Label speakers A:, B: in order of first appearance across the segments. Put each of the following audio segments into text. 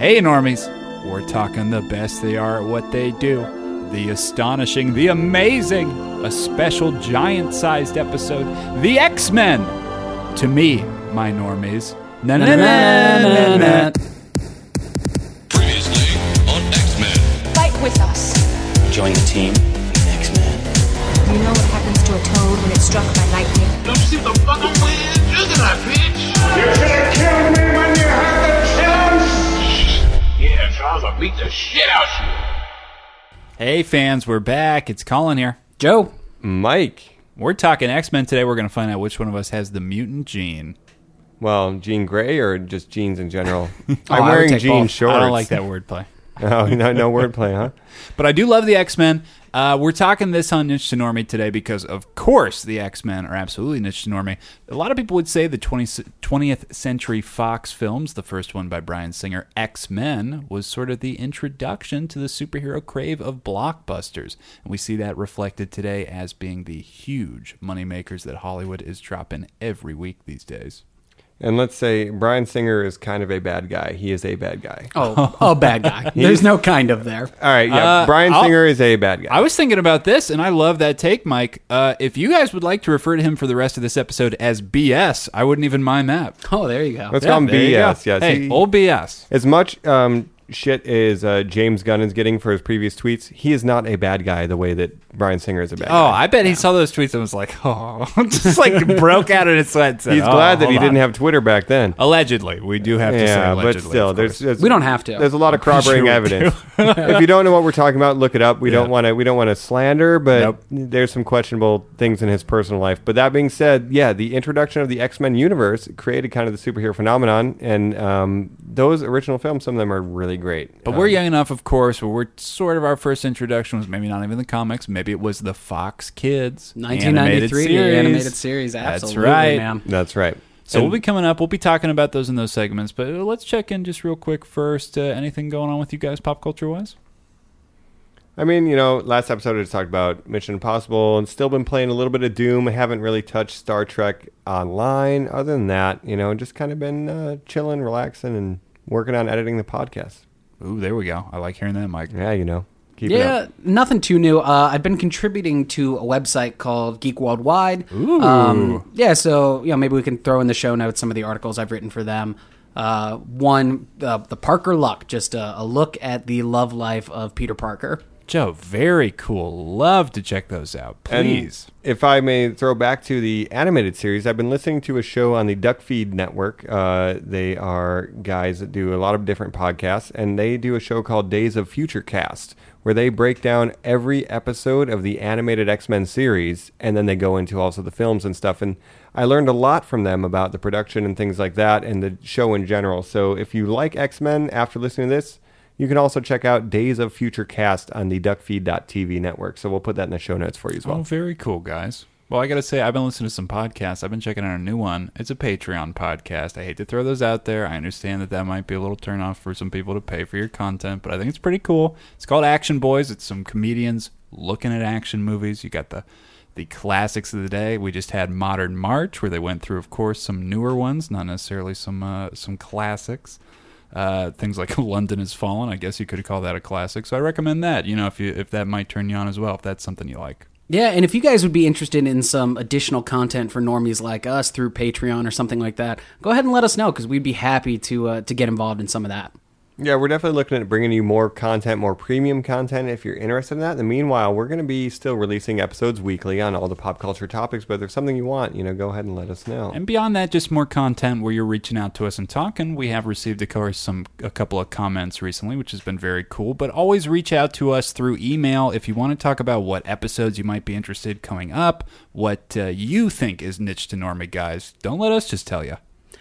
A: Hey, normies! We're talking the best they are at what they do. The astonishing, the amazing, a special giant sized episode, The X Men! To me, my normies. Na na na na na.
B: Previously on X Men.
C: Fight with us.
D: Join the team. Next man.
C: You know what happens to a toad when it's struck by lightning.
E: Don't you see the fucking way in juggernaut, bitch?
F: You should have killed me when you had the chance!
E: Yeah, Charles, I beat the shit out you.
A: Hey, fans, we're back. It's Colin here.
G: Joe.
H: Mike.
A: We're talking X Men today. We're going to find out which one of us has the mutant gene.
H: Well, Jean Grey or just jeans in general?
G: I
A: Oh,
H: I'm
G: would
H: wearing
G: take
H: jean
G: both.
H: shorts.
A: I don't like that wordplay.
H: Oh, no, no wordplay, huh?
A: But I do love the X Men. Uh, we're talking this on Niche to Normie today because, of course, the X Men are absolutely Niche to Normie. A lot of people would say the 20, 20th Century Fox films, the first one by Brian Singer, X Men, was sort of the introduction to the superhero crave of blockbusters. And we see that reflected today as being the huge moneymakers that Hollywood is dropping every week these days.
H: And let's say Brian Singer is kind of a bad guy. He is a bad guy.
G: Oh, a bad guy. There's no kind of there.
H: All right, yeah.
A: Uh,
H: Brian
A: I'll-
H: Singer is a bad guy.
A: I was thinking about this, and I love that take, Mike. Uh, if you guys would like to refer to him for the rest of this episode as BS, I wouldn't even mind that.
G: Oh, there you go.
H: Let's call him
A: There you go.
H: BS. Yes.
A: hey,
H: he-
A: old BS.
H: as much um, shit as uh, James Gunn is getting for his previous tweets, he is not a bad guy the way that Brian Singer is a bad
A: Oh,
H: guy.
A: I bet he saw those tweets and was like, oh, just like broke out in his sweats.
H: He's glad that he didn't have Twitter back then.
A: "Oh, Allegedly, we do have to say
H: yeah,
A: allegedly.
H: but still,
A: of
H: there's,
A: course.
H: there's
G: We don't have to.
H: There's a lot of corroborating
A: sure we do.
H: evidence. if you don't know what we're talking about, look it up. We don't want to. We don't want to slander, but
A: Nope.
H: there's some questionable things in his personal life. But that being said, yeah, the introduction of the X Men universe created kind of the superhero phenomenon, and um, those original films, some of them are really great. Um,
A: But we're young enough, of course, where we're sort of our first introduction was maybe not even the comics. Maybe it was the Fox Kids.
G: 1993 the animated series. Absolutely,
A: That's right.
G: man.
H: That's right.
A: So we'll be coming up. We'll be talking about those in those segments, but uh, let's check in just real quick first. Uh, anything going on with you guys, pop culture wise?
H: I mean, you know, last episode I just talked about Mission Impossible and still been playing a little bit of Doom. I haven't really touched Star Trek online. Other than that, you know, just kind of been uh, chilling, relaxing, and working on editing the podcast.
A: Ooh, there we go. I like hearing that, Mike.
H: Yeah, you know, keep it up.
G: Yeah, nothing too new. Uh, I've been contributing to a website called Geek Worldwide. Ooh. Um, yeah, so you know maybe we can throw in the show notes some of the articles I've written for them. Uh, one, uh, the Parker Luck, just a, a look at the love life of Peter Parker.
A: Joe, very cool. Love to check those out,
H: And
A: please.
H: if I may throw back to the animated series, I've been listening to a show on the Duckfeed Network. Uh, they are guys that do a lot of different podcasts, and they do a show called Days of Future Cast, where they break down every episode of the animated X Men series, and then they go into also the films and stuff. And I learned a lot from them about the production and things like that, and the show in general. So if you like X Men after listening to this, you can also check out Days of Future Cast on the duckfeed.tv network. So we'll put that in the show notes for you as well.
A: oh, very cool, guys. Well, I got to say, I've been listening to some podcasts. I've been checking out a new one. It's a Patreon podcast. I hate to throw those out there. I understand that that might be a little turnoff for some people to pay for your content, but I think it's pretty cool. It's called Action Boys. It's some comedians looking at action movies. You got the the classics of the day. We just had Modern March, where they went through, of course, some newer ones, not necessarily some uh, some classics. Uh, things like London Has Fallen. I guess you could call that a classic. So I recommend that. You know, if you if that might turn you on as well, if that's something you like.
G: Yeah, and if you guys would be interested in some additional content for normies like us through Patreon or something like that, go ahead and let us know because we'd be happy to uh, to get involved in some of that.
H: Yeah, we're definitely looking at bringing you more content, more premium content if you're interested in that. And meanwhile, we're going to be still releasing episodes weekly on all the pop culture topics. But if there's something you want, you know, go ahead and let us know.
A: And beyond that, just more content where you're reaching out to us and talking. We have received, of course, some a couple of comments recently, which has been very cool. But always reach out to us through email if you want to talk about what episodes you might be interested coming up, what uh, you think is niche to normie, guys. Don't let us just tell you.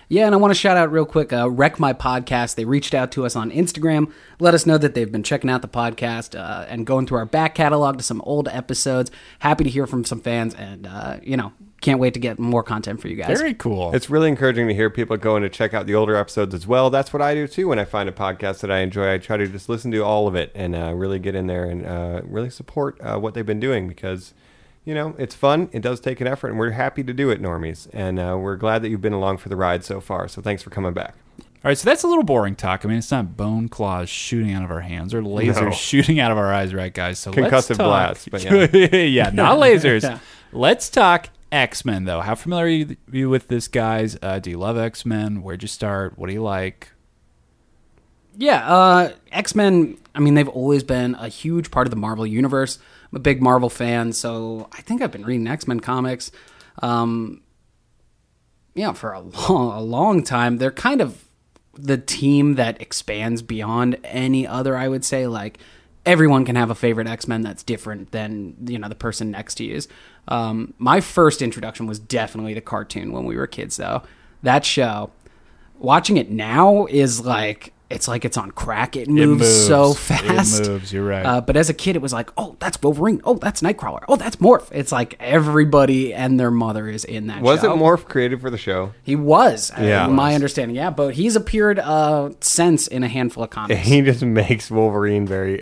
G: Yeah, and I want to shout out real quick uh, Wreck My Podcast. They reached out to us on Instagram, let us know that they've been checking out the podcast uh, and going through our back catalog to some old episodes. Happy to hear from some fans, and, uh, you know, can't wait to get more content for you guys.
A: Very cool.
H: It's really encouraging to hear people going to check out the older episodes as well. That's what I do too when I find a podcast that I enjoy. I try to just listen to all of it and uh, really get in there and uh, really support uh, what they've been doing because, you know, it's fun. It does take an effort, and we're happy to do it, normies. And uh, we're glad that you've been along for the ride so far. So thanks for coming back.
A: All right, so that's a little boring talk. I mean, it's not bone claws shooting out of our hands or lasers
H: No.
A: shooting out of our eyes, right, guys? So let's
H: Concussive
A: talk-
H: blasts, but yeah.
A: Yeah, not lasers.
G: Yeah.
A: Let's talk X Men, though. How familiar are you- you with this, guys? Uh, do you love X Men? Where'd you start? What do you like?
G: Yeah, uh, X Men. I mean, they've always been a huge part of the Marvel universe. I'm a big Marvel fan, so I think I've been reading X Men comics. Um, yeah, for a long, a long time. They're kind of the team that expands beyond any other. I would say, like everyone can have a favorite X Men that's different than you know the person next to you's. Um, my first introduction was definitely to cartoon when we were kids, though. That show, watching it now is like it's like it's on crack. It moves,
A: moves.
G: so
A: It
G: fast.
A: moves, you're right.
G: Uh, but as a kid, it was like, oh, that's Wolverine. Oh, that's Nightcrawler. Oh, that's Morph. It's like everybody and their mother is in that.
H: Was it
G: show.
H: Morph created for the show?
G: He was, uh,
H: Yeah.
G: my
H: Was.
G: understanding. Yeah, but he's appeared uh, since in a handful of comics.
H: He just makes Wolverine very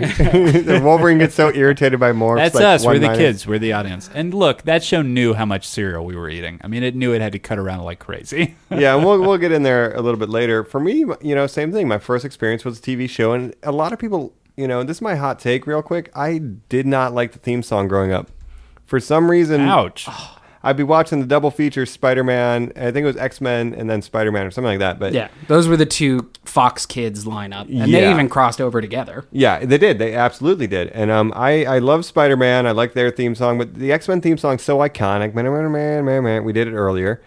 H: The Wolverine gets so irritated by Morph.
A: That's us. We're the kids. We're the audience. And look, that show knew how much cereal we were eating. I mean, it knew it had to cut around like crazy.
H: yeah, and we'll we'll get in there a little bit later. For me, you know, same thing. My first experience was a TV show, and a lot of people, you know, this is my hot take, real quick. I did not like the theme song growing up. For some reason,
A: Ouch.
H: Oh, I'd be watching the double feature Spider Man. I think it was X Men and then Spider Man or something like that. But
G: yeah, those were the two Fox Kids lineup, and they
H: Yeah.
G: even crossed over together.
H: Yeah, they did. They absolutely did. And um, I, I love Spider Man. I like their theme song, but the X Men theme song's so iconic. Man, man, man, man, man. We did it earlier.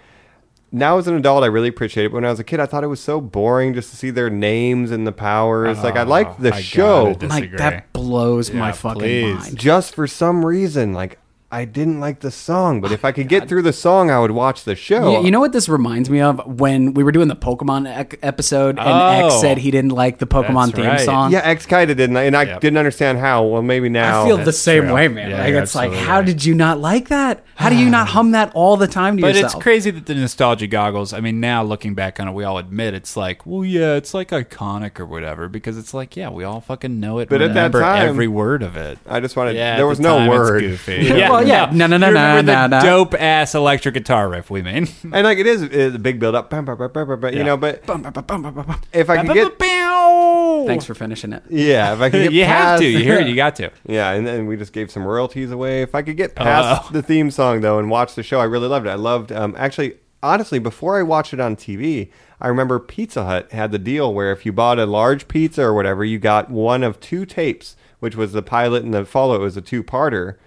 H: Now as an adult, I really appreciate it. But when I was a kid, I thought it was so boring just to see their names and the powers. like I liked the
A: Oh, I
H: show,
A: gotta
G: Like
A: Disagree.
G: that blows my
A: Yeah,
G: fucking
A: please.
G: mind.
H: just for some reason, like I didn't like the song.
A: Oh
H: But if I could get through the song, I would watch the show.
G: You, you know what this reminds me of? When we were doing the Pokemon ec- episode, and X
A: Oh.
G: said he didn't like the Pokemon
A: That's
G: theme
A: right.
G: song.
H: yeah, X kind of didn't, and I
A: Yep.
H: didn't understand how. Well, maybe now.
G: I feel the
A: That's
G: same
A: true.
G: way, man.
A: Yeah,
G: like
A: you're
G: it's like,
A: absolutely
G: how
A: right.
G: did you not like that? How do you not hum that all the time to
A: But
G: yourself?
A: it's crazy that the nostalgia goggles. I mean, now looking back on it, we all admit it's like, well, yeah, it's like iconic or whatever because it's like, yeah, we all fucking know it.
H: But at that
A: remember
H: time-
A: every word of it.
H: I just wanted.
A: Yeah, at
H: there
A: the
H: was no
A: time, it's
H: word.
A: goofy.
G: Yeah, well, yeah. No, no, no,
A: You
G: no,
A: remember the
G: no, no.
A: Dope ass electric guitar riff we made.
H: And like it is uh, the big build up, bum, bum, bum, bum, bum, bum, you
A: Yeah.
H: know. But
G: Bum, bum, bum, bum, bum, bum, bum.
H: if I could get,
A: Thanks.
G: Thanks for finishing it.
H: yeah, if I could get
A: You have
H: past,
A: to. You hear it. You got to.
H: yeah, and then we just gave some royalties away. If I could
G: Oh,
H: get past the theme song though and watch the show, I really loved it. I loved, um, actually, honestly, before I watched it on TV, I remember Pizza Hut had the deal where if you bought a large pizza or whatever, you got one of two tapes, which was the pilot and the follow. It was a two parter.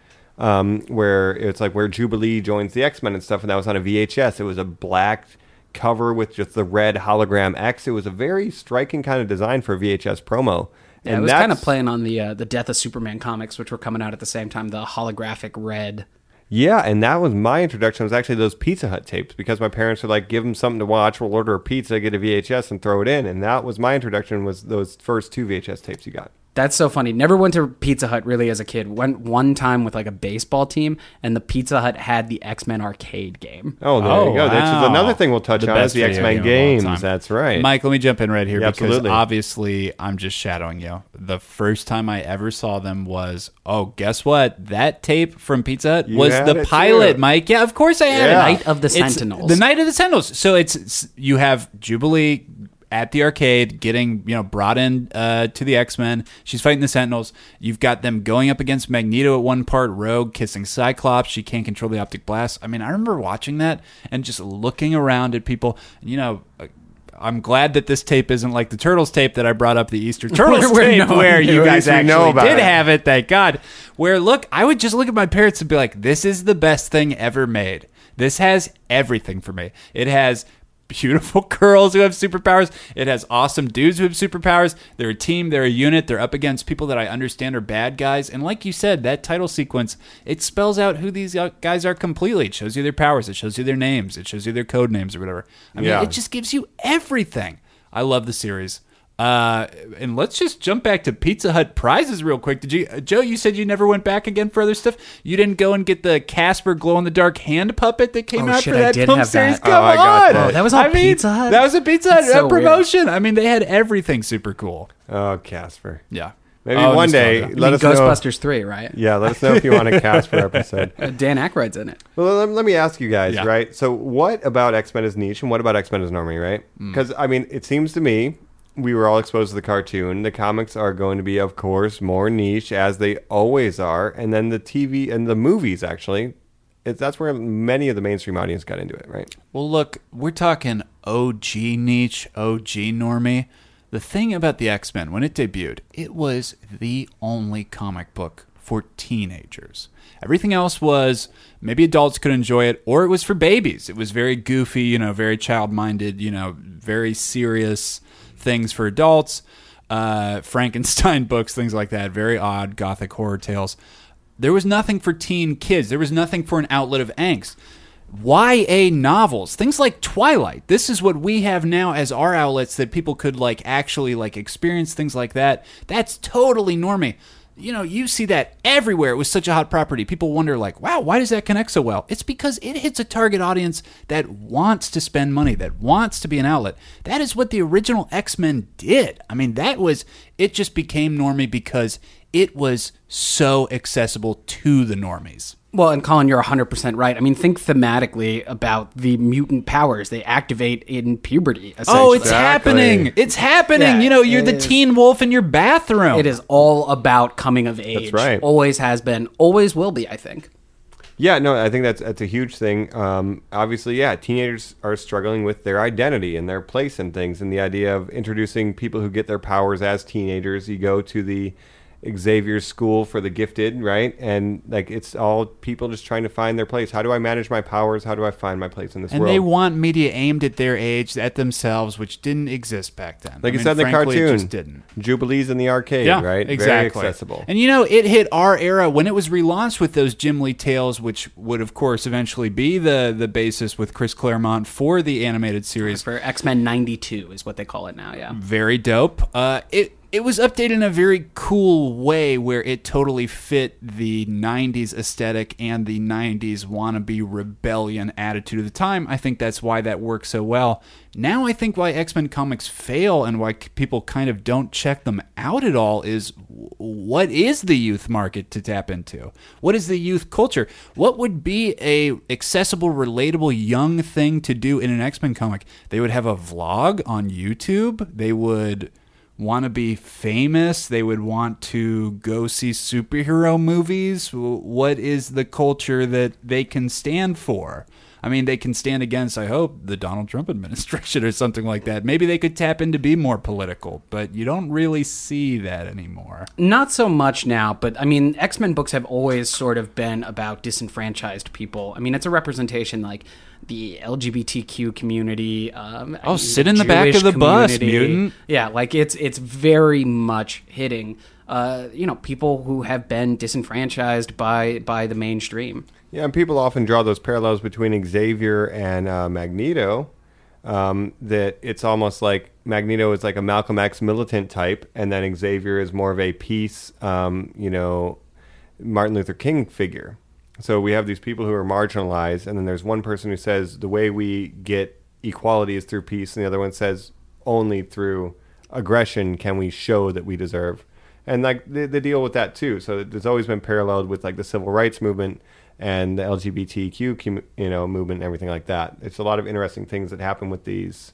H: Um, where it's like where Jubilee joins the X Men and stuff, and that was on a VHS. It was a black cover with just the red hologram X. It was a very striking kind of design for a VHS promo.
G: Yeah, it was kind of
H: that's-
G: playing on the uh, the Death of Superman comics, which were coming out at the same time. The holographic red.
H: Yeah, and that was my introduction. Was actually those Pizza Hut tapes because my parents were like, "Give them something to watch. We'll order a pizza, get a VHS, and throw it in." And that was my introduction. Was those first two VHS tapes you got?
G: That's so funny. Never went to Pizza Hut really as a kid. Went one time with like a baseball team, and the Pizza Hut had the X Men arcade game.
H: Oh, there you
A: Oh,
H: go. That's just
A: wow.
H: another thing we'll touch
A: The
H: on is
A: best
H: the
A: video
H: X Men
A: game
H: games.
A: of all time.
H: That's right.
A: Mike, let me jump in right here
H: Yeah,
A: because
H: absolutely.
A: obviously I'm just shadowing you. The first time I ever saw them was, oh, guess what? That tape from Pizza Hut
H: You
A: was
H: had
A: the
H: it
A: pilot,
H: too.
A: Mike. Yeah, of course I had
H: Yeah.
A: it.
G: Night of the
A: It's
G: Sentinels.
A: The Night of the Sentinels. So it's, it's you have Jubilee at the arcade getting you know brought in uh, to the x-men she's fighting the sentinels you've got them going up against magneto at one part rogue kissing cyclops she can't control the optic blast i mean i remember watching that and just looking around at people you know uh, i'm glad that this tape isn't like the turtles tape that i brought up the easter turtles
G: Where no
A: tape
G: one
A: where
G: knew.
A: you
H: At
A: guys
H: least we
A: actually
H: know about
A: did
H: it.
A: have have it, thank God. Where look, I would just look at my parents and be like, this is the best thing ever made. This has everything for me. It has beautiful girls who have superpowers. It has awesome dudes who have superpowers. They're a team, they're a unit, they're up against people that I understand are bad guys. And like you said, that title sequence, it spells out who these uh, guys are completely. It shows you their powers, it shows you their names, it shows you their code names or whatever. I mean,
H: Yeah.
A: it just gives you everything. I love the series. Uh, and let's just jump back to Pizza Hut prizes real quick. Did you, uh, Joe? You said you never went back again for other stuff. You didn't go and get the Casper glow in the dark hand puppet that came
G: Oh,
A: out
G: shit,
A: for
G: I
A: that
G: did
A: film
G: have that.
A: series.
G: Oh,
A: Come
H: I got
A: on,
H: that. Oh,
G: that was on
A: I mean,
G: Pizza Hut?
A: That was a Pizza Hut
G: That's so
A: uh,
G: weird.
A: promotion. I mean, they had everything super cool.
H: oh, Casper.
A: Yeah,
H: Maybe
A: Oh,
H: one day,
A: nostalgia.
H: let
G: I mean,
H: us know.
G: Ghostbusters three, right?
H: Yeah, let us know if you want a Casper episode.
G: Uh, Dan Aykroyd's in it.
H: Well, let, let me ask you guys,
A: Yeah.
H: right? So, what about X Men is niche and what about X Men is normie, right? Because, I mean, it seems to me we were all exposed to the cartoon. The comics are going to be, of course, more niche as they always are. And then the TV and the movies, actually, it, that's where many of the mainstream audience got into it, right?
A: Well, look, we're talking OG niche, OG normie. The thing about the X Men, when it debuted, it was the only comic book for teenagers. Everything else was maybe adults could enjoy it, or it was for babies. It was very goofy, you know, very child minded, you know, very serious things for adults. Uh, Frankenstein books, things like that, very odd gothic horror tales. There was nothing for teen kids. There was nothing for an outlet of angst. YA novels, things like Twilight. This is what we have now as our outlets that people could like actually like experience things like that. That's totally normie. You know, you see that everywhere. It was such a hot property. People wonder like, "Wow, why does that connect so well?" It's because it hits a target audience that wants to spend money, that wants to be an outlet. That is what the original X-Men did. I mean, that was it just became normie because it was so accessible to the normies.
G: Well, and Colin, you're 100% right. I mean, think thematically about the mutant powers they activate in puberty, essentially.
A: Oh, it's
H: Exactly.
A: happening! It's happening!
G: Yeah,
A: you know, you're
G: it
A: the
G: is.
A: teen wolf in your bathroom.
G: It is all about coming of age.
H: right.
G: Always has been, always will be, I think.
H: Yeah, no, I think that's that's a huge thing. Um, obviously, yeah, teenagers are struggling with their identity and their place in things, and the idea of introducing people who get their powers as teenagers. You go to the Xavier School for the Gifted, right? And like, it's all people just trying to find their place. How do I manage my powers? How do I find my place in this
A: And
H: world?
A: they want media aimed at their age, at themselves, which didn't exist back then. I
H: like you
A: mean,
H: said in the
A: frankly,
H: cartoon,
A: it just didn't.
H: Jubilees in the arcade, right?
A: Exactly.
H: Very accessible.
A: And you know, it hit our era when it was relaunched with those Jim Lee tales, which would, of course, eventually be the the basis with Chris Claremont for the animated series.
G: For X Men 92 is what they call it now, yeah.
H: Hmm.
A: very dope. Uh, it it was updated in a very cool way where it totally fit the '90s aesthetic and the '90s wannabe rebellion attitude of the time. I think that's why that worked so well. Now I think why X Men comics fail and why c- people kind of don't check them out at all is w- what is the youth market to tap into? What is the youth culture? What would be a accessible, relatable young thing to do in an X Men comic? They would have a vlog on YouTube. They would want to be famous. They would want to go see superhero movies. W- What is the culture that they can stand for? I mean, they can stand against, I hope, the Donald Trump administration or something like that. Maybe they could tap in to be more political, but you don't really see that anymore.
G: Not so much now, but I mean, X Men books have always sort of been about disenfranchised people. I mean, it's a representation like the LGBTQ community. Um, I
A: Oh,
G: mean,
A: sit in the back of the bus, mutant.
G: Yeah, like it's it's very much hitting. Uh, you know, people who have been disenfranchised by by the mainstream.
H: Yeah, and people often draw those parallels between Xavier and uh, Magneto. Um, that it's almost like Magneto is like a Malcolm X militant type, and then Xavier is more of a peace, um, you know, Martin Luther King figure. So we have these people who are marginalized, and then there's one person who says the way we get equality is through peace, and the other one says only through aggression can we show that we deserve and like they, they deal with that too. So it's always been paralleled with like the civil rights movement and the LGBTQ commu- you know movement and everything like that. It's a lot of interesting things that happen with these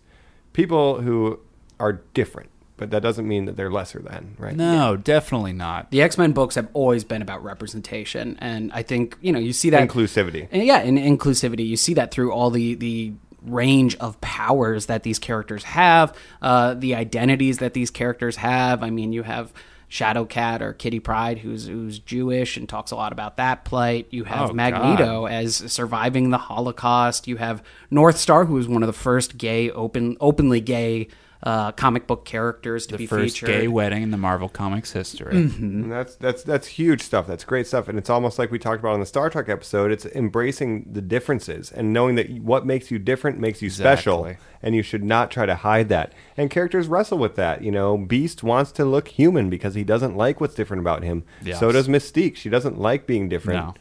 H: people who are different, but that doesn't mean that they're lesser than, right?
A: No, definitely not.
G: The X Men books have always been about representation, and I think you know you see that
H: Inclusivity.
G: And yeah, in inclusivity, you see that through all the the range of powers that these characters have, uh, the identities that these characters have. I mean, you have Shadow Cat or Kitty Pride, who's who's Jewish and talks a lot about that plight. You have
A: Oh,
G: Magneto as surviving the Holocaust. You have North Star, who was one of the first gay open openly gay. Uh, comic book characters to
A: The
G: be
A: first
G: featured. Mm-hmm.
A: gay wedding in the Marvel Comics history.
H: And that's that's that's huge stuff. That's great stuff, and it's almost like we talked about on the Star Trek episode. It's embracing the differences and knowing that what makes you different makes you special, and you should not try to hide that. And characters wrestle with that. You know, Beast wants to look human because he doesn't like what's different about him.
A: Yes.
H: So does Mystique. She doesn't like being different.
A: No.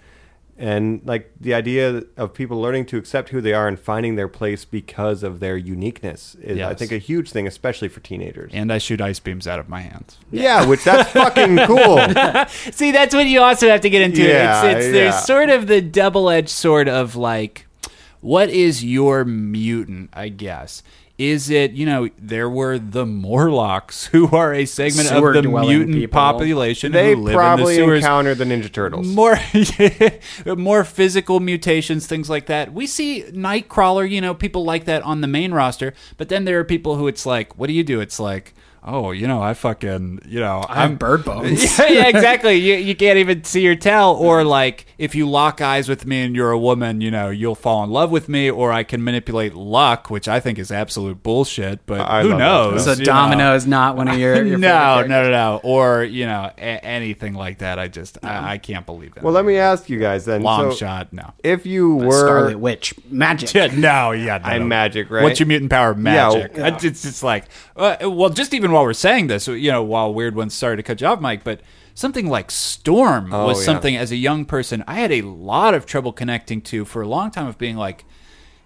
H: And like the idea of people learning to accept who they are and finding their place because of their uniqueness is, I
I: Yes.
H: think, a huge thing, especially for teenagers.
I: And I shoot ice beams out of my hands.
H: Yeah, which that's fucking cool.
A: See, that's what you also have to get into.
H: Yeah,
A: it's, it's
H: yeah.
A: there's sort of the double edged sword of like, what is your mutant? I guess is it you know there were the Morlocks who are a segment of the
G: Sewer-dwelling
A: mutant
G: people.
I: Population
H: They
I: who live
H: probably
I: in the sewers.
H: encountered the Ninja Turtles.
A: more more physical mutations, things like that. We see Nightcrawler, you know, people like that on the main roster, but then there are people who it's like, what do you do? It's like,
I: oh, you know, I fucking, you know,
G: I have
I: I'm
G: bird bones.
A: yeah, yeah, exactly. You you can't even see or tell, or like if you lock eyes with me and you're a woman, you know, you'll fall in love with me, or I can manipulate luck, which I think is absolute bullshit. But
H: I- I
A: who
H: love that
A: knows?
H: stuff.
G: So
A: you
G: Domino
A: know?
G: is not one of your. your
A: no, no,
G: favorite characters.
A: no, no, or you know, a- anything like that. I just, I, I can't believe that.
H: Well, let me ask you guys then.
A: long
H: so
A: shot. No,
H: If you were
G: Scarlet Witch magic.
A: Yeah, no, yeah, no,
H: I'm
A: no.
H: magic, right?
A: What's your mutant power? Magic.
H: Yeah,
A: I- It's just like, uh, well, just even while we're saying this, you know, while weird ones, sorry to cut you off, Mike, but something like Storm
H: Oh,
A: was
H: yeah.
A: something as a young person I had a lot of trouble connecting to for a long time of being like,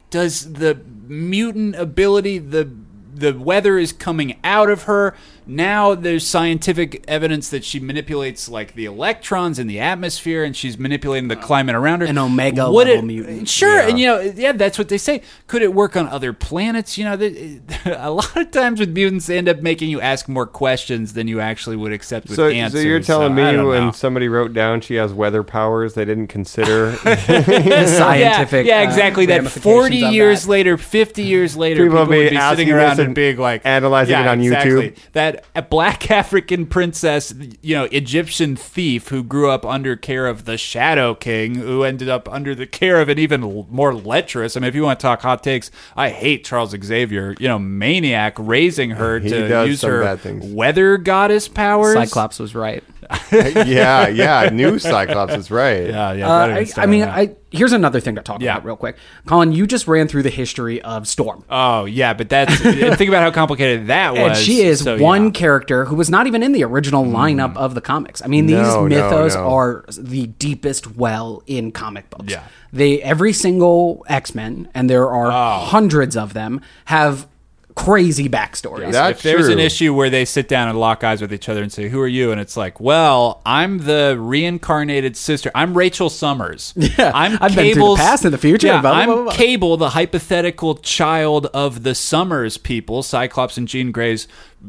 A: does the mutant ability the the weather is coming out of her now there's scientific evidence that she manipulates like the electrons in the atmosphere and she's manipulating the climate around her
G: An omega
A: Would
G: level
A: it-
G: mutant.
A: sure and you know yeah that's what they say could it work on other planets you know the, a lot of times with mutants they end up making you ask more questions than you actually would accept with
H: so, so
A: answers
H: you're telling
A: So I
H: me
A: don't
H: when
A: know.
H: somebody wrote down she has weather powers they didn't consider
G: Scientific.
A: yeah,
G: uh,
A: yeah exactly that
G: ramifications
A: 40
G: of
A: years
G: that.
A: later 50 years later
H: People
A: people,
H: be
A: would be
H: asking
A: sitting
H: this
A: around
H: and
A: and being like
H: analyzing it on YouTube.
A: that a black african princess you know egyptian thief who grew up under care of the shadow king who ended up under the care of an even l- more lecherous i mean if you want to talk hot takes i hate charles xavier you know maniac raising her
H: He
A: to
H: does
A: use
H: some
A: her
H: bad things.
A: weather goddess powers
G: Cyclops was right.
H: yeah, yeah. New Cyclops is right.
A: yeah Oh, yeah
G: Uh,
A: better
G: I,
A: stay
G: I mean,
A: on that.
G: I here's another thing to talk
A: Yeah.
G: about real quick. Colin, you just ran through the history of Storm.
A: Oh yeah, but that's think about how complicated that was.
G: and she is
A: So,
G: one
A: yeah.
G: character who was not even in the original lineup of the comics. I mean, these
H: No, no,
G: mythos
H: no.
G: are the deepest well in comic books.
A: Yeah.
G: They every single X-Men and there are hundreds of them have crazy backstories.
H: That-
A: if there's an
H: true.
A: issue where they sit down and lock eyes with each other and say, "Who are you?" and it's like, "Well, I'm the reincarnated sister. I'm Rachel Summers. Yeah, I'm
G: I've been through the
A: Cable's-
G: past and the future
A: Yeah,
G: and blah, blah,
A: I'm
G: blah, blah, blah."
A: Cable, the hypothetical child of the Summers people, Cyclops and Jean Grey's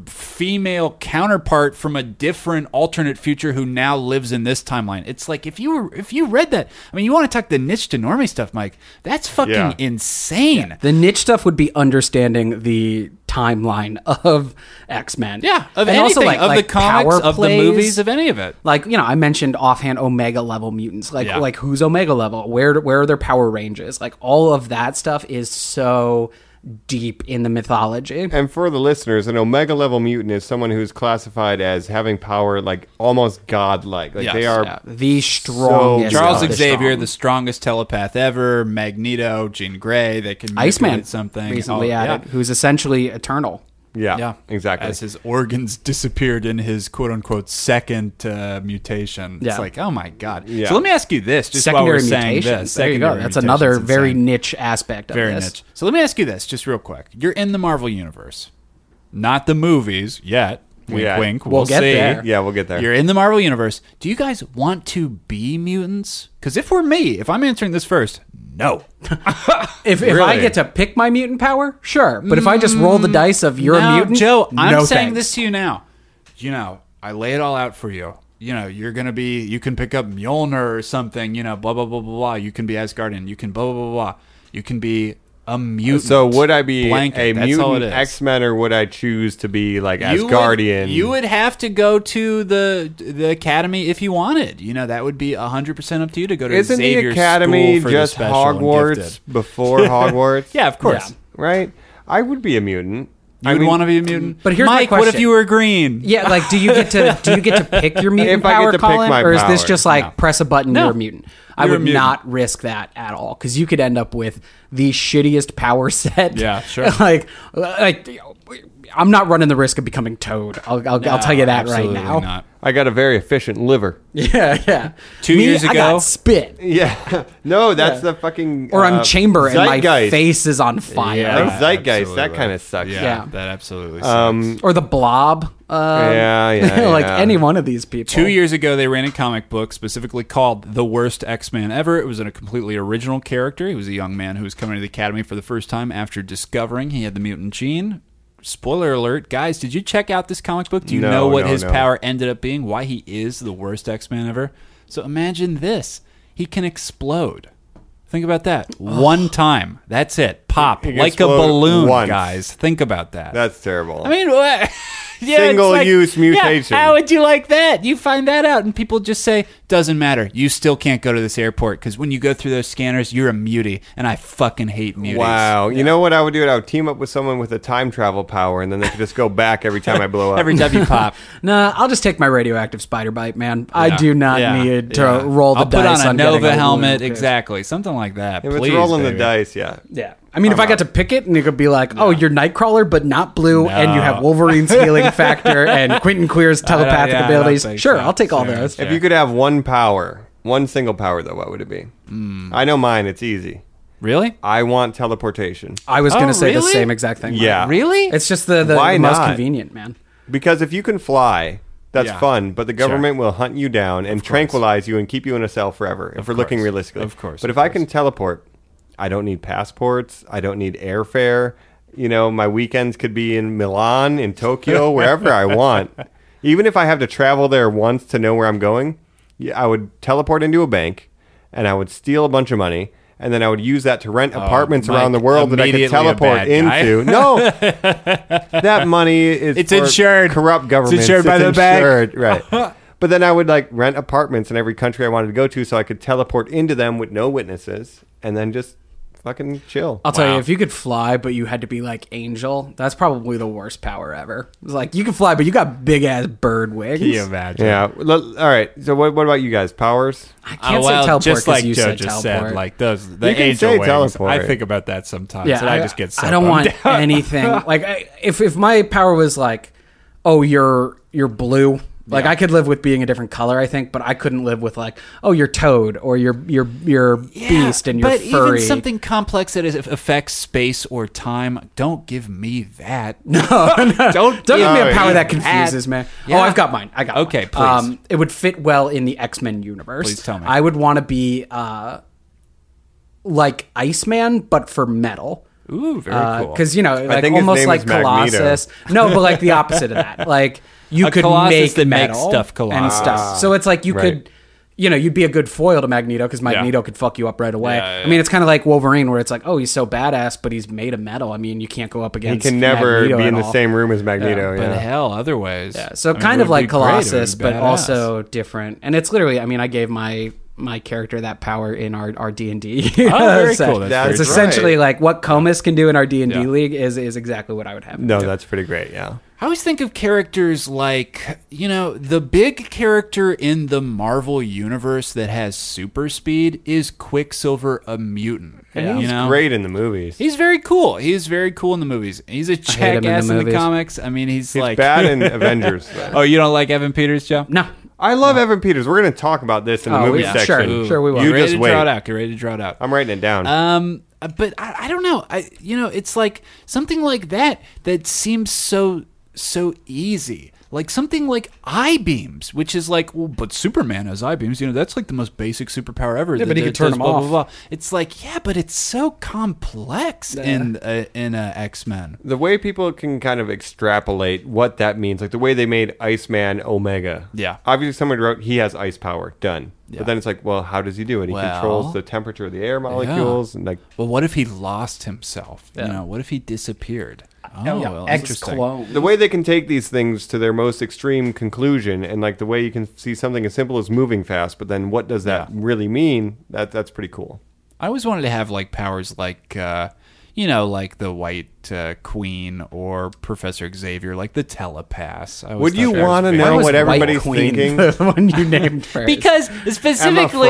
A: female counterpart from a different alternate future who now lives in this timeline. It's like if you were if you read that, I mean, you want to talk the niche to normie stuff, Mike? That's fucking
H: Yeah.
A: insane.
G: the niche stuff would be understanding the timeline of X-Men.
A: Yeah, of
G: And
A: anything,
G: also, like-
A: of
G: like
A: the comics,
G: power
A: of
G: plays.
A: the movies, of any of it.
G: like you know i mentioned offhand omega level mutants like
A: Yeah.
G: like who's omega level where where are their power ranges like all of that stuff is so deep in the mythology
H: And for the listeners, an Omega level mutant is someone who's classified as having power like almost godlike. Like
A: Yes,
H: they are.
A: yeah.
G: the strongest
H: Charles
A: Charles
G: of the
A: Xavier,
G: strong.
A: the strongest telepath ever, Magneto, Jean Grey, they can
G: iceman
A: manipulate something
G: recently
A: Oh, yeah.
G: added who's essentially eternal
H: Yeah,
A: Yeah,
H: exactly.
A: As his organs disappeared in his "quote unquote" second uh, mutation,
G: Yeah.
A: it's like, oh my god.
H: Yeah.
A: So let me ask you this: just while we're
G: secondary
A: saying
G: mutations
A: this,
G: there you go
A: secondary
G: that's
A: mutations,
G: another
A: it's
G: very
A: insane.
G: niche aspect of
A: very
G: this
A: niche. So let me ask you this, just real quick: You're in the Marvel universe, not the movies yet. Wink,
H: Yeah.
A: wink.
G: We'll
A: We'll,
G: get
A: see.
G: there.
H: Yeah, we'll get there.
A: You're in the Marvel universe. Do you guys want to be mutants? Because if we're me, if I'm answering this first, no.
G: if, if i
H: Really?
G: get to pick my mutant power sure but if i just roll the dice of you're
A: No,
G: a mutant
A: Joe, I'm
G: no
A: saying
G: thanks.
A: this to you now. You know, I lay it all out for you. You know, you're gonna be. You can pick up Mjolnir or something. You know, blah blah blah blah blah. You can be Asgardian. You can blah blah blah blah. You can be a mutant.
H: so would I be
A: Blanket,
H: a
A: that's all it
H: mutant
A: is.
H: X Men or would I choose to be like
A: You would-
H: Asgardian?
A: You would have to go to the the academy if you wanted. You know, that would be hundred percent up to you to go to
H: Isn't the
A: Xavier's
H: academy
A: school for
H: just
A: the special and
H: Hogwarts
A: gifted.
H: before Hogwarts?
A: Yeah, of course.
H: right. I would be a mutant.
A: You
H: I
A: would
H: mean,
A: want to be a mutant.
G: But here's my
A: Mike, what if
G: question.
A: you were green?
G: Yeah, like do you get to do you get to pick your mutant
H: If I get
G: power,
H: to pick
G: Colin,
H: my
G: or is this
H: power,
G: just like
A: no.
G: press a button,
A: No.
G: you're a mutant? I
A: You're a
G: would
A: mutant.
G: not risk that at all because you could end up with the shittiest power set.
A: Yeah, sure.
G: like, like I'm not running the risk of becoming Toad. I'll, I'll, I'll tell you that right
A: Absolutely
G: now.
A: not.
H: I got a very efficient liver.
G: Yeah, yeah.
A: Two
G: Me,
A: years
G: I
A: ago-
G: got spit,
H: Yeah. no, that's the fucking.
G: or I'm
H: uh,
G: chamber and my
H: zeitgeist.
G: face is on fire.
H: Like zeitgeist. That
A: absolutely.
H: kind of sucks.
A: Yeah,
G: Yeah.
A: that absolutely sucks.
H: Um,
G: or the blob. Um,
H: Yeah, yeah,
G: like
H: yeah.
G: any one of these people.
A: Two years ago, they ran a comic book specifically called The Worst X Man Ever. It was a completely original character. He was a young man who was coming to the academy for the first time after discovering he had the mutant gene. Spoiler alert, guys, did you check out this comic book? Do you
H: No,
A: know what
H: no,
A: his
H: no.
A: power ended up being? Why he is the worst X Man ever? So imagine this he can explode. Think about that. One time. That's it. Pop.
H: He can
A: Like a
H: explode
A: balloon,
H: once.
A: guys. Think about that.
H: that's terrible.
A: I mean, what? Yeah, it's
H: Single use
A: yeah,
H: mutation.
A: how would you like that? You find that out, and people just say, doesn't matter. You still can't go to this airport because when you go through those scanners, you're a mutie, and I fucking hate muties.
H: Wow. You know what I would do? I would team up with someone with a time travel power, and then they could just go back every time I blow up.
A: Every time you pop,
G: Nah, I'll just take my radioactive spider bite, man. I
A: Yeah.
G: do not
A: Yeah.
G: need to
A: Yeah.
G: roll the
A: I'll
G: dice
A: put on a
G: getting
A: Nova
G: blue
A: helmet,
G: pill.
A: exactly, something like that.
H: if
A: please,
H: it's rolling the
A: baby.
H: dice, yeah.
G: Yeah, I mean, if I got to pick it, and it could be like, oh, you're Nightcrawler, but not blue, and you have
A: No.
G: Wolverine's healing factor and Quentin Queer's
A: don't-
G: telepathic
A: yeah, I don't
G: abilities.
A: think
G: Sure,
A: so.
G: I'll take all
A: Sure.
G: those.
H: If you could have one power, one single power, though, what would it be?
A: Hmm.
H: I know mine. It's easy.
A: Really?
H: I want teleportation.
G: I was
A: Oh,
G: gonna say the
A: really?
G: same exact thing. Mike.
H: Yeah.
A: Really?
G: it's just the the,
H: Why
G: the most
H: not?
G: convenient, man.
H: Because if you can fly, that's
A: Yeah.
H: fun, but the government will hunt you down and tranquilize you and keep you in a cell forever if we're looking
A: course.
H: realistically.
A: Of course,
H: But
A: of
H: if I can teleport, I don't need passports, I don't need airfare. You know, my weekends could be in Milan, in Tokyo, wherever I want. Even if I have to travel there once to know where I'm going, yeah, I would teleport into a bank and I would steal a bunch of money. And then I would use that to rent apartments around the
A: Oh, Mike,
H: world that I could
A: immediately a
H: teleport
A: bad guy.
H: into. No, that money is
A: It's
H: for
A: insured.
H: corrupt
A: It's
H: governments.
A: insured by the bank.
H: insured, right? but then I would like rent apartments in every country I wanted to go to, so I could teleport into them with no witnesses, and then just fucking chill.
G: I'll tell you, if you could fly, but you had to be like Angel, that's probably the worst power ever. It's like you can fly, but you got big ass bird wings.
A: Can you imagine?
H: yeah. L- all right. So what? What about you guys? Powers?
G: I can't
A: Oh,
G: say
A: well,
G: teleport
A: just
G: 'cause
A: like
G: you
A: Joe
G: said
A: just
G: teleport.
A: said, like those the
H: You can
A: angel
H: say
A: wings.
H: teleport.
A: I think about that sometimes,
G: yeah,
A: and I, just get. So
G: I don't
A: bummed
G: want
A: out.
G: anything. like I, if if my power was like, oh, you're you're blue. Like I could live with being a different color, I think, but I couldn't live with like, oh, you're toad or you're you're you're beast and you're
A: but
G: furry.
A: even something complex that is, affects space or time. Don't give me that.
G: Oh, don't don't give me a
H: Oh,
G: power
H: yeah.
G: that confuses, man. Oh,
A: Yeah.
G: I've got mine. I got
A: Okay,
G: mine. Um,
A: please.
G: it would fit well in the X Men universe.
A: Please tell me.
G: I would want to be uh, like Iceman, but for metal.
A: Ooh, very cool.
G: Because you know, like
H: think his
G: almost
H: name
G: like
H: is Magneto.
G: Colossus. No, but like the opposite of that. Like you
A: A
G: could
A: Colossus
G: make
A: that makes
G: metal
A: stuff
G: and
A: Colossus. Ah,
G: stuff. So it's like you
H: right.
G: could. You know, you'd be a good foil to Magneto because Magneto could fuck you up right away.
A: Yeah, yeah.
G: I mean, it's kind of like Wolverine, where it's like, oh, he's so badass, but he's made of metal. I mean, you can't go up
H: He
G: against.
H: can never
G: Magneto
H: be
G: at
H: in the
G: all.
H: same room as Magneto.
A: but
H: Yeah.
A: hell, otherwise,
G: Yeah, so
A: I mean,
G: kind
A: it
G: of
A: would
G: like
A: be great. It would
G: Colossus,
A: be
G: but
A: badass.
G: also different. And it's literally, I mean, I gave my my character that power in our our D and D.
A: Oh, very cool. That's
H: That's
A: very
G: It's
H: right.
A: cool.
G: essentially like what Comus can do in our D and D
A: Yeah.
G: league is is exactly what I would have.
H: No, that's pretty great. Yeah.
A: I always think of characters like, you know, the big character in the Marvel universe that has super speed is Quicksilver, a mutant.
H: And
A: You
H: he's
A: know?
H: great in the movies. He's,
A: He's very cool. He's very cool in the movies. He's a
G: hate him in the
A: jackass in the,
G: movies.
A: comics. I mean, he's, like
H: bad in Avengers. though.
A: Oh, you don't like Evan Peters, Joe?
G: no,
H: I love Evan Peters. We're going to talk about this in the
G: Oh,
H: movie
G: yeah.
H: section.
G: Sure, sure we will.
H: You
A: ready
H: just
A: to draw it
H: wait.
A: out. Get ready to draw it out.
H: I'm writing it down.
A: Um, but I, I don't know. I you know, it's like something like that that seems so so easy. Like something like eye beams, which is like, well, but Superman has eye beams. You know, that's like the most basic superpower ever. Yeah,
G: but he could turn them
A: blah,
G: off.
A: Blah, blah. It's like, yeah, but it's so complex in uh, in uh, X Men.
H: the way people can kind of extrapolate what that means, like the way they made Iceman Omega.
A: Yeah.
H: Obviously, someone wrote he has ice power. Done. But then it's like, well, how does he do it? He
A: Well-
H: controls the temperature of the air molecules and like
A: But what if he lost himself? You know, what if he disappeared? Oh, well,
G: X
A: interesting.
G: clone.
H: the way they can take these things to their most extreme conclusion, and like the way you can see something as simple as moving fast, but then what does that really mean? That that's pretty cool.
A: I always wanted to have like powers like uh you know, like the white
I: liked uh, Queen or Professor Xavier, like the telepaths. I always
H: Would
I: thought
H: you
I: that was
H: want to
I: big.
H: know
G: was
H: what
G: White
H: everybody's
G: Queen
H: thinking?
G: The one you named first.
A: because specifically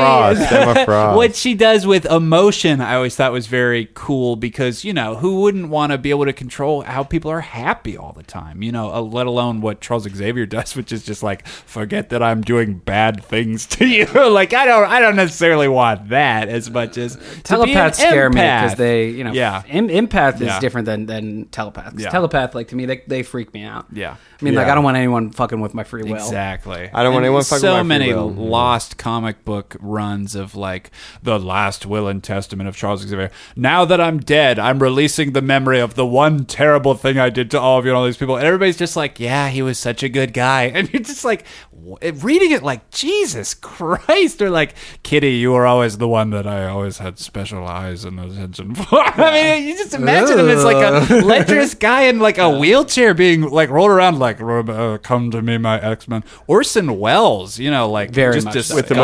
H: Frost, Emma Frost.
A: what she does with emotion i always thought was very cool because you know who wouldn't want to be able to control how people are happy all the time you know uh, let alone what charles xavier does which is just like forget that i'm doing bad things to you like i don't i don't necessarily want that as much as
G: telepaths
A: to be an
G: scare me because
A: empath.
G: they, you know,
A: yeah
G: em- empath is
A: Yeah.
G: different than than telepath. 'Cause
A: Yeah.
G: Telepath, like to me, they, they freak me out.
A: Yeah.
G: I mean, like
H: Yeah.
G: I don't want anyone fucking with my free will.
A: Exactly.
H: I don't want
A: And
H: anyone fucking with my
A: So
H: free
A: many
H: will.
A: lost comic book runs of like the last will and testament of Charles Xavier. Now that I'm dead, I'm releasing the memory of the one terrible thing I did to all of you and all these people. And everybody's just like, yeah, he was such a good guy. And you're just like wh- reading it like Jesus Christ. Or like, Kitty, you were always the one that I always had special eyes and attention for. I mean, you just imagine him as like a lecherous guy in like a wheelchair being like rolled around like uh, come to me my x-men orson welles you know like
G: Very
A: just
G: much so.
A: disgusting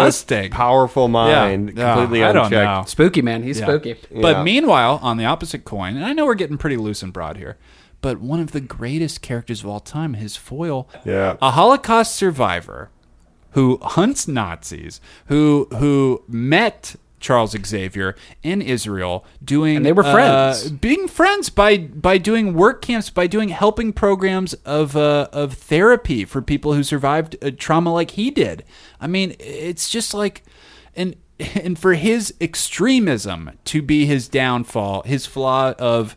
H: The most powerful mind,
A: Yeah.
H: completely
A: Yeah, I don't
H: unchecked.
A: know.
G: Spooky man, he's
A: Yeah.
G: spooky.
H: Yeah.
A: But meanwhile, on the opposite coin, and I know we're getting pretty loose and broad here, but one of the greatest characters of all time, his foil,
H: Yeah.
A: a Holocaust survivor who hunts Nazis, who who met Charles Xavier in Israel doing
G: And they were
A: uh,
G: friends.
A: being friends by by doing work camps, by doing helping programs of uh, of therapy for people who survived a trauma like he did. I mean, it's just like, and and for his extremism to be his downfall, his flaw of.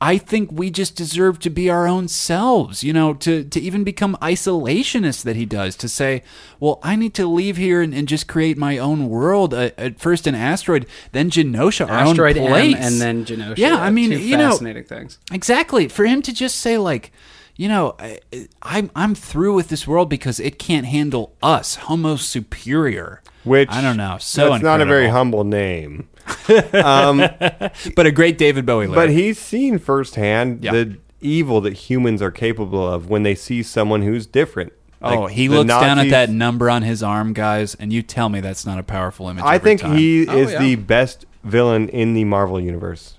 A: I think we just deserve to be our own selves, you know, to, to even become isolationist that he does, to say, well, I need to leave here and, and just create my own world. Uh, at first, an asteroid, then Genosha, our
G: Asteroid
A: own
G: M
A: place.
G: and then Genosha.
A: Yeah, I mean,
G: two
A: you know,
G: fascinating things.
A: Exactly. For him to just say like, you know, I, I'm I'm through with this world because it can't handle us, Homo superior.
H: Which
A: I don't know. So
H: that's not a very
A: incredible.
H: humble name.
A: but a great David Bowie. Lyric.
H: But he's seen firsthand
A: Yeah.
H: the evil that humans are capable of when they see someone who's different.
A: Oh,
H: Like,
A: he
H: the
A: looks down at
H: Nazis-
A: that number on his arm, guys, and you tell me that's not a powerful image.
H: I
A: every
H: think
A: time.
H: he
G: Oh,
H: is
G: yeah.
H: the best villain in the Marvel universe.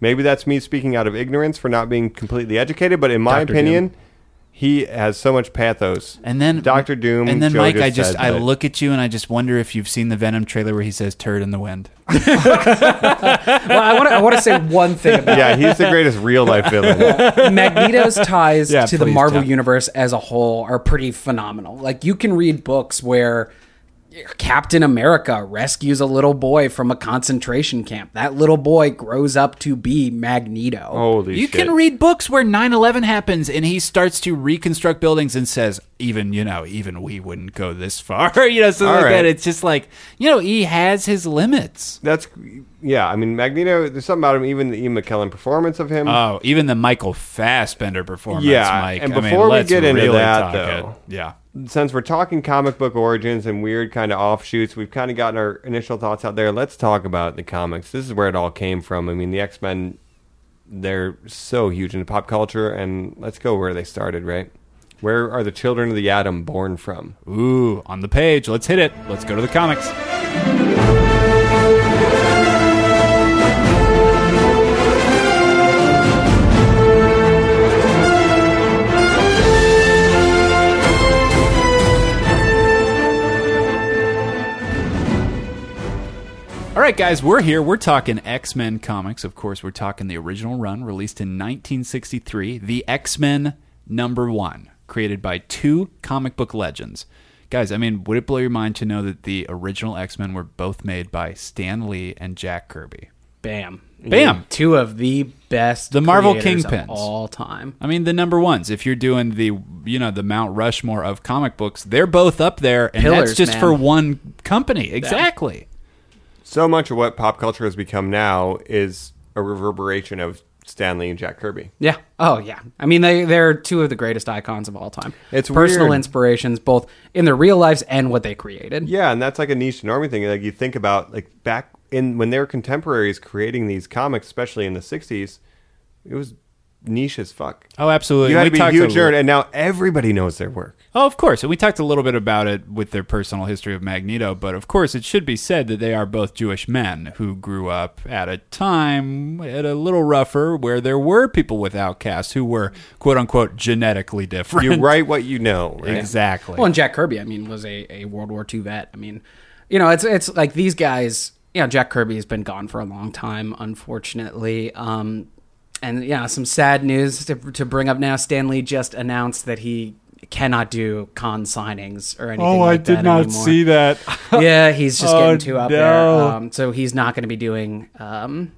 H: Maybe that's me speaking out of ignorance for not being completely educated, but in my
A: Dr.
H: opinion, he has so much pathos.
A: And then
H: Doctor Doom
A: and then
H: Joe
A: Mike,
H: just
A: I just
H: said
A: I
H: that-
A: look at you and I just wonder if you've seen the Venom trailer where he says "turd in the wind."
G: Well, I want to I want to say one thing about
H: Yeah, he's the greatest real life villain.
G: Magneto's ties
A: Yeah,
G: to the
A: please
G: Marvel
A: tell.
G: universe as a whole are pretty phenomenal. Like you can read books where Captain America rescues a little boy from a concentration camp. That little boy grows up to be Magneto.
H: Holy
A: You
H: shit.
A: can read books where 9/11 happens and he starts to reconstruct buildings and says, "Even you know, even we wouldn't go this far." you know, something
H: All
A: like
H: right.
A: that. It's just like you know, he has his limits.
H: That's yeah. I mean, Magneto. There's something about him. Even the Ian McKellen performance of him.
A: Oh, even the Michael Fassbender performance,
H: Yeah,
A: Mike.
H: and
A: I mean,
H: before we
A: let's
H: get into
A: really
H: that,
A: talk
H: though-
A: it. yeah,
H: Since we're talking comic book origins and weird kind of offshoots, we've kind of gotten our initial thoughts out there. Let's talk about the comics. This is where it all came from. I mean, the X Men. They're so huge into pop culture, and let's go where they started. Right? Where are the children of the atom born from?
A: ooh, on the page, let's hit it. Let's go to the comics. All right, guys, we're here. We're talking X Men comics. Of course, we're talking the original run released in 1963, The X Men Number One, created by two comic book legends. Guys, I mean, would it blow your mind to know that the original X Men were both made by Stan Lee and Jack Kirby?
G: Bam.
A: Bam.
G: Two of the best
A: The Marvel
G: creators of
A: kingpins.
G: all time.
A: I mean, the number ones. If you're doing the you know the Mount Rushmore of comic books, they're both up there, and
G: Pillars,
A: that's just
G: man.
A: for one company. Exactly.
H: So much of what pop culture has become now is a reverberation of Stanley and Jack Kirby.
G: Yeah. Oh, yeah. I mean, they they're two of the greatest icons of all time.
H: It's
G: personal
H: weird.
G: inspirations, both in their real lives and what they created.
H: Yeah, and that's like a niche normie thing. Like you think about like back in when their contemporaries creating these comics, especially in the '60s, it was niche as fuck.
A: Oh, absolutely.
H: you had to
A: We
H: be a
A: talked
H: huge
A: little-
H: nerd, and now everybody knows their work.
A: Oh, of course. And we talked a little bit about it with their personal history of Magneto, but of course, it should be said that they are both Jewish men who grew up at a time at a little rougher where there were people with outcasts who were quote unquote genetically different.
H: You write what you know. Right?
A: Exactly.
G: Well, and Jack Kirby, I mean, was a, a World War II vet. I mean, you know, it's it's like these guys. You know, Jack Kirby has been gone for a long time, unfortunately. Um, and yeah, some sad news to, to bring up now. Stanley just announced that he cannot do con signings or anything.
H: Oh,
G: like that anymore.
A: that.
G: yeah, he's just
A: Oh,
G: getting too out
A: no.
G: there. Um, so he's not going to be doing. Um,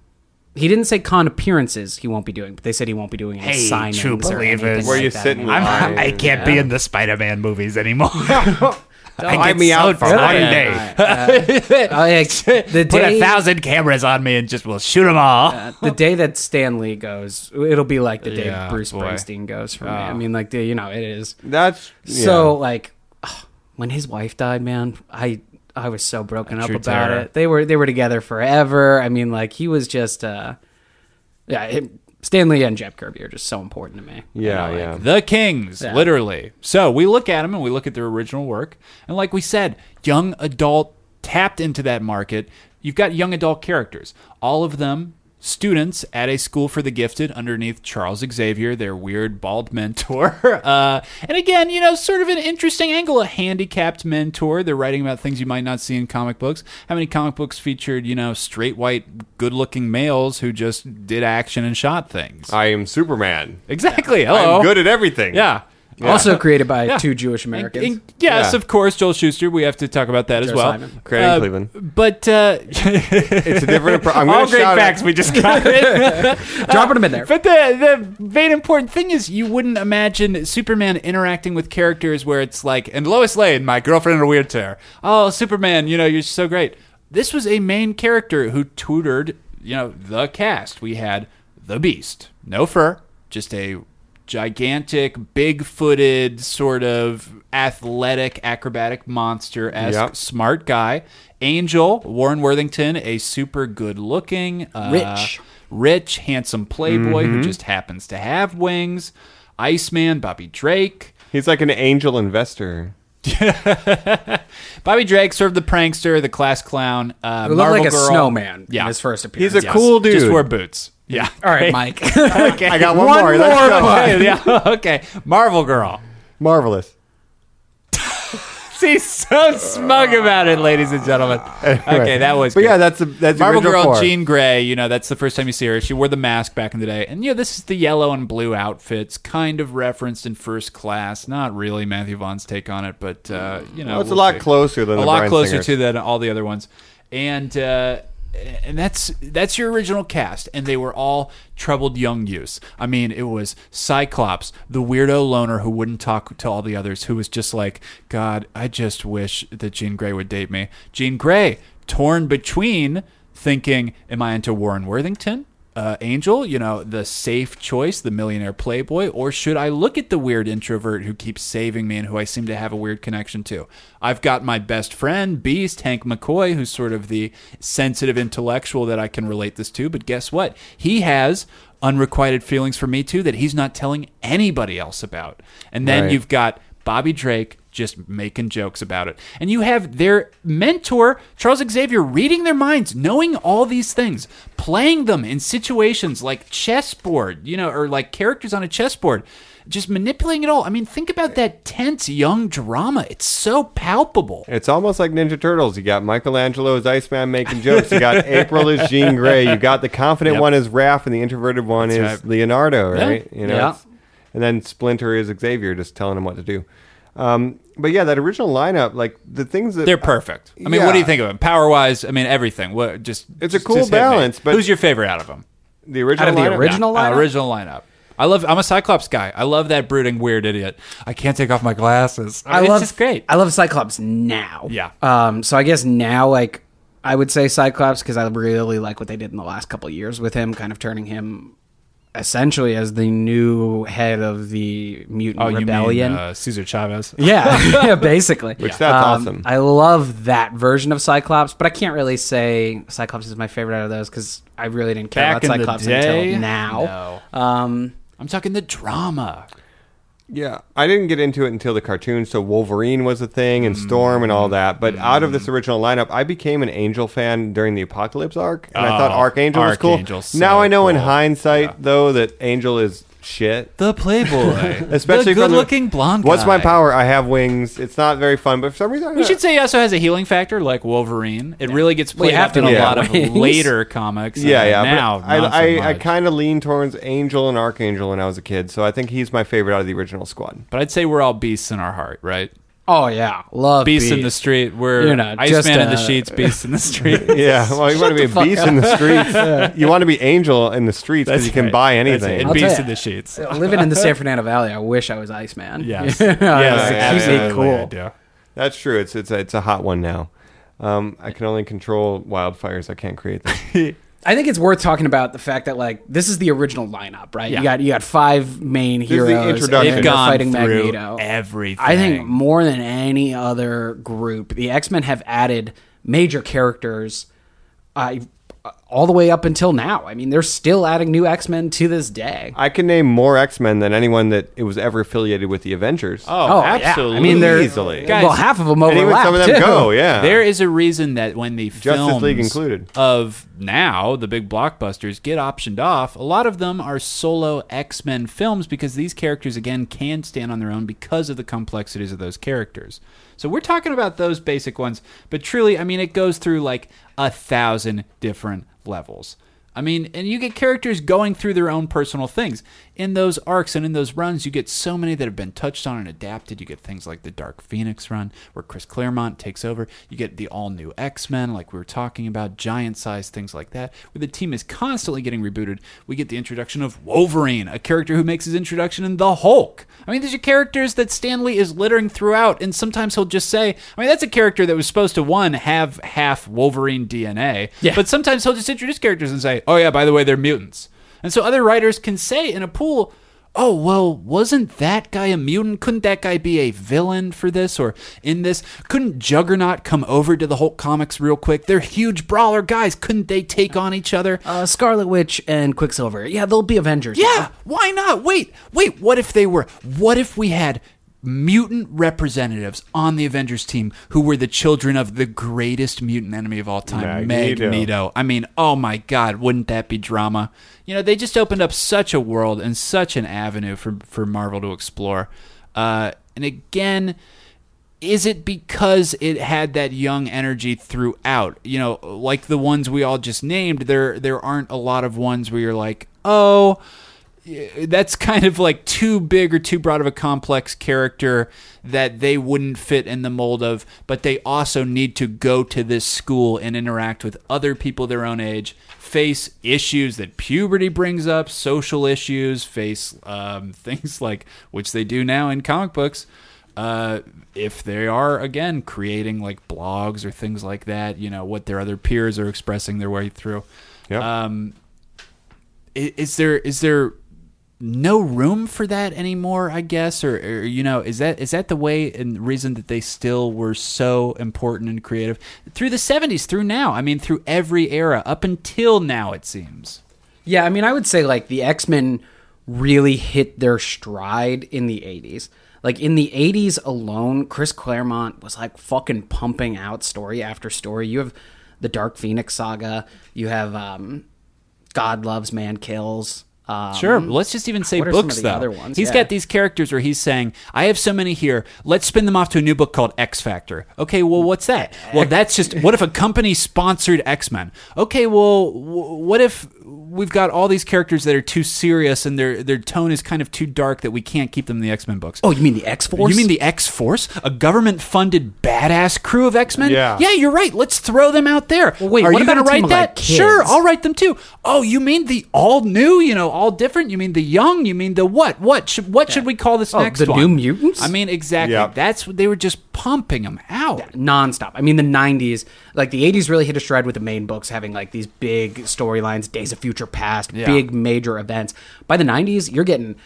G: he didn't say con appearances. He won't be doing, but they said he won't be doing any
J: Hey,
G: signings
J: true
G: or
J: believers.
G: anything
H: Where
G: like
H: you
G: that
H: sitting?
G: anymore.
H: live.
J: can't be in the Spider-Man movies anymore. I
H: Hide me out for one
J: tired.
H: day.
G: Uh, like, the
J: Put
G: day-
J: a thousand cameras on me and just we'll shoot them all.
G: the day that Stan Lee goes, it'll be like the day
A: Yeah,
G: Bruce
A: boy.
G: Springsteen goes for me.
J: Oh.
G: I mean, like, the, you know, it is.
H: That's yeah.
G: So, like, ugh, when his wife died, man, I I was so broken up
A: true
G: about
A: terror.
G: it. They were they were together forever. I mean, like, he was just, uh, yeah, it, Stan Lee and Jeff Kirby are just so important to me.
H: Yeah, yeah.
A: The Kings,
G: Yeah.
A: literally. So we look at them and we look at their original work. And like we said, young adult tapped into that market. You've got young adult characters, all of them students at a school for the gifted underneath Charles Xavier, their weird bald mentor. Uh, and again, you know, sort of an interesting angle a handicapped mentor. They're writing about things you might not see in comic books. How many comic books featured, you know, straight white, good looking males who just did action and shot things?
H: I am Superman.
A: exactly. Hello.
H: I'm good at everything.
A: Yeah.
G: Also created by
A: Yeah.
G: two Jewish
A: In-
G: Americans.
A: in- yes,
H: Yeah.
A: of course, Joel Schuster. We have to talk about that as
G: Joe
A: well.
G: Simon.
H: Craig
A: Uh,
H: Cleveland.
A: But uh,
H: It's a different. Pro- I'm gonna
A: all great
H: shout out-
A: facts we just got.
G: Dropping them in there.
A: But the the main important thing is you wouldn't imagine Superman interacting with characters where it's like, and Lois Lane, my girlfriend in a wheelchair. Oh, Superman, you know you're so great. This was a main character who tutored, you know, the cast. We had the Beast, no fur, just a gigantic, big-footed, sort of athletic, acrobatic monster esque
H: Yep.
A: smart guy. Angel Warren Worthington, a super good-looking, uh,
G: Rich. Mm-hmm.
A: rich, handsome playboy who just happens to have wings. Iceman, Bobby Drake.
H: He's like an angel investor.
A: Bobby Drake served the prankster, the class clown. Uh,
G: Who looked
A: Marvel
G: like a
A: girl.
G: snowman
A: Yeah.
G: in his first appearance.
H: He's a cool dude.
A: Just wore boots. Yeah.
G: All right, Mike.
A: Okay.
H: I got one more. Let's go.
A: Okay. Yeah. Okay. Marvel girl.
H: Marvelous.
A: She's so smug about it, ladies and gentlemen. Okay, that was.
H: But
A: good.
H: yeah, that's the that's the
A: Marvel
H: original
A: Girl
H: four.
A: Jean Grey, you know, that's the first time you see her. She wore the mask back in the day. And, you know, this is the yellow and blue outfits, kind of referenced in First Class. Not really Matthew Vaughn's take on it, but, uh, you know.
H: Well, it's a lot closer than
A: A
H: the
A: lot
H: Bryan
A: closer
H: Singers.
A: to than all the other ones. And, uh, and that's that's your original cast, and they were all troubled young youths. I mean, it was Cyclops, the weirdo loner who wouldn't talk to all the others, who was just like, God, I just wish that Jean Grey would date me. Jean Grey, torn between thinking, am I into Warren Worthington? Uh, Angel, you know, the safe choice, the millionaire playboy, or should I look at the weird introvert who keeps saving me and who I seem to have a weird connection to? I've got my best friend, Beast, Hank McCoy, who's sort of the sensitive intellectual that I can relate this to, but guess what? He has unrequited feelings for me too that he's not telling anybody else about. And then
H: Right.
A: you've got Bobby Drake just making jokes about it. And you have their mentor, Charles Xavier, reading their minds, knowing all these things, playing them in situations like chessboard, you know, or like characters on a chessboard, just manipulating it all. I mean, think about that tense young drama. It's so palpable.
H: It's almost like Ninja Turtles. You got Michelangelo as Iceman making jokes. You got April as Jean Grey. You got the confident
A: Yep.
H: one is Raph, and the introverted one is
A: right.
H: Leonardo, right? You know,
G: Yeah.
H: it's- and then Splinter is Xavier, just telling him what to do. Um, but yeah, that original lineup, like the things that
A: They're perfect. I mean, what do you
H: Yeah.
A: think of them? Power wise, I mean, everything. What just
H: It's a
A: just-
H: cool
A: just hit me.
H: balance, but-
A: who's your favorite out of them?
H: The original
G: Out of the
H: lineup?
G: original
A: Uh,
G: lineup?
A: original lineup. I love. I'm a Cyclops guy. I love that brooding weird idiot. I can't take off my glasses. I,
G: I
A: mean,
G: love
A: It's just great.
G: I love Cyclops now.
A: Yeah.
G: Um. So I guess now, like, I would say Cyclops because I really like what they did in the last couple of years with him, kind of turning him essentially as the new head of the mutant rebellion.
A: uh, Cesar Chavez?
G: yeah, yeah, basically. Um,
H: Which that's awesome.
G: I love that version of Cyclops, but I can't really say Cyclops is my favorite out of those because I really didn't care
A: Back in
G: about
A: the
G: Cyclops
A: day?
G: until now. Um,
A: I'm talking the drama.
H: Yeah, I didn't get into it until the cartoon. So Wolverine was a thing, and Storm, and all that. But out of this original lineup, I became an Angel fan during the Apocalypse arc, and I thought
I: Oh,
H: Archangel was cool.
I: Archangel's so
H: now I know in
I: cool.
H: hindsight, though, that Angel is shit.
I: The Playboy,
H: Especially
I: the
H: from the-
I: good-looking blonde.
H: What's my
I: guy.
H: power? I have wings. It's not very fun, but for some reason, I
A: We should say he also has a healing factor like Wolverine. It really gets
G: Well, you
A: played
G: have
A: up
G: to
A: in a
H: know
A: lot of
G: ways.
A: later comics. and
H: Yeah, yeah. but
A: Now,
H: I,
A: not so
H: I, I
A: much.
H: kind of lean towards Angel and Archangel when I was a kid, so I think he's my favorite out of the original squad.
A: But I'd say we're all beasts in our heart, right?
G: Oh yeah, love
A: Beasts in
G: Beast.
A: the street. We're
G: You're not just
A: Iceman in
G: a-
A: the sheets, beasts in the street.
H: Yeah, well, you want to be a beast in the streets. You want to be angel in the streets because
A: That's
H: you can
A: right.
H: buy
A: That's it.
H: anything.
A: And
G: tell
A: beasts
G: ya.
A: in the sheets.
G: Living in the San Fernando Valley, I wish I was Iceman.
A: Yes.
G: yeah,
A: Yes,
G: yeah,
H: absolutely,
G: cool.
A: idea.
H: That's true. It's it's a, it's a hot one now. Um, I can only control wildfires. I can't create them.
G: I think it's worth talking about the fact that like this is the original lineup, right? You got you got five main
H: is the
G: heroes. and
H: introduction.
G: they're
A: They've gone
G: fighting
A: through
G: Magneto.
A: everything.
G: I think more than any other group, the X Men have added major characters, uh, all the way up until now. I mean, they're still adding new X Men to this day.
H: I can name more X Men than anyone that it was ever affiliated with the Avengers.
A: Oh,
G: yeah.
A: absolutely.
G: I mean, they're
H: Easily.
G: Well, half of them
H: and even
G: overlap.
H: some of them
G: too.
H: go. Yeah,
A: There is a reason that when the
H: Justice
A: films
H: League included.
A: of now the big blockbusters get optioned off, a lot of them are solo X Men films because these characters again can stand on their own because of the complexities of those characters. So we're talking about those basic ones, but truly, I mean, it goes through like a thousand different levels. I mean, and you get characters going through their own personal things. In those arcs and in those runs, you get so many that have been touched on and adapted. You get things like the Dark Phoenix run, where Chris Claremont takes over. You get the all new X Men, like we were talking about, giant size things like that, where the team is constantly getting rebooted. We get the introduction of Wolverine, a character who makes his introduction in The Hulk. I mean, these are characters that Stanley is littering throughout, and sometimes he'll just say, I mean, that's a character that was supposed to, one, have half Wolverine DNA,
G: Yeah.
A: but sometimes he'll just introduce characters and say, "Oh yeah, by the way, they're mutants." And so other writers can say in a pool, "Oh well, wasn't that guy a mutant? Couldn't that guy be a villain for this or in this? Couldn't Juggernaut come over to the Hulk comics real quick? They're huge brawler guys. Couldn't they take on each other?"
G: Uh, Scarlet Witch and Quicksilver. Yeah, they'll be Avengers.
A: Yeah, why not? Wait, wait, what if they were? What if we had mutant representatives on the Avengers team who were the children of the greatest mutant enemy of all time,
H: Magneto.
A: Magneto? I mean, oh my God, wouldn't that be drama? You know, they just opened up such a world and such an avenue for, for Marvel to explore. Uh, and again, is it because it had that young energy throughout? You know, like the ones we all just named, there there aren't a lot of ones where you're like, oh, that's kind of like too big or too broad of a complex character that they wouldn't fit in the mold of, but they also need to go to this school and interact with other people their own age, face issues that puberty brings up, social issues, face um, things like which they do now in comic books. Uh, if they are again creating like blogs or things like that, you know what their other peers are expressing their way through Um,
H: Yeah.
A: i- is there is there no room for that anymore i guess or, or you know is that is that the way and reason that they still were so important and creative through the 70s through now i mean through every era up until now it seems
G: Yeah, I mean, I would say like the X Men really hit their stride in the 80s. Like in the 80s alone, Chris Claremont was like fucking pumping out story after story. You have the Dark Phoenix saga, you have um, God Loves, Man Kills. Um,
A: Sure. Let's just even say
G: what are some
A: books,
G: of the
A: though.
G: other ones?
A: He's
G: Yeah.
A: got these characters where he's saying, I have so many here. Let's spin them off to a new book called X Factor. Okay, well, what's that? Well, that's just what if a company sponsored X Men? Okay, well, w- what if we've got all these characters that are too serious and their, their tone is kind of too dark that we can't keep them in the X Men books?
G: Oh, you mean the X Force?
A: You mean the X Force? A government funded badass crew of X Men?
H: Yeah.
A: Yeah, you're right. Let's throw them out there.
G: Well, wait,
A: Are
G: what
A: you gonna
G: about a
A: write
G: team of,
A: that?
G: like, kids?
A: Sure, I'll write them too. Oh, you mean the all new, you know, all different? You mean the young? You mean the what? What should what should we call this
G: Oh,
A: next
G: the
A: one?
G: New Mutants?
A: I mean, exactly.
H: Yep.
A: That's what they were just pumping them out.
G: nonstop. I mean, the '90s, like the '80s, really hit a stride with the main books having like these big storylines, Days of Future Past, big major events. By the '90s, you're getting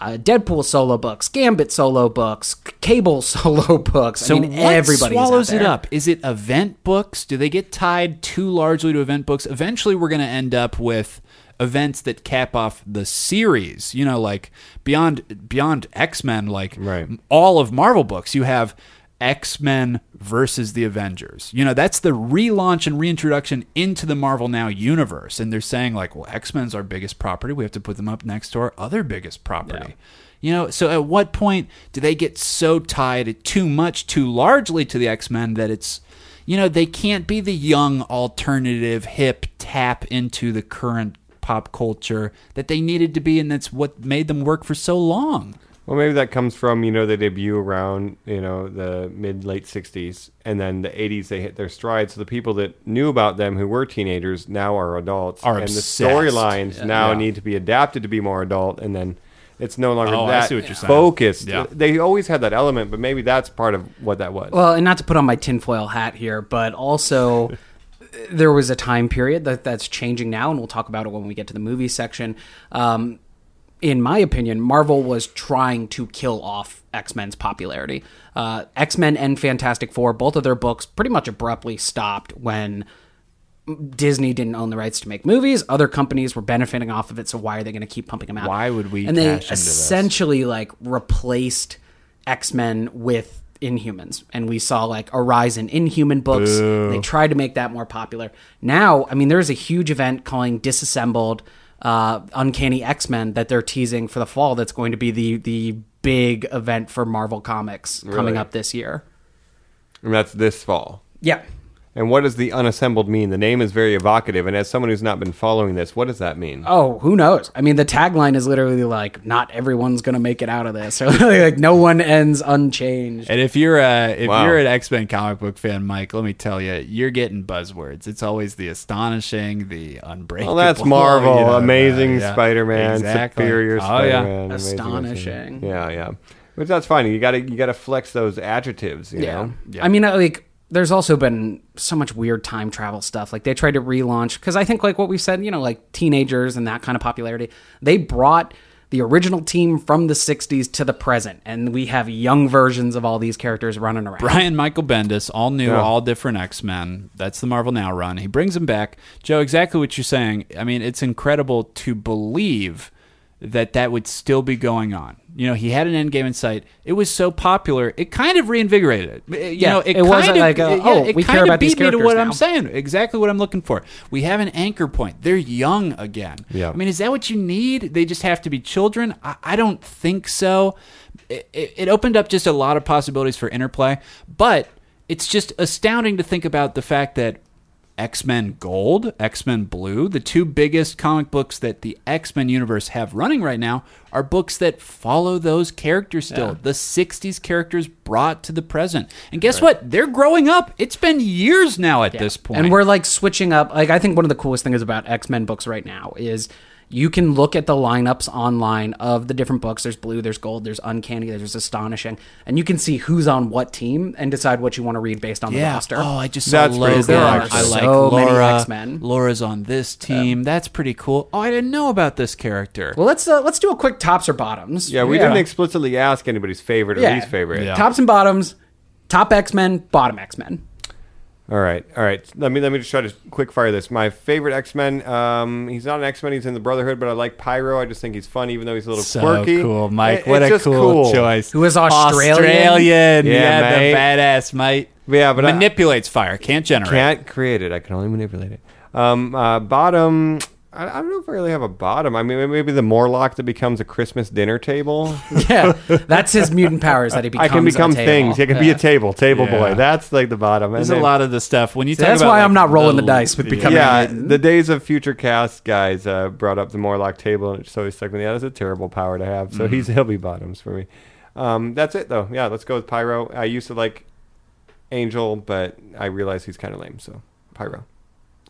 G: uh, Deadpool solo books, Gambit solo books, C- Cable solo books.
A: So
G: I mean,
A: what
G: everybody
A: swallows it up? Is it event books? Do they get tied too largely to event books? Eventually, we're going to end up with events that cap off the series. You know, like beyond beyond X Men, like
H: Right.
A: all of Marvel books, you have X Men versus the Avengers. You know, that's the relaunch and reintroduction into the Marvel Now universe. And they're saying, like, well, X Men's our biggest property. We have to put them up next to our other biggest property. You know, so at what point do they get so tied too much, too largely to the X Men that it's, you know, they can't be the young, alternative, hip tap into the current pop culture that they needed to be, and that's what made them work for so long.
H: Well, maybe that comes from you know they debut around you know the mid late '60s, and then the '80s they hit their stride. So the people that knew about them who were teenagers now are adults,
A: Are
H: and the
A: obsessed.
H: storylines now
A: Yeah.
H: need to be adapted to be more adult, and then. It's no longer
I: Oh, I
H: that
I: see what you're saying.
H: focused.
I: Yeah.
H: They always had that element, but maybe that's part of what that was.
G: Well, and not to put on my tinfoil hat here, but also there was a time period that that's changing now, and we'll talk about it when we get to the movie section. Um, in my opinion, Marvel was trying to kill off X Men's popularity. Uh, X Men and Fantastic Four, both of their books, pretty much abruptly stopped when Disney didn't own the rights to make movies. Other companies were benefiting off of it, so why are they going to keep pumping them out?
A: Why would we
G: And they
A: cash into this?
G: essentially like replaced X Men with Inhumans, and we saw like a rise in Inhuman books. They tried to make that more popular. Now, I mean, there's a huge event calling Disassembled, uh, Uncanny X Men that they're teasing for the fall. That's going to be the the big event for Marvel Comics coming
H: Really?
G: up this year.
H: and that's this fall.
G: Yeah.
H: And what does the unassembled mean? The name is very evocative. And as someone who's not been following this, what does that mean?
G: Oh, who knows? I mean, the tagline is literally like, "Not everyone's gonna make it out of this," or like, "No one ends unchanged."
A: And if you're a if
H: Wow.
A: you're an X Men comic book fan, Mike, let me tell you, you're getting buzzwords. It's always the astonishing, the unbreakable.
H: well, that's Marvel,
A: you know,
H: Amazing
A: the- yeah.
H: Spider-Man,
A: Exactly.
H: Superior
A: Oh, yeah.
H: Spider-Man, Amazing
G: Astonishing.
H: Spider-Man. Yeah, yeah. But that's fine. You gotta you gotta flex those adjectives. You
G: Yeah.
H: Know?
G: I mean, I- like, there's also been so much weird time travel stuff. Like, they tried to relaunch, because I think, like, what we said, you know, like teenagers and that kind of popularity, they brought the original team from the 60s to the present. And we have young versions of all these characters running around.
A: Brian Michael Bendis, all new,
H: Yeah.
A: all different X Men. That's the Marvel Now run. He brings them back. Joe, exactly what you're saying. I mean, it's incredible to believe that that would still be going on. You know, he had an end game in sight. It was so popular, it kind of reinvigorated it. You
G: Yeah,
A: know, it,
G: it
A: kind
G: wasn't
A: of,
G: like a,
A: yeah,
G: "Oh,
A: it
G: we care
A: kind of
G: about these
A: beat me to
G: characters
A: what
G: now."
A: I'm saying. Exactly what I'm looking for. We have an anchor point. They're young again.
H: Yeah.
A: I mean, is that what you need? They just have to be children? I, I don't think so. It, it, it opened up just a lot of possibilities for interplay, but it's just astounding to think about the fact that X Men Gold, X Men Blue, the two biggest comic books that the X Men universe have running right now, are books that follow those characters still. The 60s characters brought to the present. And guess what? They're growing up. It's been years now at this point.
G: And we're like switching up. Like I think one of the coolest things about X Men books right now is you can look at the lineups online of the different books. There's blue, there's gold, there's uncanny, there's astonishing, and you can see who's on what team and decide what you want to read based on the
A: Yeah.
G: roster.
A: Oh, I just saw
H: That's pretty
A: Logan.
H: cool,
A: I
H: actually.
A: like
G: So many
A: Laura.
G: X-Men. Um,
A: Laura's on this team. That's pretty cool. Oh, I didn't know about this character.
G: well, let's uh, let's do a quick tops or bottoms.
H: Yeah, we didn't explicitly ask anybody's favorite or
G: Yeah.
H: least favorite.
G: Tops and bottoms, top X Men, bottom X Men.
H: All right, all right. Let me let me just try to quick fire this. My favorite X Men. Um, he's not an X Men. He's in the Brotherhood, but I like Pyro. I just think he's fun, even though he's a little
A: so
H: quirky.
A: cool,
H: It-
A: Mike.
H: it's
A: What a
H: just
A: cool, choice.
G: Who is Australian?
A: Australian.
H: Yeah,
A: Yeah,
H: mate.
A: the badass, mate.
H: Yeah, but I-
A: manipulates fire. Can't generate.
H: Can't create it. I can only manipulate it. Um, uh, bottom. I, I don't know if I really have a bottom. I mean, maybe the Morlock that becomes a Christmas dinner table.
G: yeah, that's his mutant powers that he becomes.
H: I can
G: a
H: become
G: table.
H: things. I can be a table, table
A: Yeah.
H: boy. That's like the bottom. And
A: There's a
H: then-
A: lot of the stuff when you. talk
G: that's
A: about,
G: why
A: like,
G: I'm not rolling the
A: little-
G: dice with
A: Yeah.
G: becoming a
H: yeah,
G: mutant.
H: the days of future cast guys uh, brought up the Morlock table, and it just always stuck with me. That is a terrible power to have. So
A: Mm-hmm.
H: he's he'll be bottoms for me. Um, that's it though. Yeah, let's go with Pyro. I used to like Angel, but I realize he's kind of lame. So Pyro.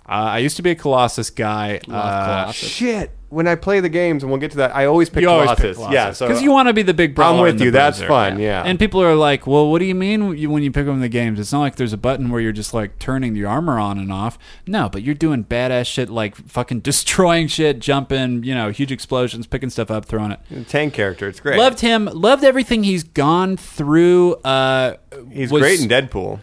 A: Uh, I used to be a Colossus guy. uh,
H: Shit. When I play the games, and we'll get to that, I always pick
A: you always
H: Colossus.
A: pick
H: Yeah, so
A: because you want to be the big brawler.
H: I'm with
A: and the
H: you. That's
A: bruiser.
H: fun, yeah.
A: and people are like, "Well, what do you mean you- when you pick them in the games? It's not like there's a button where you're just like turning the armor on and off. No, but you're doing badass shit like fucking destroying shit, jumping, you know, huge explosions, picking stuff up, throwing it.
H: tank character. It's great.
A: Loved him. Loved everything he's gone through. Uh,
H: He's
A: was-
H: great in Deadpool.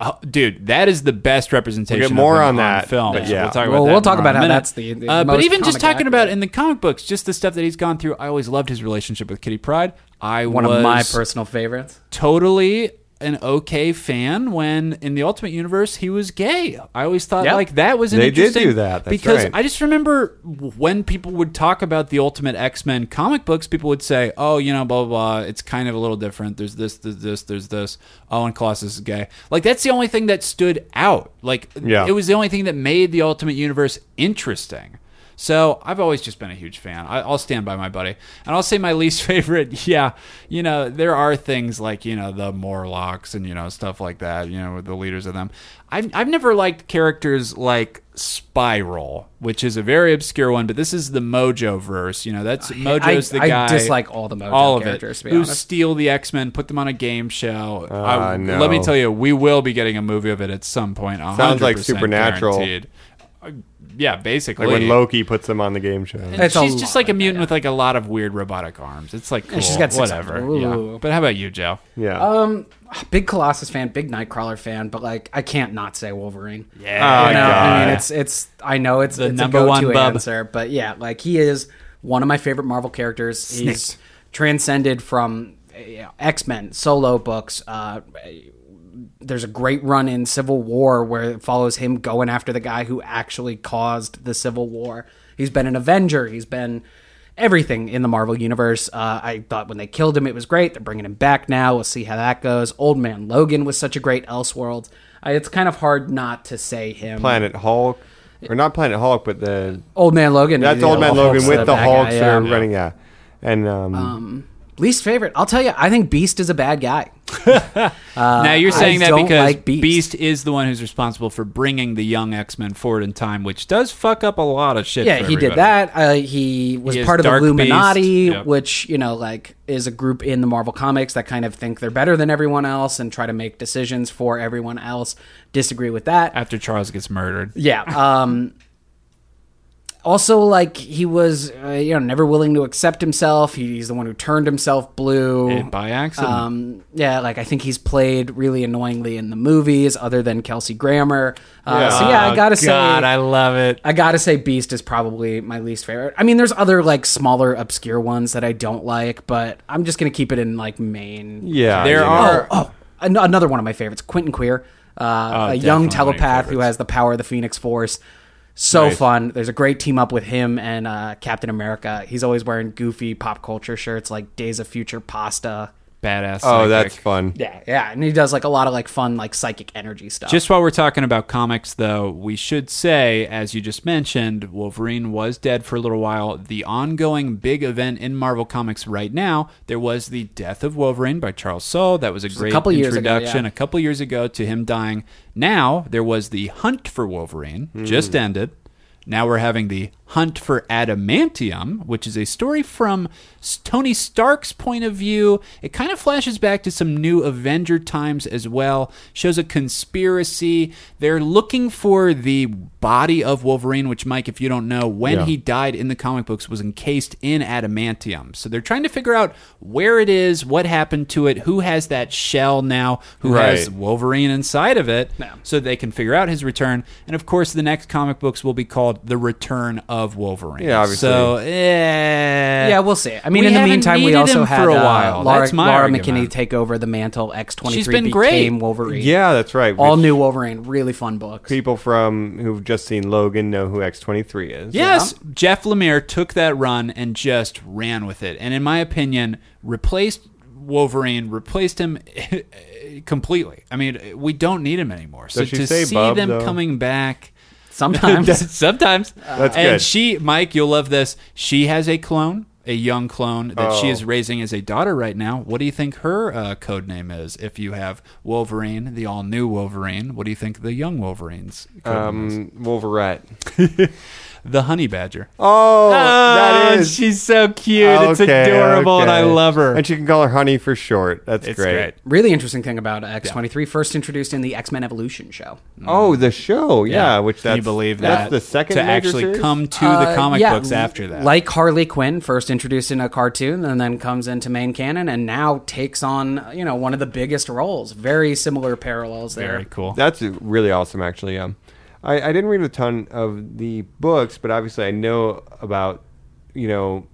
A: Uh, dude, that is the best representation.
H: We'll get
A: of
H: more
A: him
H: on that,
A: film.
H: but
A: So
H: yeah.
A: we'll talk about
G: Well,
A: that
G: we'll talk
A: more
G: about
A: in a
G: how
A: minute.
G: that's the- the
A: uh, but
G: most
A: even just
G: comic
A: talking
G: accurate.
A: about in the comic books, just the stuff that he's gone through. I always loved his relationship with Kitty Pride. I
G: One of my
A: was
G: personal favorites.
A: totally an okay fan when in the Ultimate Universe he was gay. I always thought
G: Yeah.
A: like that was an
H: They did
A: interesting
H: do that, that's
A: because
H: right.
A: I just remember when people would talk about the Ultimate X Men comic books, people would say, "Oh, you know, blah blah blah. It's kind of a little different. There's this, there's this, there's this. Oh, and Colossus is gay. Like that's the only thing that stood out. Like
H: Yeah.
A: it was the only thing that made the Ultimate Universe interesting." So I've always just been a huge fan. I, I'll stand by my buddy, and I'll say my least favorite. Yeah, you know there are things like you know the Morlocks and you know stuff like that. You know the leaders of them. I've I've never liked characters like Spiral, which is a very obscure one, but this is the Mojo verse. You know that's Mojo's
G: I-
A: the
G: I
A: guy.
G: dislike all the Mojo
A: all of It,
G: characters, to be
A: who
G: honest.
A: steal the X Men, put them on a game show. I-
H: no.
A: Let me tell you, we will be getting a movie of it at some point.
H: Sounds like
A: 100%
H: Supernatural.
A: guaranteed. Uh, Yeah, basically.
H: Like when Loki puts them on the game show.
A: And
G: It's a
A: she's just
G: lot
A: like a mutant with like a lot of weird robotic arms. It's like cool.
G: she's got six
A: whatever.
G: arms.
A: Yeah.
G: Ooh.
A: But how about you, Joe?
H: Yeah.
A: um,
G: Big Colossus fan, big Nightcrawler fan, but like I can't not say Wolverine.
H: oh,
G: You know, I
H: God.
G: mean, it's it's. I know it's
A: The
G: it's
A: number
G: a
A: one
G: go-to
A: bub.
G: answer, but yeah, like he is one of my favorite Marvel characters. He's transcended from X Men solo books. Uh, there's a great run in Civil War where it follows him going after the guy who actually caused the Civil War. He's been an Avenger. He's been everything in the Marvel universe. Uh, I thought when they killed him, it was great. They're bringing him back now. We'll see how that goes. Old Man Logan was such a great Elseworld. I, it's kind of hard not to say him.
H: Planet Hulk. Or not Planet Hulk, but the
G: Old Man Logan.
H: that's
G: you know,
H: Old Man
G: Hulk's
H: Logan with the
G: bad
H: Hulk
G: guy,
H: yeah,
G: yeah.
H: running yeah. And um,
G: Least favorite. I'll tell you. I think Beast is a bad guy.
A: now you're saying that
G: Uh, don't
A: because
G: like
A: Beast.
G: Beast.
A: is the one who's responsible for bringing the young X Men forward in time, which does fuck up a lot of shit.
G: Yeah,
A: for
G: he did
A: everybody.
G: that. Uh, he was
A: He is
G: part of the
A: Dark Beast.
G: Illuminati,
A: Yep.
G: which you know, like, is a group in the Marvel comics that kind of think they're better than everyone else and try to make decisions for everyone else. Disagree with that.
A: after Charles gets murdered.
G: Yeah. Um, also, like he was, uh, you know, never willing to accept himself. He, he's the one who turned himself blue
A: Eh, by accident.
G: Um, yeah, like I think he's played really annoyingly in the movies, other than Kelsey Grammer. Uh, So yeah,
H: Oh,
G: I gotta say,
A: Oh, God, I love it.
G: I gotta say, Beast is probably my least favorite. I mean, there's other like smaller, obscure ones that I don't like, but I'm just gonna keep it in like main.
H: yeah,
A: There
H: you know.
A: are Oh,
G: Oh, an- another one of my favorites, Quentin Queer, uh, a
A: definitely one
G: young
A: of your
G: telepath who
A: favorites.
G: has the power of the Phoenix Force. So fun. There's a great team up with him and uh, Captain America. He's always wearing goofy pop culture shirts like Days of Future Pasta.
A: badass.
H: Oh,
A: sidekick.
H: that's fun.
G: Yeah, yeah, and he does like a lot of like fun like psychic energy stuff.
A: Just while we're talking about comics, though, we should say, as you just mentioned, Wolverine was dead for a little while. The ongoing big event in Marvel Comics right now, there was the death of Wolverine by Charles Soule. That was a great
G: couple years ago,
A: introduction
G: yeah.
A: a couple years ago to him dying. Now there was the hunt for Wolverine, just ended. Now we're having the hunt for adamantium, which is a story from S- Tony Stark's point of view. It kind of flashes back to some new Avenger times as well. Shows a conspiracy. They're looking for the body of Wolverine, which Mike, if you don't know, when he died in the comic books was encased in adamantium. So they're trying to figure out where it is, what happened to it, who has that shell now, who has
H: Right.
A: Wolverine inside of it so they can figure out his return. And of course, the next comic books will be called The Return of Wolverine.
H: Yeah, obviously.
A: So, eh.
G: yeah, we'll see. I mean,
A: We
G: in the
A: haven't
G: meantime, we
A: needed
G: also
A: him
G: had
A: for a
G: uh,
A: while.
G: Laura,
A: That's my
G: Laura
A: argument.
G: McKinney take over the mantle. X twenty
A: She's
G: three
A: been
G: became
A: great.
G: Wolverine.
H: Yeah, that's right.
G: all
H: We've-
G: new Wolverine. Really fun books.
H: people from who've just seen Logan know who X twenty three is.
A: Yes, Jeff Lemire took that run and just ran with it. And in my opinion, replaced Wolverine, replaced him completely. I mean, we don't need him anymore. So
H: Does she
A: to
H: say
A: see
H: Bub,
A: them
H: though?
A: coming back.
G: Sometimes
A: Sometimes. That's And
H: good.
A: she, Mike, you'll love this. She has a clone, a young clone that she
H: Oh.
A: is raising as a daughter right now. What do you think her uh, code name is? If you have Wolverine, the
H: Uh,
A: all new Wolverine, what do you think the young Wolverine's code name is?
H: um, Wolverette.
A: the honey badger.
H: Oh, that
A: Oh,
H: is.
A: she's so cute. it's
H: Okay,
A: adorable, and I
H: okay.
A: love her.
H: And she can call her honey for short. That's
A: it's
H: great.
A: great.
G: Really interesting thing about X twenty three, first introduced in the X Men Evolution show.
H: Oh, the show, yeah. which
A: Mm. Can
H: that's,
A: you believe
H: that's
A: that?
H: the second
A: to
H: major
A: actually
H: series?
A: come to the
G: Uh,
A: comic
G: yeah,
A: books after that.
G: Like Harley Quinn, first introduced in a cartoon and then comes into main canon and now takes on, you know, one of the biggest roles. Very similar parallels there.
A: very cool.
H: That's really awesome, actually. Um, I, I didn't read a ton of the books, but obviously I know about, you know,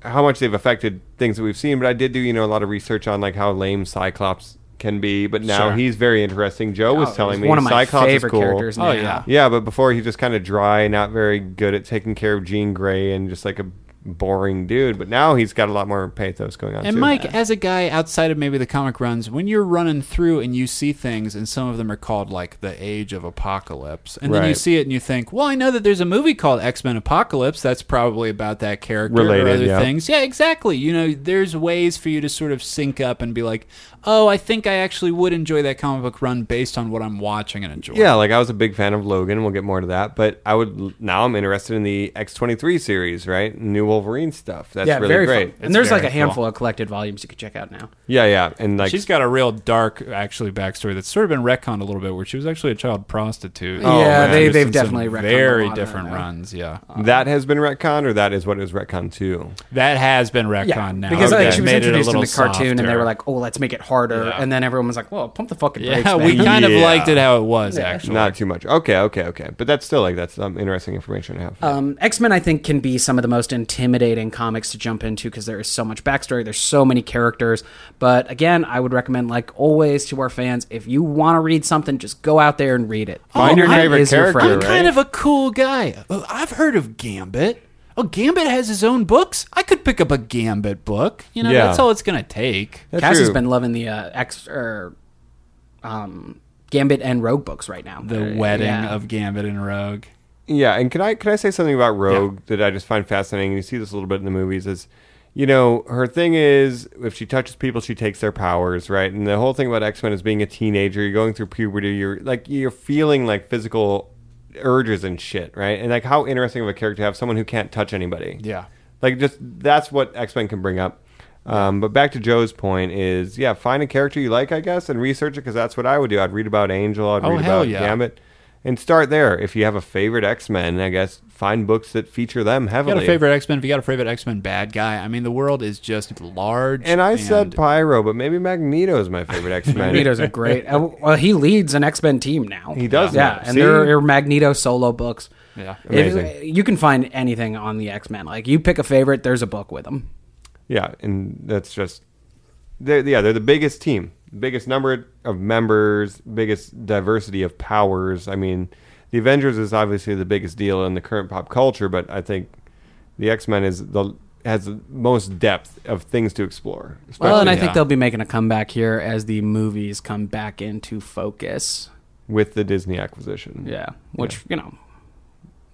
H: how much they've affected things that we've seen. But I did do, you know, a lot of research on like how lame Cyclops can be. But now
A: Sure.
H: he's very interesting. Joe was
G: Oh,
H: telling
G: he's
H: me
G: one of my
H: Cyclops
G: favorite
H: is cool.
G: characters now.
A: Oh, yeah.
H: Yeah, but before he just kind of dry, not very good at taking care of Jean Grey, and just like a boring dude. But now he's got a lot more pathos going on.
A: And
H: too.
A: Mike, as a guy outside of maybe the comic runs, when you're running through and you see things, and some of them are called like the Age of Apocalypse, and then you
H: Right.
A: see it and you think, well, I know that there's a movie called X Men Apocalypse. That's probably about that character or
H: Related,
A: other
H: yeah.
A: things. Yeah, exactly. You know, there's ways for you to sort of sync up and be like, oh, I think I actually would enjoy that comic book run based on what I'm watching and enjoying.
H: Yeah, like I was a big fan of Logan. We'll get more to that, but I would now I'm interested in the X twenty three series, right? New Wolverine stuff. That's really
G: very
H: great.
G: fun. And there's like a
A: very
G: handful of collected volumes you could check out now.
H: Yeah, yeah, and like
A: She's got a real dark, actually, backstory that's sort of been retconned a little bit, where she was actually a child prostitute.
G: Oh, Yeah,
H: they-
A: Just
G: they've
A: in some
G: definitely retconned a
A: very
G: lot of that
A: different
G: now.
A: runs. Yeah,
H: that has been retcon, or that is what it was retcon to.
A: That has been retconned
G: Yeah,
A: now.
G: because
H: Okay.
G: like, she was
A: Made it a
G: introduced in
A: little
G: the cartoon, and they
A: softer.
G: were like, "Oh, let's make it harder,"
A: Yeah.
G: and then everyone was like, "Well, pump the fucking brakes."
A: yeah, we
G: man."
A: kind of
H: Yeah.
A: liked it how it was, actually.
H: Not too much. Okay, okay, okay. But that's still like that's um, interesting information to have.
G: Um, X Men, I think, can be some of the most intimidating comics to jump into because there is so much backstory. There's so many characters. But again, I would recommend, like always, to our fans, if you want to read something, just go out there and read it.
H: Find your
G: That
H: favorite
G: is your
H: character,
G: friend.
H: right?
K: kind of a cool guy.
A: Uh,
K: Oh, I've heard of Gambit. Oh, Gambit has his own books. I could pick up a Gambit book. You know,
H: Yeah.
K: that's all it's gonna take.
H: That's
G: Cassie's
H: true.
G: been loving the uh, X or um, Gambit and Rogue books right now.
A: The wedding of Gambit and Rogue.
H: Yeah, and can I can I say something about Rogue that I just find fascinating? You see this a little bit in the movies is you know, her thing is if she touches people, she takes their powers, right? And the whole thing about X Men is being a teenager, you're going through puberty, you're like you're feeling like physical urges and shit, right? And like how interesting of a character to have someone who can't touch anybody.
A: Yeah.
H: Like just that's what X Men can bring up. Um, but back to Joe's point is, yeah, find a character you like, I guess, and research it because that's what I would do. I'd read about Angel, I'd
A: Oh,
H: read
A: hell
H: about
A: yeah.
H: Gambit, and start there. If you have a favorite X Men, I guess find books that feature them
A: If you
H: heavily.
A: got a favorite X Men, if you got a favorite X Men bad guy, I mean, the world is just large.
H: And I said Pyro, but maybe Magneto is my favorite X Men.
G: Magneto's a great. uh, well, he leads an X Men team now.
H: He does
G: Yeah,
H: now.
G: and
H: See?
G: there are Magneto solo books.
A: Yeah.
G: If-
H: Amazing.
G: you can find anything on the X Men. Like you pick a favorite, there's a book with them.
H: Yeah, and that's just they're yeah, they're the biggest team, biggest number of members, biggest diversity of powers. I mean, the Avengers is obviously the biggest deal in the current pop culture, but I think the X Men is the has the most depth of things to explore.
G: Well, and I
A: yeah.
G: think they'll be making a comeback here as the movies come back into focus.
H: with the Disney acquisition.
G: Yeah, which you know,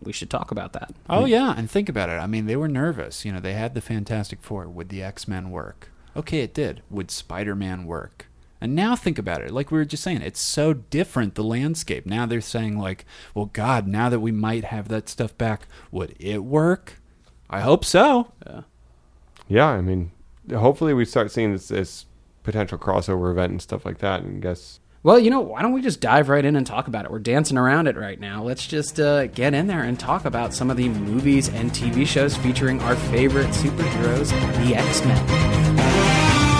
G: we should talk about that.
A: Oh, yeah. And think about it. I mean, they were nervous. You know, they had the Fantastic Four. Would the X Men work? Okay, it did. Would Spider Man work? And now think about it. Like we were just saying, it's so different, the landscape. Now they're saying, like, well, God, now that we might have that stuff back, would it work? I hope so.
H: Yeah, I mean, hopefully we start seeing this, this potential crossover event and stuff like that. And guess
G: Well, you know, why don't we just dive right in and talk about it? We're dancing around it right now. Let's just uh, get in there and talk about some of the movies and TV shows featuring our favorite superheroes, the X Men.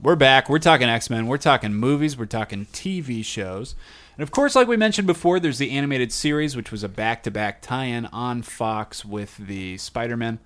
A: We're back. We're talking X Men. We're talking movies. We're talking TV shows. And of course, like we mentioned before, there's the animated series, which was a back to back tie in on Fox with the Spider Man.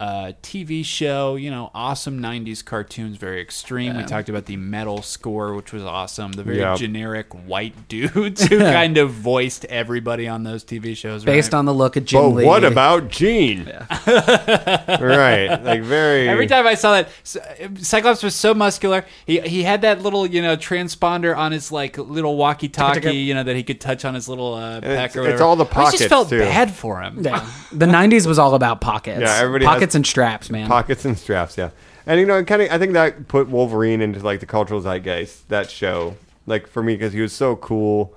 A: uh, TV show, you know, awesome 90s cartoons, very extreme. We talked about the metal score, which was awesome. The very
H: Yeah.
A: generic white dudes who kind of voiced everybody on those TV shows.
G: Based on the look of Jim
H: But
G: Lee.
H: what about Gene? right, like very.
A: Every time I saw that, C- Cyclops was so muscular. He he had that little you know transponder on his like little walkie-talkie, you know that he could touch on his little uh,
H: it's-
A: pack or
H: it's
A: whatever.
H: all the
A: I just
H: pockets,
A: felt
H: too.
A: bad for him.
G: Yeah. The 90s was all about pockets.
H: Yeah, everybody has-
G: pockets and straps, man.
H: pockets and straps. Yeah, and you know, kind of. I think that put Wolverine into like the cultural zeitgeist. That show, like for me, because he was so cool,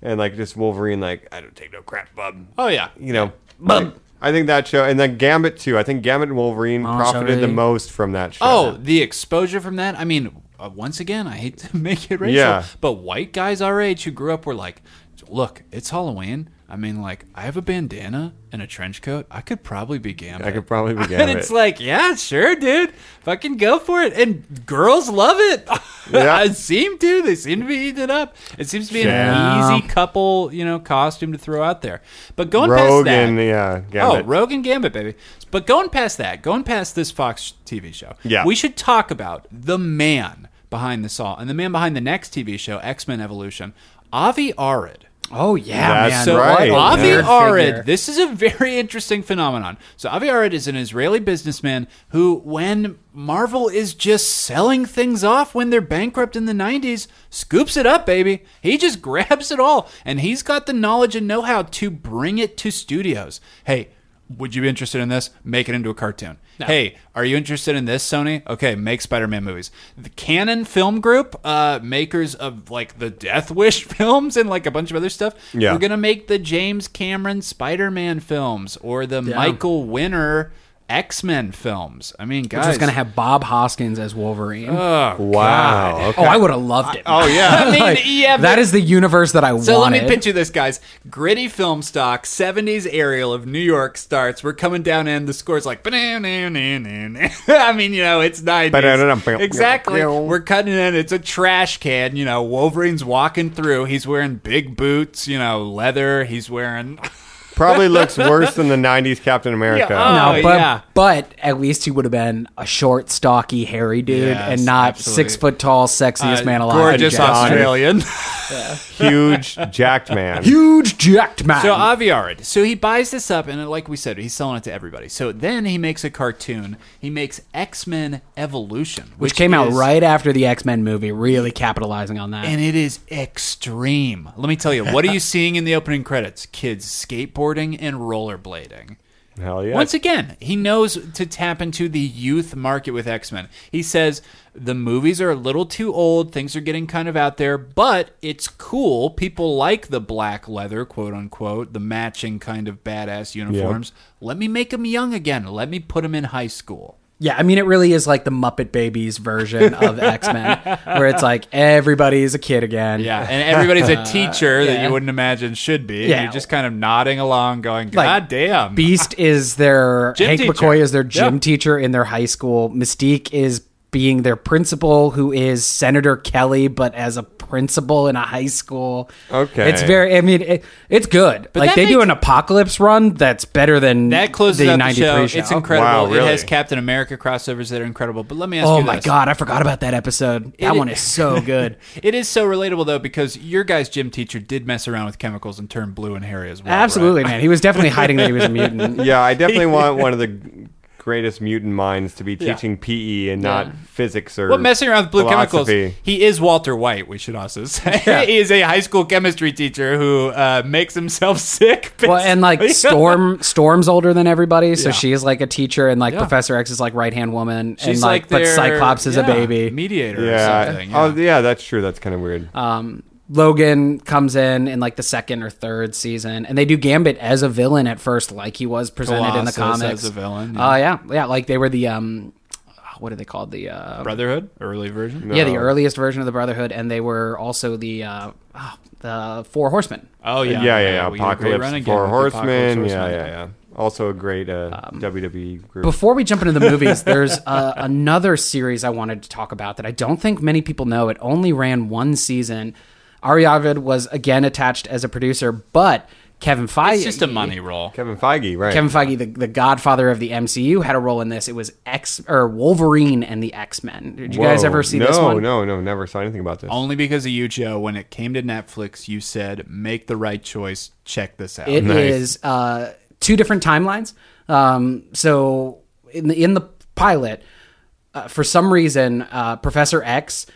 H: and like just Wolverine, like I don't take no crap, bub.
A: Oh yeah,
H: You know, bub. I think that show, and then Gambit too. I think Gambit and Wolverine profited
G: sorry.
H: the most from that show.
A: Oh, the exposure from that. I mean, uh, once again, I hate to make it racial,
H: Yeah.
A: but white guys our age who grew up were like, "Look, it's Halloween." I mean, like, I have a bandana and a trench coat. I could probably be Gambit.
H: I could probably be
A: and
H: Gambit.
A: it's like, yeah, sure, dude, fucking go for it. And girls love it.
H: Yeah.
A: I seem to. They seem to be eating it up. It seems to be
G: Yeah.
A: an easy couple, you know, costume to throw out there. But going past that,
H: Rogan, yeah, Gambit.
A: Oh, Rogue and Gambit, baby. But going past that, going past this Fox TV show,
H: Yeah.
A: we should talk about the man behind this all and the man behind the next TV show, X Men Evolution, Avi Arad.
G: Oh, yeah,
H: That's
G: man.
A: So
H: right.
G: What a
A: Avi
G: weird figure.
A: Arad, this is a very interesting phenomenon. So Avi Arad is an Israeli businessman who, when Marvel is just selling things off when they're bankrupt in the '90s, scoops it up, baby. He just grabs it all, and he's got the knowledge and know-how to bring it to studios. Hey. Would you be interested in this? Make it into a cartoon. Hey, are you interested in this, Sony? Okay, make Spider-Man movies. The Canon Film Group, uh, makers of like the Death Wish films and like a bunch of other stuff,
H: Yeah.
A: we're gonna make the James Cameron Spider-Man films or the Michael Winner X-Men films. I mean,
G: Which
A: guys, Oh,
G: was going to have Bob Hoskins as Wolverine.
H: wow.
G: oh, I would have loved it.
H: Oh yeah.
A: I mean, yeah, but-
G: that is the universe that I wanted.
A: So let me picture this, guys. Gritty film stock, 70s aerial of New York starts. We're coming down in. The score's like, "Ba-na-na-na-na-na." I mean, you know, it's 90s.
H: Ba-da-da-dum-bum.
A: exactly. We're cutting in. It's a trash can. You know, Wolverine's walking through. He's wearing big boots, you know, leather. He's wearing.
H: Probably looks worse than the '90s Captain America.
A: Yeah,
G: No,
A: Oh,
G: Uh, but
A: yeah.
G: but at least he would have been a short, stocky, hairy dude,
A: Yes,
G: and not
A: absolutely.
G: six foot tall, sexiest
A: uh,
G: man alive.
A: Gorgeous
G: Jack.
H: Jackson.
A: Australian.
H: Huge jacked man.
G: huge jacked man.
A: So uh, Avi Arad. So he buys this up, and like we said, he's selling it to everybody. So then he makes a cartoon. He makes X Men Evolution,
G: which came out
A: is-
G: right after the X Men movie, really capitalizing on that.
A: and it is extreme. Let me tell you, what are you seeing in the opening credits? Kids skateboarding and rollerblading.
H: Hell yeah.
A: Once again, he knows to tap into the youth market with X Men. He says the movies are a little too old, things are getting kind of out there, but it's cool. People like the black leather, quote unquote, the matching kind of badass uniforms. Let me make them young again. Let me put them in high school.
G: yeah, I mean, it really is like the Muppet Babies version of X Men, where it's like everybody's a kid again.
A: Yeah, and everybody's a teacher that you wouldn't imagine should be. and
G: Yeah.
A: You're just kind of nodding along, going, God
G: Like,
A: damn.
G: Beast is their
A: Gym
G: Hank
A: teacher.
G: McCoy is their gym
A: Yeah.
G: teacher in their high school. Mystique is being their principal, who is Senator Kelly, but as a principal in a high school.
H: Okay.
G: it's very. I mean, it, it's good.
A: But
G: like
A: that
G: they do
A: makes-
G: an apocalypse run that's better than
A: That closes
G: the
A: out the
G: '93
A: show.
G: show.
A: It's incredible.
H: Wow,
A: It
H: really?
A: has Captain America crossovers that are incredible. But let me ask
G: Oh
A: you
G: my
A: this.
G: god, I forgot about that episode. That
A: It-
G: one is so good.
A: It is so relatable though because your guy's gym teacher did mess around with chemicals and turn blue and hairy as well. right?
G: Absolutely, man. He was definitely hiding that he was a mutant.
H: Yeah, I definitely want one of the g- greatest mutant minds to be teaching PE and not physics or
A: But messing around with blue
H: philosophy.
A: chemicals, he is Walter White. We should also say he is a high school chemistry teacher who uh, makes himself sick.
G: Well, and like
A: basically.
G: Storm, Storm's older than everybody, so
A: Yeah.
G: she is like a teacher, and like Professor X is like right hand woman, and
A: She's
G: like, but
A: their,
G: Cyclops is a
A: yeah,
G: baby.
A: mediator or
H: Yeah.
A: something.
H: Oh, yeah, that's true. That's kind of weird.
A: Oh,
G: Logan comes in in like the second or third season, and they do Gambit as a villain at first, like he was presented in the
A: Colossus
G: comics
A: as a villain,
G: Oh yeah, yeah, like they were the um, what are they called? The uh,
A: Brotherhood, early version.
G: yeah, the earliest version of the Brotherhood, and they were also the uh, oh, the Four Horsemen.
A: Oh yeah,
H: yeah, yeah, yeah.
A: We had a great run
H: Apocalypse
A: again with
H: for
A: the Apocalypse
H: Horsemen. Yeah,
A: Horsemen.
H: yeah, yeah. Also a great uh,
A: Um,
H: WWE group.
G: Before we jump into the movies, there's uh, another series I wanted to talk about that I don't think many people know. It only ran one season. Ari Avid was again attached as a producer, but Kevin Feige.
A: It's just a money roll.
H: Kevin Feige, right?
G: Kevin Feige, the, the godfather of the MCU, had a role in this. It was X or Wolverine and the X Men. Did you guys
H: Whoa.
G: ever see
H: no,
G: this one?
H: No, no, never saw anything about this.
A: Only because of you, Joe. When it came to Netflix, you said, "Make the right choice. Check this out."
G: It is
H: Nice.
G: uh, two different timelines. Um, so in the in the pilot, uh, for some reason, uh, Professor X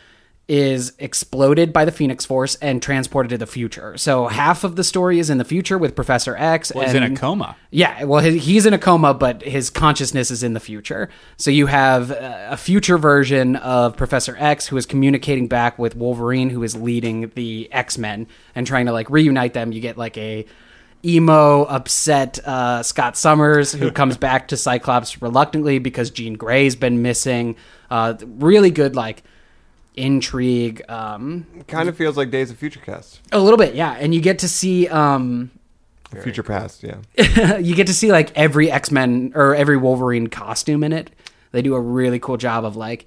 G: is exploded by the Phoenix Force and transported to the future. So half of the story is in the future with Professor X.
A: was in
G: and
A: a coma.
G: Yeah, well, he- he's in a coma, but his consciousness is in the future. So you have uh, a future version of Professor X who is communicating back with Wolverine, who is leading the X Men and trying to like reunite them. You get like a emo, upset uh, Scott Summers who comes back to Cyclops reluctantly because Jean Grey's been missing. Uh, really good like intrigue. Um,
H: kind of feels like Days of Future Cast,
G: a little bit, yeah, and you get to see. Um,
H: Future Past. Yeah,
G: you get to see like every X Men or every Wolverine costume in it. They do a really cool job of like,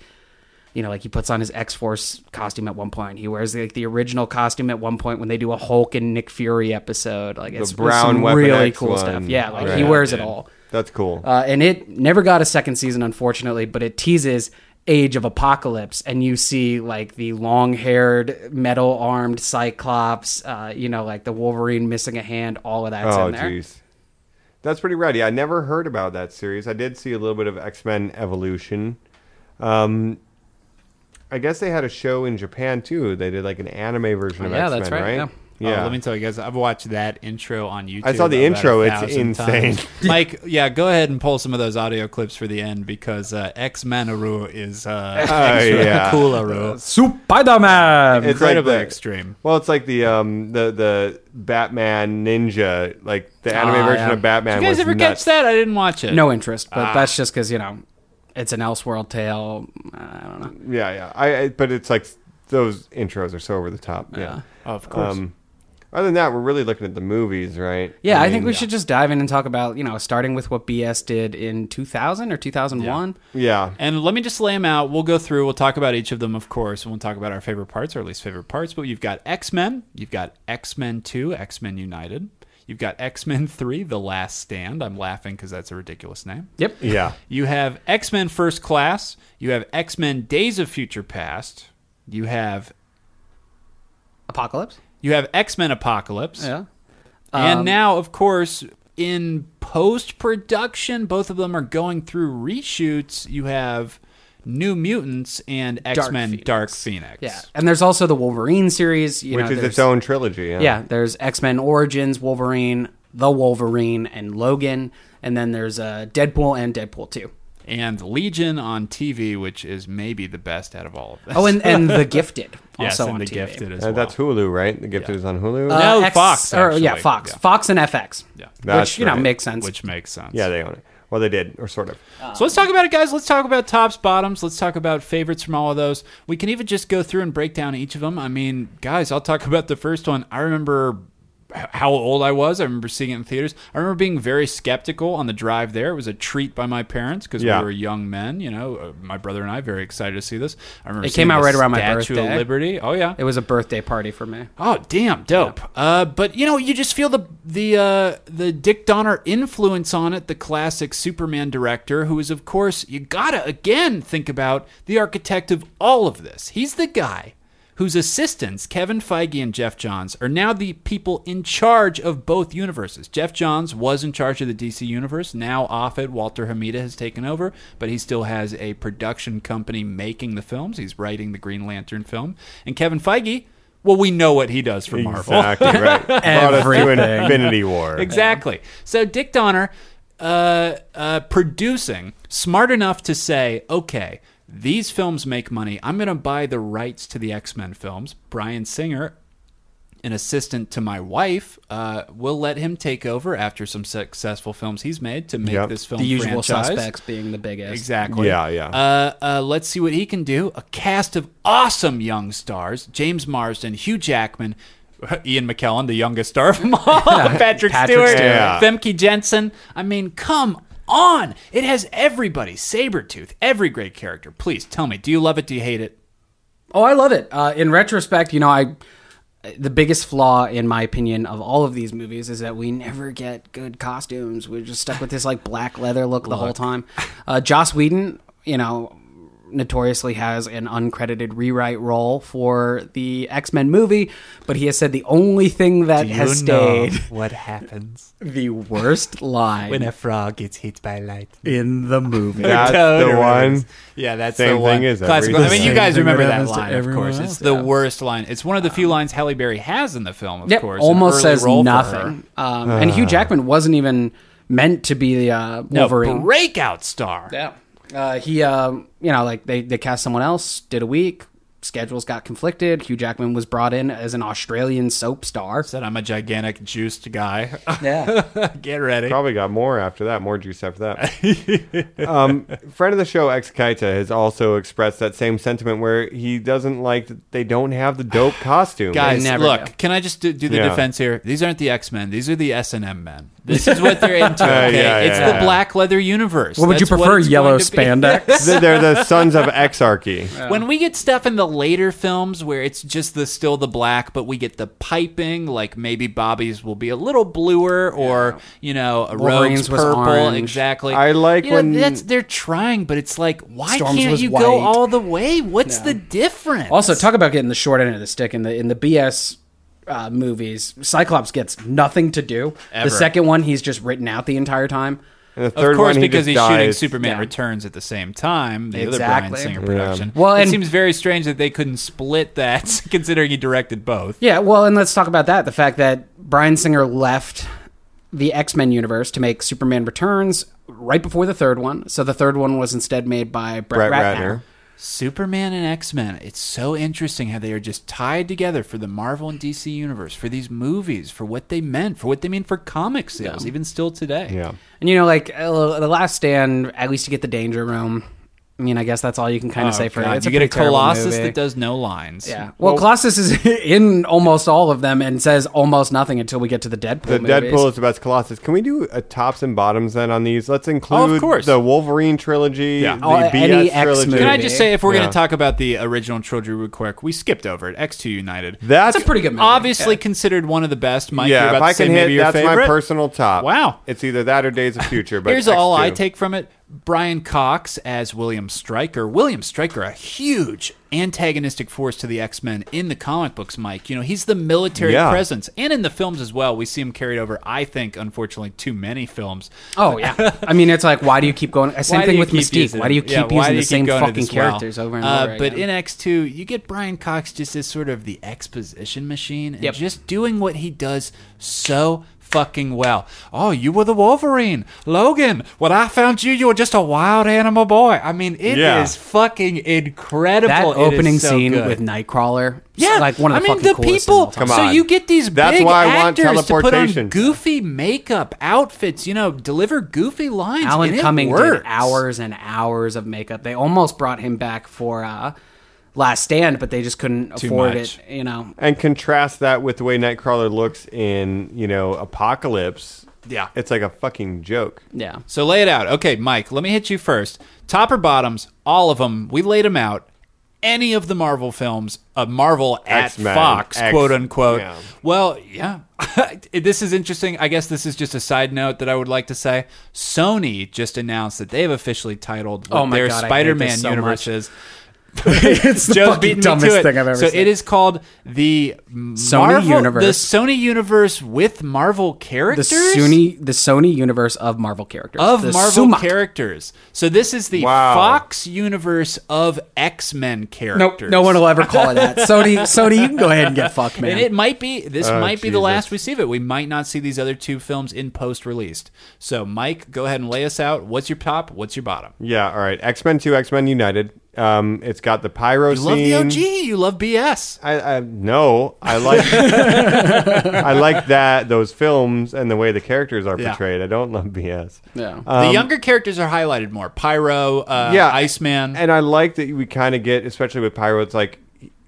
G: you know, like he puts on his X Force costume at one point. He wears like the original costume at one point when they do a Hulk and Nick Fury episode. Like it's it's
H: brown
G: some
H: Weapon
G: really
H: X
G: cool
H: one.
G: stuff. Yeah, like
H: Right.
G: he wears it
A: Yeah.
G: all.
H: that's cool.
G: Uh, and it never got a second season, unfortunately, but it teases Age of Apocalypse, and you see like the long haired, metal armed Cyclops, uh, you know, like the Wolverine missing a hand, all of that's
H: oh,
G: in there.
H: jeez, that's pretty rad. Yeah, I never heard about that series. I did see a little bit of X Men Evolution. Um, I guess they had a show in Japan too. They did like an anime version of
G: yeah,
H: X Men,
G: that's right,
H: right?
A: Oh, let me tell you guys, I've watched that intro on YouTube.
H: I saw the
A: about
H: intro.
A: a
H: It's
A: thousand
H: insane.
A: times. Mike, yeah, go ahead and pull some of those audio clips for the end because uh, X Manaru is uh, extra
H: Oh, yeah.
A: coolaru.
G: Spider Man!
H: It's like
A: Incredibly
H: the-
A: extreme.
H: Well, it's like the um the the Batman Ninja, like the anime
G: Ah,
H: version
G: yeah.
H: of Batman.
A: You guys
H: was
A: ever
H: nuts.
A: catch that? I didn't watch it.
G: no interest, but that's just because you know it's an Elseworld tale. Uh, I don't know.
H: Yeah, yeah. I, I but it's like those intros are so over the top. Yeah,
A: Of course.
H: Um, other than that, we're really looking at the movies, right?
G: Yeah, I, think
H: mean,
G: we should just dive in and talk about you know starting with what BS did in 2000 or 2001.
H: Yeah,
A: And let me just lay them out. We'll go through. We'll talk about each of them, of course, and we'll talk about our favorite parts or least favorite parts. But you've got X Men. You've got X Men Two, X Men United. You've got X Men Three, The Last Stand. I'm laughing because that's a ridiculous name.
G: Yep.
H: yeah.
A: You have X Men First Class. You have X Men Days of Future Past. You have
G: Apocalypse.
A: you have X Men Apocalypse.
G: Yeah.
A: and
G: Um,
A: now, of course, in post production, both of them are going through reshoots. You have New Mutants and X Men
G: Phoenix.
A: Dark Phoenix.
G: Yeah, and there's also the Wolverine series, you
H: Which
G: know,
H: is its
G: there's-
H: own trilogy. Yeah. Uh,
G: Yeah, there's X Men Origins, Wolverine, the Wolverine, and Logan, and then there's uh, Deadpool and Deadpool Two.
A: And Legion on TV, which is maybe the best out of all of this.
G: Oh, and, and the Gifted also
A: yes, and
G: on
A: The
G: TV.
A: Gifted as
H: Uh,
A: well.
H: That's Hulu, right? The Gifted is on Hulu.
G: Uh,
A: No, Oh, Fox,
G: Or, yeah,
A: actually.
G: Fox,
A: Yeah.
G: Fox and FX.
A: Yeah.
H: That's
G: which you know
H: right.
G: makes sense.
A: which makes sense.
H: yeah, they own it. Well, they did, or sort of.
A: So let's talk about it, guys. Let's talk about tops, bottoms. Let's talk about favorites from all of those. We can even just go through and break down each of them. I mean, guys, I'll talk about the first one. I remember h- how old I was. I remember seeing it in theaters. I remember being very skeptical on the drive there. It was a treat by my parents because
H: Yeah.
A: we were young men. You know, uh, my brother and I very excited to see this. I remember
G: It
A: seeing
G: came out
A: the
G: right around my
A: Statue
G: birthday.
A: of Liberty. Oh yeah,
G: It was a birthday party for me.
A: Oh, damn, dope. Uh, but you know, you just feel the the uh, the Dick Donner influence on it, the classic Superman director, who is, of course, you gotta again think about the architect of all of this. He's the guy whose assistants, Kevin Feige and Jeff Johns, are now the people in charge of both universes. Jeff Johns was in charge of the DC universe. Now off it, Walter Hamida has taken over, but he still has a production company making the films. He's writing the Green Lantern film, and Kevin Feige. Well, we know what he does for Marvel.
H: Exactly right. Brought us to Infinity War.
A: Exactly. So Dick Donner uh, uh, producing, smart enough to say, okay, these films make money. I'm going to buy the rights to the X Men films. Brian Singer, an assistant to my wife, uh, will let him take over after some successful films he's made to make
H: Yep.
A: this film
G: The usual
A: franchise.
G: suspects being the biggest.
A: Exactly.
H: Yeah, yeah.
A: Uh, uh, let's see what he can do. A cast of awesome young stars: James Marsden, Hugh Jackman, Ian McKellen, the youngest star of them all, Patrick,
G: Patrick
A: Stewart,
G: Stewart.
H: Yeah.
A: Femke Jensen. I mean, come on! It has everybody. Sabretooth, every great character. Please tell me, do you love it? Do you hate it?
G: Oh, I love it. Uh, in retrospect, you know, I the biggest flaw, in my opinion, of all of these movies is that we never get good costumes. We're just stuck with this like black leather look the whole time. Uh, Joss Whedon, you know, notoriously has an uncredited rewrite role for the X Men movie, but he has said the only thing that has stayed
A: what happens
G: the worst line
A: when a frog gets hit by lightning?
G: in the movie.
H: That's the
A: Totally.
H: one.
A: Yeah, that's
H: Same
A: the one.
H: thing is
A: Classic
H: every-
A: line. I mean,
H: The
A: you
H: same
A: guys
I: thing
A: remember
I: that
A: that
I: happens to
A: line, of
I: everyone
A: course.
I: else,
A: It's the
I: yeah.
A: worst line. It's one of the few lines Halle Berry has in the film, of
G: Yep,
A: course. an
G: Um, almost
A: early
G: says
A: role for
G: nothing. Um, and Hugh Jackman wasn't even meant to be the uh,
A: her.
G: Wolverine.
A: A breakout star.
G: Yeah. Uh, he, um, you know, like they, they cast someone else, did a week, schedules got conflicted. Hugh Jackman was brought in as an Australian soap star.
A: Said I'm a gigantic juiced guy.
G: Yeah.
A: Get ready.
H: Probably got more after that, more juice after that. um, friend of the show, Ex Kaita, has also expressed that same sentiment where he doesn't like that they don't have the dope costume.
A: Guys,
G: never
A: look.
G: do.
A: Can I just do, do the
H: Yeah.
A: defense here? These aren't the X Men. These are the S and M men. This is what they're into.
H: Yeah,
A: Okay,
H: yeah,
A: it's
H: yeah,
A: the
H: yeah.
A: black leather universe.
G: what would you
A: That's
G: prefer,
A: it's
G: yellow
A: going to be.
G: spandex?
H: They're- They're the sons of Exarchy.
A: When we get stuff in the later films where it's just the still the black, but we get the piping, like maybe Bobby's will be a little bluer, or you know, a Rogue's
G: Wolverine's was
A: purple.
G: orange.
A: Exactly.
H: I like
A: you know,
H: when-
A: that's they're trying, but it's like, why
G: Storm's
A: can't
G: was
A: you go
G: white.
A: all the way? What's the difference?
G: also, talk about getting the short end of the stick in the in the BS uh, movies. Cyclops gets nothing to do.
A: Ever.
G: The second one, he's just written out the entire time.
H: And the third
A: Of course,
H: one, he
A: because
H: just
A: he's shooting
H: dies.
A: Superman
G: Yeah.
A: Returns at the same time, the other
G: Exactly.
A: Brian Singer production.
G: Well,
A: it
G: and-
A: seems very strange that they couldn't split that, considering he directed both.
G: Yeah, well, and let's talk about that. The fact that Brian Singer left the X Men universe to make Superman Returns right before the third one. So the third one was instead made by Brett,
H: Brett
G: Ratner.
H: Ratner.
A: Superman and X Men. It's so interesting how they are just tied together for the Marvel and DC universe, for these movies, for what they meant, for what they mean for comic sales, even still today.
H: Yeah.
G: And you know, like uh, the Last Stand, at least to get the Danger Room. I mean, I guess that's all you can kind of say for
A: Oh, God,
G: that. It's
A: you get a
G: pretty terrible
A: Colossus
G: movie.
A: that does no lines.
G: Yeah. Well, Colossus is in almost all of them and says almost nothing until we get to the Deadpool.
H: The
G: movies.
H: Deadpool is the best Colossus. Can we do a tops and bottoms then on these? Let's include
A: course.
H: the Wolverine trilogy,
A: Yeah.
H: the
G: Oh, any
H: BS
G: X
H: trilogy.
G: movie.
A: Can I just say, if we're going
H: Yeah.
A: to talk about the original trilogy real quick, we skipped over it. X2 United.
H: That's
G: It's a pretty good movie.
A: Obviously considered one of the best. Mike, you're
H: yeah,
A: about
H: if
A: to
H: I
A: say
H: can hit,
A: maybe your
H: that's
A: favorite.
H: my personal top.
A: Wow.
H: It's either that or Days of Future. But
A: Here's all I
H: X2.
A: take from it. Brian Cox as William Stryker. William Stryker, a huge antagonistic force to the X Men in the comic books, Mike. You know, he's the military
H: Yeah.
A: presence. And in the films as well, we see him carried over, I think, unfortunately, too many films.
G: Oh yeah. I mean, it's like why do you keep going? Same
A: Why do
G: thing
A: you
G: with
A: keep
G: Mystique.
A: using-
G: why do you keep
A: yeah, why
G: using
A: do
G: the
A: you keep
G: same
A: going to
G: fucking
A: this well?
G: characters over and
A: Uh,
G: over again?
A: But in X2, you get Brian Cox just as sort of the exposition machine and
G: Yep.
A: just doing what he does so fucking well. Oh, you were the Wolverine. Logan, when I found you, you were just a wild animal boy. I mean, it is
H: Yeah.
A: fucking incredible.
G: that
A: It is
G: opening
A: so
G: scene
A: good.
G: with Nightcrawler.
A: Yeah,
G: Yeah, like one of the
A: I mean,
G: fucking
A: the
G: coolest
A: people.
G: Come
H: Come
A: so
H: on.
A: you get these
H: That's
A: big
H: why I want
A: actors to put on
H: teleportation.
A: goofy makeup, outfits. You know, deliver goofy lines.
G: Alan
A: and it
G: Cumming
A: works.
G: did hours and hours of makeup. They almost brought him back for uh, Last Stand, but they just couldn't afford
A: much.
G: it. You know,
H: and contrast that with the way Nightcrawler looks in you know Apocalypse.
A: Yeah.
H: it's like a fucking joke.
G: yeah.
A: So lay it out. Okay, Mike, let me hit you first. Top or bottoms, all of them. We laid them out. Any of the Marvel films, a Marvel at
H: X-Men,
A: Fox,
H: X-
A: quote unquote.
H: yeah.
A: Well, yeah. this is interesting. I guess this is just a side note that I would like to say. Sony just announced that they have officially titled what
G: Oh my
A: their
G: God, I hate
A: Spider-Man
G: this so
A: universe
G: much.
A: is.
G: it's
A: Joe's beaten me to it. So it
G: is
A: is called the Marvel, the
G: Universe.
A: Sony universe with Marvel
G: the
A: characters.
G: Sony, the Sony universe of Marvel characters
A: of
G: The
A: Marvel
G: Sumac.
A: characters. So this is the
H: Wow.
A: Fox universe of X Men
G: Nope,
A: characters.
G: no one will ever call it that. Sony, Sony, you can go ahead and get fucked, man.
A: And it might be this might be the
H: Oh, Jesus.
A: last we see of it. We might not see these other two films in post released. So Mike, go ahead and lay us out. What's your top? What's your bottom?
H: Yeah, all right. X Men Two, X Men United. Um, it's got the pyro
A: You love
H: scene.
A: the OG. You love BS.
H: I, I no, I like I like that those films and the way the characters are
A: Yeah.
H: portrayed. I don't love BS.
G: yeah.
A: the younger characters are highlighted more. Pyro, uh,
H: um, yeah,
A: Iceman.
H: And I like that we kind of get, especially with Pyro, it's like,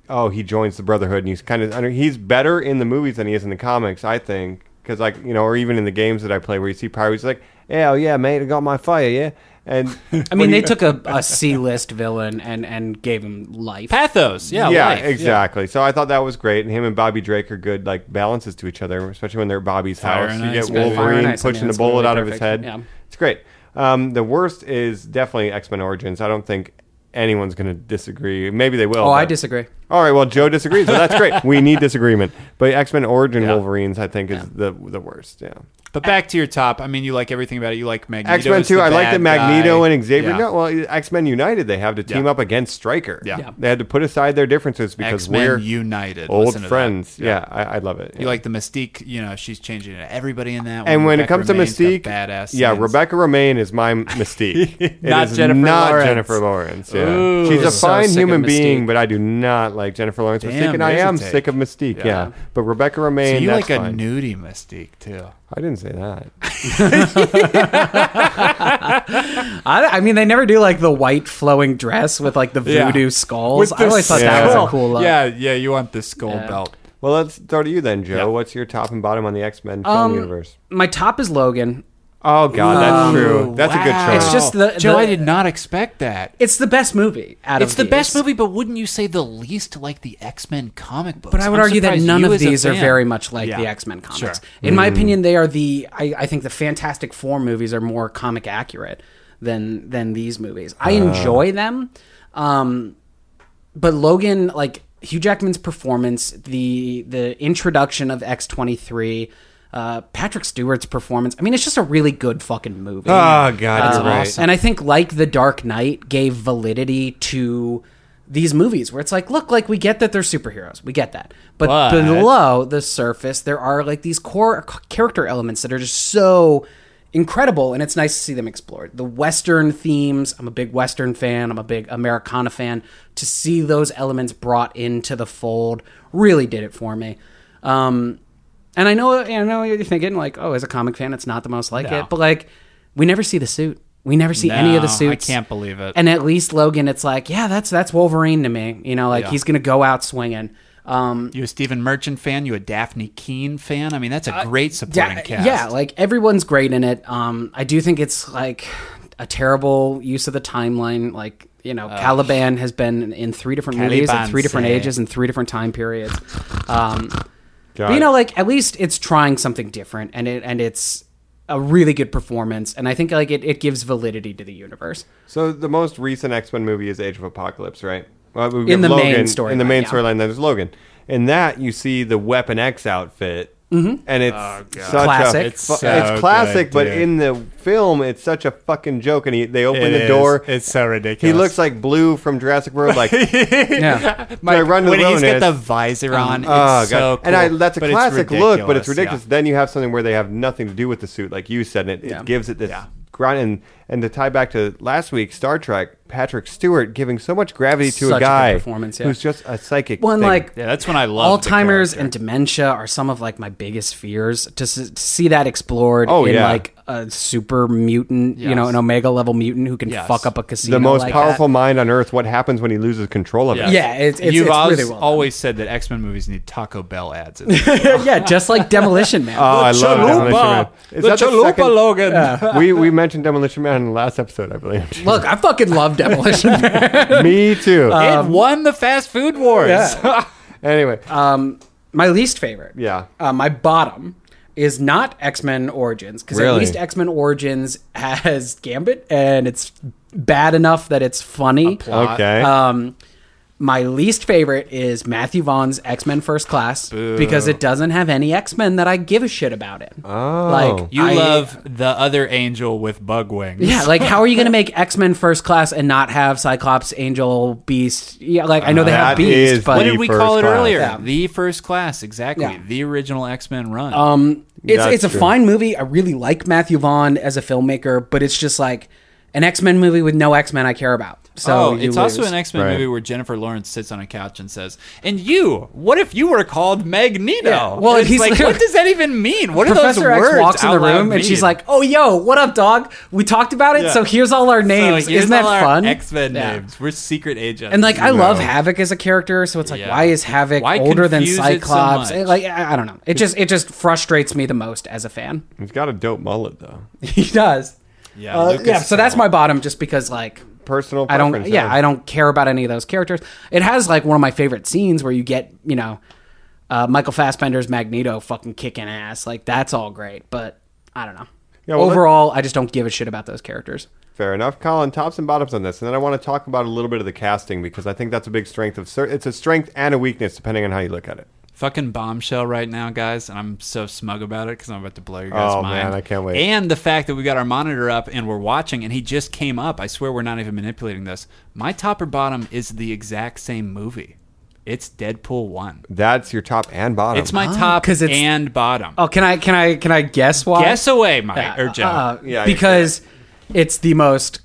H: oh, he joins the Brotherhood, and he's kind of under. He's better in the movies than he is in the comics, I think, because like you know, or even in the games that I play, where you see Pyro, he's like, yeah, oh yeah, mate, I got my fire, yeah. And
G: I mean, they took a, a C list villain and and gave him life.
A: Pathos, yeah,
H: yeah,
A: life,
H: exactly. So I thought that was great, and him and Bobby Drake are good like balances to each other, especially when they're at Bobby's
A: Fire
H: house.
A: and
H: You
A: ice,
H: get
A: baby.
G: Fire
H: Wolverine
G: and ice, I mean,
H: pushing
G: that's
H: the bullet
G: literally
H: out of his head.
G: perfect. Yeah.
H: It's great. Um, the worst is definitely X Men Origins. I don't think anyone's going to disagree. Maybe they will.
G: Oh, I
H: but-
G: disagree.
H: All right, well, Joe disagrees, so that's great. we need disagreement. But X Men Origin Wolverines, I think, is the the worst. Yeah.
A: But back to your top. I mean, you like everything about it. You like Magneto.
H: X Men
A: as the
H: Two. I like
A: bad
H: that Magneto
A: guy.
H: and Xavier.
A: Yeah.
H: No, well, X Men United. They have to team
A: Yeah.
H: up against Stryker.
A: Yeah. Yeah.
H: They had to put aside their differences because
A: X-Men
H: we're
A: United.
H: old
A: Listen to that.
H: friends. Yeah, I, I love it.
A: You
H: Yeah.
A: like the Mystique, you know, she's changing it. Everybody in that.
H: and when it
A: Rebecca
H: comes to
A: Romijn's got
H: Mystique,
A: badass.
H: yeah,
A: scenes.
H: Rebecca Romaine is my Mystique. It
A: Not
H: is
A: Jennifer
H: not
A: Lawrence.
H: Jennifer Lawrence. Yeah.
A: Ooh.
H: She's a
G: So
H: fine
G: sick of
H: human being,
G: Mystique.
H: but I do not like Jennifer Lawrence Mystique,
A: Damn,
H: and I
A: there's a
H: am
A: take.
H: sick of Mystique. Yeah,
A: Yeah.
H: but Rebecca
A: So
H: Romaine.
A: you
H: that's
A: like a
H: fine.
A: nudie Mystique too?
H: I didn't say that.
G: I, I mean, they never do like the white flowing dress with like the
A: Yeah.
G: voodoo skulls. I always thought that
H: skull.
G: was a cool look.
A: Yeah, yeah. You want the skull
G: Yeah.
A: belt?
H: Well, let's throw to you then, Joe.
A: Yeah.
H: What's your top and bottom on the X Men film
G: Um,
H: universe?
G: My top is Logan.
H: Oh God, that's
G: Um,
H: true. That's a good
A: Wow.
H: choice.
G: It's just the-
A: Joe.
G: the-
A: I did not expect that.
G: It's the best movie out of
A: It's the best
G: these.
A: movie, but wouldn't you say the least like the X Men comic books?
G: But I would
A: I'm
G: argue that
A: surprised
G: none
A: you
G: of
A: as a
G: these are
A: fan-
G: very much like
A: Yeah.
G: the X Men comics.
A: Sure. Mm-hmm.
G: In my opinion, they are the. I, I think the Fantastic Four movies are more comic accurate than than these movies. I
A: Uh.
G: enjoy them, um, but Logan, like Hugh Jackman's performance, the the introduction of X twenty three. Uh, Patrick Stewart's performance. I mean, it's just a really good fucking movie.
A: Ah,
G: Uh,
H: Oh God, you're right.
G: And I think like The Dark Knight gave validity to these movies where it's like, look, like we get that they're superheroes. We get that. But,
A: But-
G: below the surface, there are like these core c- character elements that are just so incredible and it's nice to see them explored. The western themes, I'm a big western fan, I'm a big Americana fan. To see those elements brought into the fold really did it for me. Um and I know, I know you're thinking like, oh, as a comic fan, it's not the most like
A: No.
G: it, but like, we never see the suit. We never see any of the
A: No, I
G: suits.
A: can't believe it.
G: And at least Logan, it's like, yeah, that's that's Wolverine to me. You know, like
A: Yeah.
G: he's gonna go out swinging. Um,
A: You a Stephen Merchant fan? You a Daphne Keene fan? I mean, that's a great supporting
G: yeah,
A: cast.
G: yeah, like everyone's great in it. Um, I do think it's like a terrible use of the timeline. Like you know, Caliban has been in three different movies, at
A: Caliban
G: three different
A: say.
G: ages, and three different time periods. Um,
H: God.
G: But, you know, like at least it's trying something different, and it and it's a really good performance, and I think like it, it gives validity to the universe.
H: So the most recent X Men movie is Age of Apocalypse, right? Well, we
G: In
H: have
G: the main
H: In the
G: storyline,
H: main
G: yeah.
H: storyline, there's Logan. In that, you see the Weapon X outfit, and it's such
G: Mm-hmm. Classic.
H: A,
G: It's
H: fu-
I: Oh, so
H: it's classic,
I: good,
H: but
I: dude.
H: in the film, it's such a fucking joke. And he, they open
I: It
H: the
I: is.
H: door.
I: It's so
H: he
I: ridiculous.
H: looks like Blue from Jurassic World. Like, do
G: Yeah,
H: I run to
A: when
H: the
A: he's got
H: wilderness?
A: the visor
G: Mm-hmm.
A: on, it's
H: Oh, God.
A: so cool.
H: and I, that's a
A: But it's
H: classic look, but it's
A: yeah.
H: ridiculous. Then you have something where they have nothing to do with the suit, like you said, and it, it gives it this grind. And, and to tie back to last week, Star Trek, Patrick Stewart giving so much gravity to
G: Such a
H: a
G: good
H: guy
G: performance, yeah.
H: who's just a psychic.
G: one
H: thing.
G: like
A: Yeah, that's when I love
G: Alzheimer's and dementia are some of like my biggest fears. To, s- to see that explored
H: Oh,
G: in
H: yeah.
G: like a super mutant, you know,
A: Yes.
G: an omega level mutant who can
A: Yes.
G: fuck up a casino.
H: the most
G: like uh,
H: powerful mind on earth. What happens when he loses control of it?
G: Yeah, it's- it's-
A: you've
G: it's
A: always,
G: really well done.
A: always said that X Men movies need Taco Bell ads. In them.
G: that. yeah, just like Demolition Man.
H: Oh, I love Demolition Man. Is that the second-
A: Logan.
H: we we mentioned Demolition Man in the last episode, I believe.
G: Look, I fucking love Demolition Man.
H: Me too.
G: uh,
A: it won the fast food wars.
H: anyway,
G: uh, My least favorite.
H: Yeah.
G: Uh, my bottom is not X Men Origins because
H: Really?
G: at least X Men Origins has Gambit and it's bad enough that it's funny.
H: okay.
G: Um, my least favorite is Matthew Vaughn's X Men First Class because it doesn't have any X Men that I give a shit about it. Oh, like
A: You
G: I-
A: love the other angel with bug wings.
G: yeah. Like, how are you going to make X Men First Class and not have Cyclops, Angel, Beast? Yeah, like I know they
H: That
G: have Beast,
H: is
G: but
A: What did
H: The
A: we
H: first
A: call it
H: class.
A: earlier?
G: Yeah.
A: The first class, exactly.
G: Yeah.
A: The original X Men run.
G: it's
H: That's
G: it's a
H: true.
G: fine movie. I really like Matthew Vaughn as a filmmaker, but it's just like an X Men movie with no X Men I care about. So
A: oh,
G: you
A: it's also
G: lose.
A: an X Men
H: Right.
A: movie where Jennifer Lawrence sits on a couch and says, "And you, what if you were called Magneto?"
G: Yeah. Well,
A: And it's
G: he's
A: like,
G: literally-
A: what does that even mean? What are
G: Professor
A: those
G: X
A: words?
G: walks in the
A: out loud
G: room and she's
A: mean?
G: like, "Oh, yo, what up, dog? We talked about it,
A: Yeah.
G: so here's all our names.
A: So here's
G: Isn't that
A: all our
G: fun?"
A: X Men
G: Yeah.
A: names. We're secret agents.
G: And like, I
H: No.
G: love Havoc as a character, so it's like,
A: Yeah.
G: why is Havoc
A: Why
G: older than
A: confuse it so
G: Cyclops?
A: much?
G: It- like, I, I don't know. It just it just frustrates me the most as a fan.
H: He's got a dope mullet though.
G: he does.
I: Yeah,
G: Uh,
I: Lucas
G: yeah. So that's my bottom, just because like
H: Personal
G: I don't.
H: preference,
G: Yeah,
H: yeah.
G: I don't care about any of those characters. It has like one of my favorite scenes where you get you know uh, Michael Fassbender's Magneto fucking kicking ass. Like that's all great, but I don't know.
H: Yeah, well, let-
G: Overall, I just don't give a shit about those characters.
H: Fair enough, Colin. Tops and bottoms on this, and then I want to talk about a little bit of the casting because I think that's a big strength of. cer- It's a strength and a weakness depending on how you look at it.
A: fucking bombshell right now, guys, and I'm so smug about it because I'm about to blow your guys'
H: Oh,
A: mind.
H: man, I can't wait.
A: And the fact that we got our monitor up and we're watching, and he just came up. I swear we're not even manipulating this. My top or bottom is the exact same movie. It's Deadpool one.
H: That's your top and bottom.
A: It's my top
G: 'cause it's-
A: and bottom.
G: Oh, can I can I can I guess why?
A: Guess away, Mike or Joe.
G: Uh,
H: Yeah,
G: because it's the most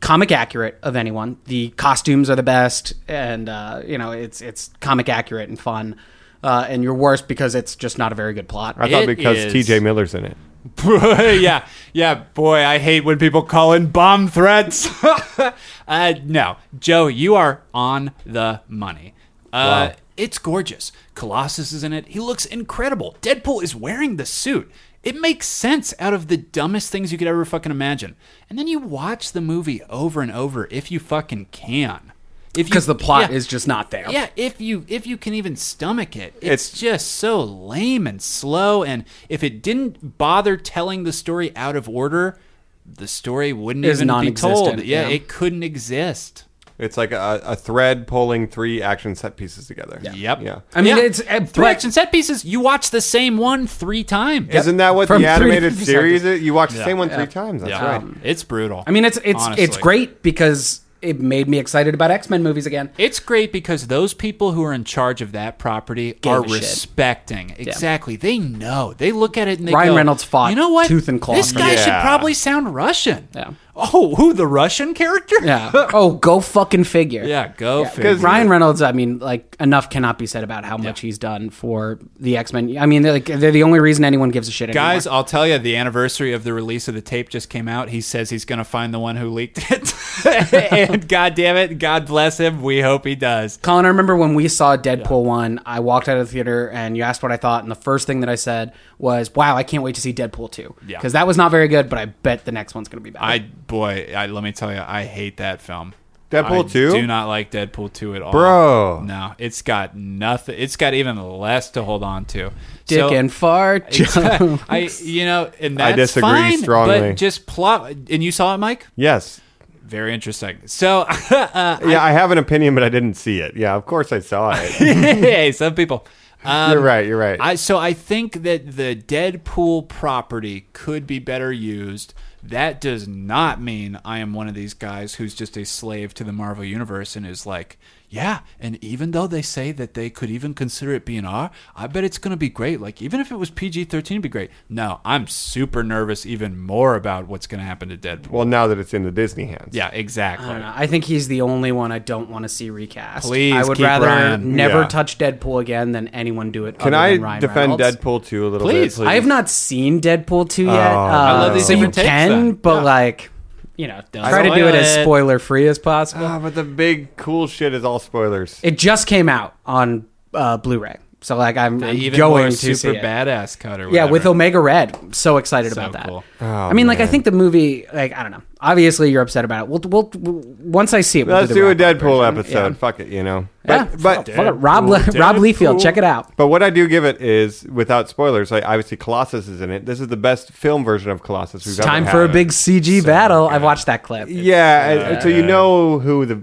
G: comic accurate of anyone. The costumes are the best, and uh, you know it's it's comic accurate and fun. Uh, and you're worst because it's just not a very good plot.
H: I thought
A: it
H: because
A: is-
H: T.J. Miller's in it.
A: yeah, yeah, boy, I hate when people call in bomb threats. uh, no, Joe, you are on the money. Uh,
H: Wow.
A: It's gorgeous. Colossus is in it. He looks incredible. Deadpool is wearing the suit. It makes sense out of the dumbest things you could ever fucking imagine. And then you watch the movie over and over if you fucking can. If you-
G: because the plot
A: yeah.
G: is just not there.
A: Yeah, if you if you can even stomach it, it's,
H: It's-
A: just so lame and slow. And if it didn't bother telling the story out of order, the story wouldn't
G: Is
A: even be told.
G: non-existent,
A: Yeah,
G: yeah.
A: it couldn't exist.
H: It's like a, a thread pulling three action set pieces together.
A: Yep.
H: Yeah.
G: I mean,
A: Yeah.
G: it's uh,
A: Three
G: but-
A: action set pieces. You watch the same one three times.
H: Isn't that what
G: From
H: the
G: three
H: animated
G: different
H: series is? You watch the same one
A: Yeah.
H: three times. That's
A: Yeah.
H: right.
A: It's brutal.
G: I mean, it's it's it's
A: Honestly.
G: great because it made me excited about X Men movies again.
A: It's great because those people who are in charge of that property are
G: a shit.
A: respecting. Exactly. They know. They look at it and they
G: Ryan
A: go,
G: Reynolds fought
A: You know what?
G: tooth and claw
A: This
G: for
A: guy
H: that."
A: should
H: Yeah.
A: probably sound Russian.
G: Yeah.
A: Oh, who the Russian character?
G: Yeah. oh, go fucking figure.
A: Yeah, go
G: Because
A: figure.
G: Ryan Reynolds, I mean, like enough cannot be said about how much he's done for the X Men. I mean, they're like they're the only reason anyone gives a shit. anymore.
A: Guys, I'll tell you, the anniversary of the release of the tape just came out. He says he's going to find the one who leaked it. and God damn it, God bless him. We hope he does.
G: Colin, I remember when we saw Deadpool one. I walked out of the theater and you asked what I thought, and the first thing that I said was, "Wow, I can't wait to see Deadpool 2.
A: Yeah.
G: because that was not very good, but I bet the next one's going to be better.
A: I, boy, I, let me tell you, I hate that film.
H: Deadpool
A: I
H: 2?
A: Do not like Deadpool 2 at all.
H: Bro.
A: No, it's got nothing. It's got even less to hold on to.
G: Dick
A: So-
G: and fart.
A: I, you know, and that's
H: I disagree
A: fine,
H: strongly.
A: But just plot. And you saw it, Mike?
H: Yes.
A: Very interesting. So, uh,
H: Yeah, I have an opinion, but I didn't see it. Yeah, of course I saw it.
A: hey, some people. Um,
H: you're right. You're right.
A: I, so I think that the Deadpool property could be better used. That does not mean I am one of these guys who's just a slave to the Marvel universe and is like, yeah. And even though they say that they could even consider it being R, I bet it's going to be great. Like even if it was PG thirteen, it'd be great. No, I'm super nervous even more about what's going to happen to Deadpool.
H: well, now that it's in the Disney hands.
A: yeah, exactly.
G: I don't know. I think he's the only one I don't want to see recast.
A: Please
G: I would
A: keep
G: rather
A: Ryan.
G: never
H: Yeah.
G: touch Deadpool again than anyone do it.
H: Can
G: other
H: I
G: than Ryan
H: defend
G: Reynolds.
H: Deadpool Oh, 2 a little
A: Please.
H: bit?
G: I have not seen Deadpool two yet. uh, I
A: love these
G: so you
A: different takes,
G: can,
A: then.
G: but
A: Yeah.
G: like, you know, try
A: don't
G: to do it
A: like
G: as
A: it.
G: spoiler free as possible.
H: Ah, but the big cool shit is all spoilers.
G: it just came out on uh, Blu-ray, so like I'm, I'm
A: Even
G: going
A: more
G: to see
A: super
G: it.
A: badass cut or
G: Yeah, with
A: whatever.
G: Omega Red, I'm so excited about that.
A: cool.
G: I mean, like, I think the movie, like, I don't know. Obviously, you're upset about it. We'll, we'll, we'll once I see it. We'll
H: Let's
G: do,
H: do
G: the
H: a
G: wrap-up
H: Deadpool
G: version.
H: episode.
G: Yeah.
H: Fuck it, you know.
G: Yeah,
H: But, but
G: fuck it. Rob Le- Rob Liefeld, check it out.
H: But what I do give it is, without spoilers, like obviously Colossus is in it. This is the best film version of Colossus we've
G: It's time
H: ever
G: for a
H: had.
G: big CG battle. I've watched that clip.
H: Yeah, and- so you know who the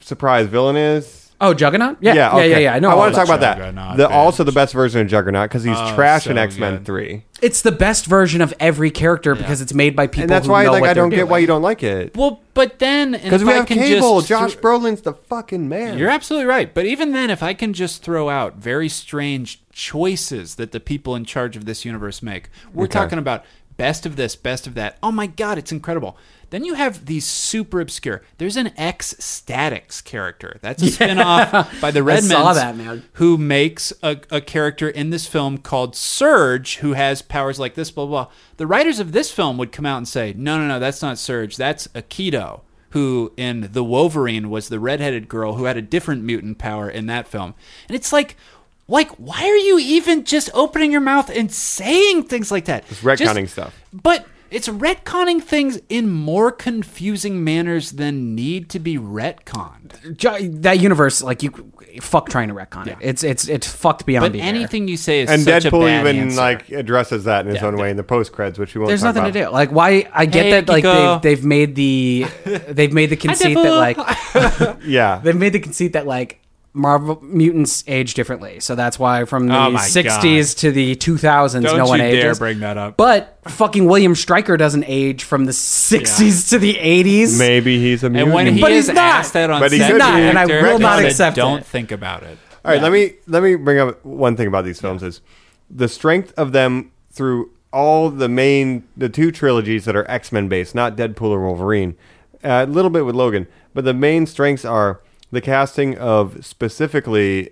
H: surprise villain is.
G: Oh, Juggernaut. Yeah, yeah,
H: okay.
G: yeah, yeah. I know. all
H: want to talk about
A: Juggernaut,
H: that. The,
A: bitch. Oh,
H: also the best version of Juggernaut because he's trash in
A: so
H: X Men
A: good.
H: Three,
G: It's the best version of every character because it's made by people.
H: and that's
G: who
H: why
G: know
H: like
G: what
H: I
G: they're
H: don't get
G: doing.
H: why you don't like it.
A: Well, but then because
H: Because we have
A: can
H: cable.
A: just
H: Josh Brolin's the fucking man.
A: You're absolutely right. But even then, if I can just throw out very strange choices that the people in charge of this universe make, we're talking about best of this, best of that. Oh my God, it's incredible. Then you have these super obscure. There's an ex statics character. That's a spin off by the Redmans
G: saw that, man.
A: who makes a, a character in this film called Surge, who has powers like this, blah, blah, blah. The writers of this film would come out and say, no, no, no, that's not Surge. That's Akito, who in The Wolverine was the redheaded girl who had a different mutant power in that film. And it's like, like, why are you even just opening your mouth and saying things like that?
H: retconning stuff.
A: But It's retconning things in more confusing manners than need to be retconned.
G: Ju- that universe, like you, fuck trying to retcon it. It's it's it's fucked beyond.
A: But
G: the air.
A: anything you say is
H: And
A: such a
H: Deadpool
A: bad
H: even
A: answer.
H: like addresses that in his own way in the post creds, which we won't.
G: There's
H: talk
G: nothing
H: about.
G: to do. Like why? I get
A: Hey,
G: that. Like
A: Kiko.
G: they've, they've made the they've made the conceit that
A: Deadpool.
G: like
H: Yeah,
G: they've made the conceit that like Marvel mutants age differently. So that's why from the
I: Oh my
G: 60s to the 2000s,
I: Don't
G: no
I: you
G: one
I: dare
G: ages.
I: bring that up.
G: But fucking William Stryker doesn't age from the 60s to the 80s.
H: maybe he's a mutant.
A: and when he
G: But
A: is
G: he's not.
A: asked that on
H: But he
A: set,
H: could
A: the
H: be. He's not, and I
A: director
H: will not
A: said,
G: accept it.
A: Don't think about it.
H: All right, let me let me bring up one thing about these films is the strength of them through all the main the two trilogies that are X Men based, not Deadpool or Wolverine. Uh, a little bit with Logan, but the main strengths are the casting of specifically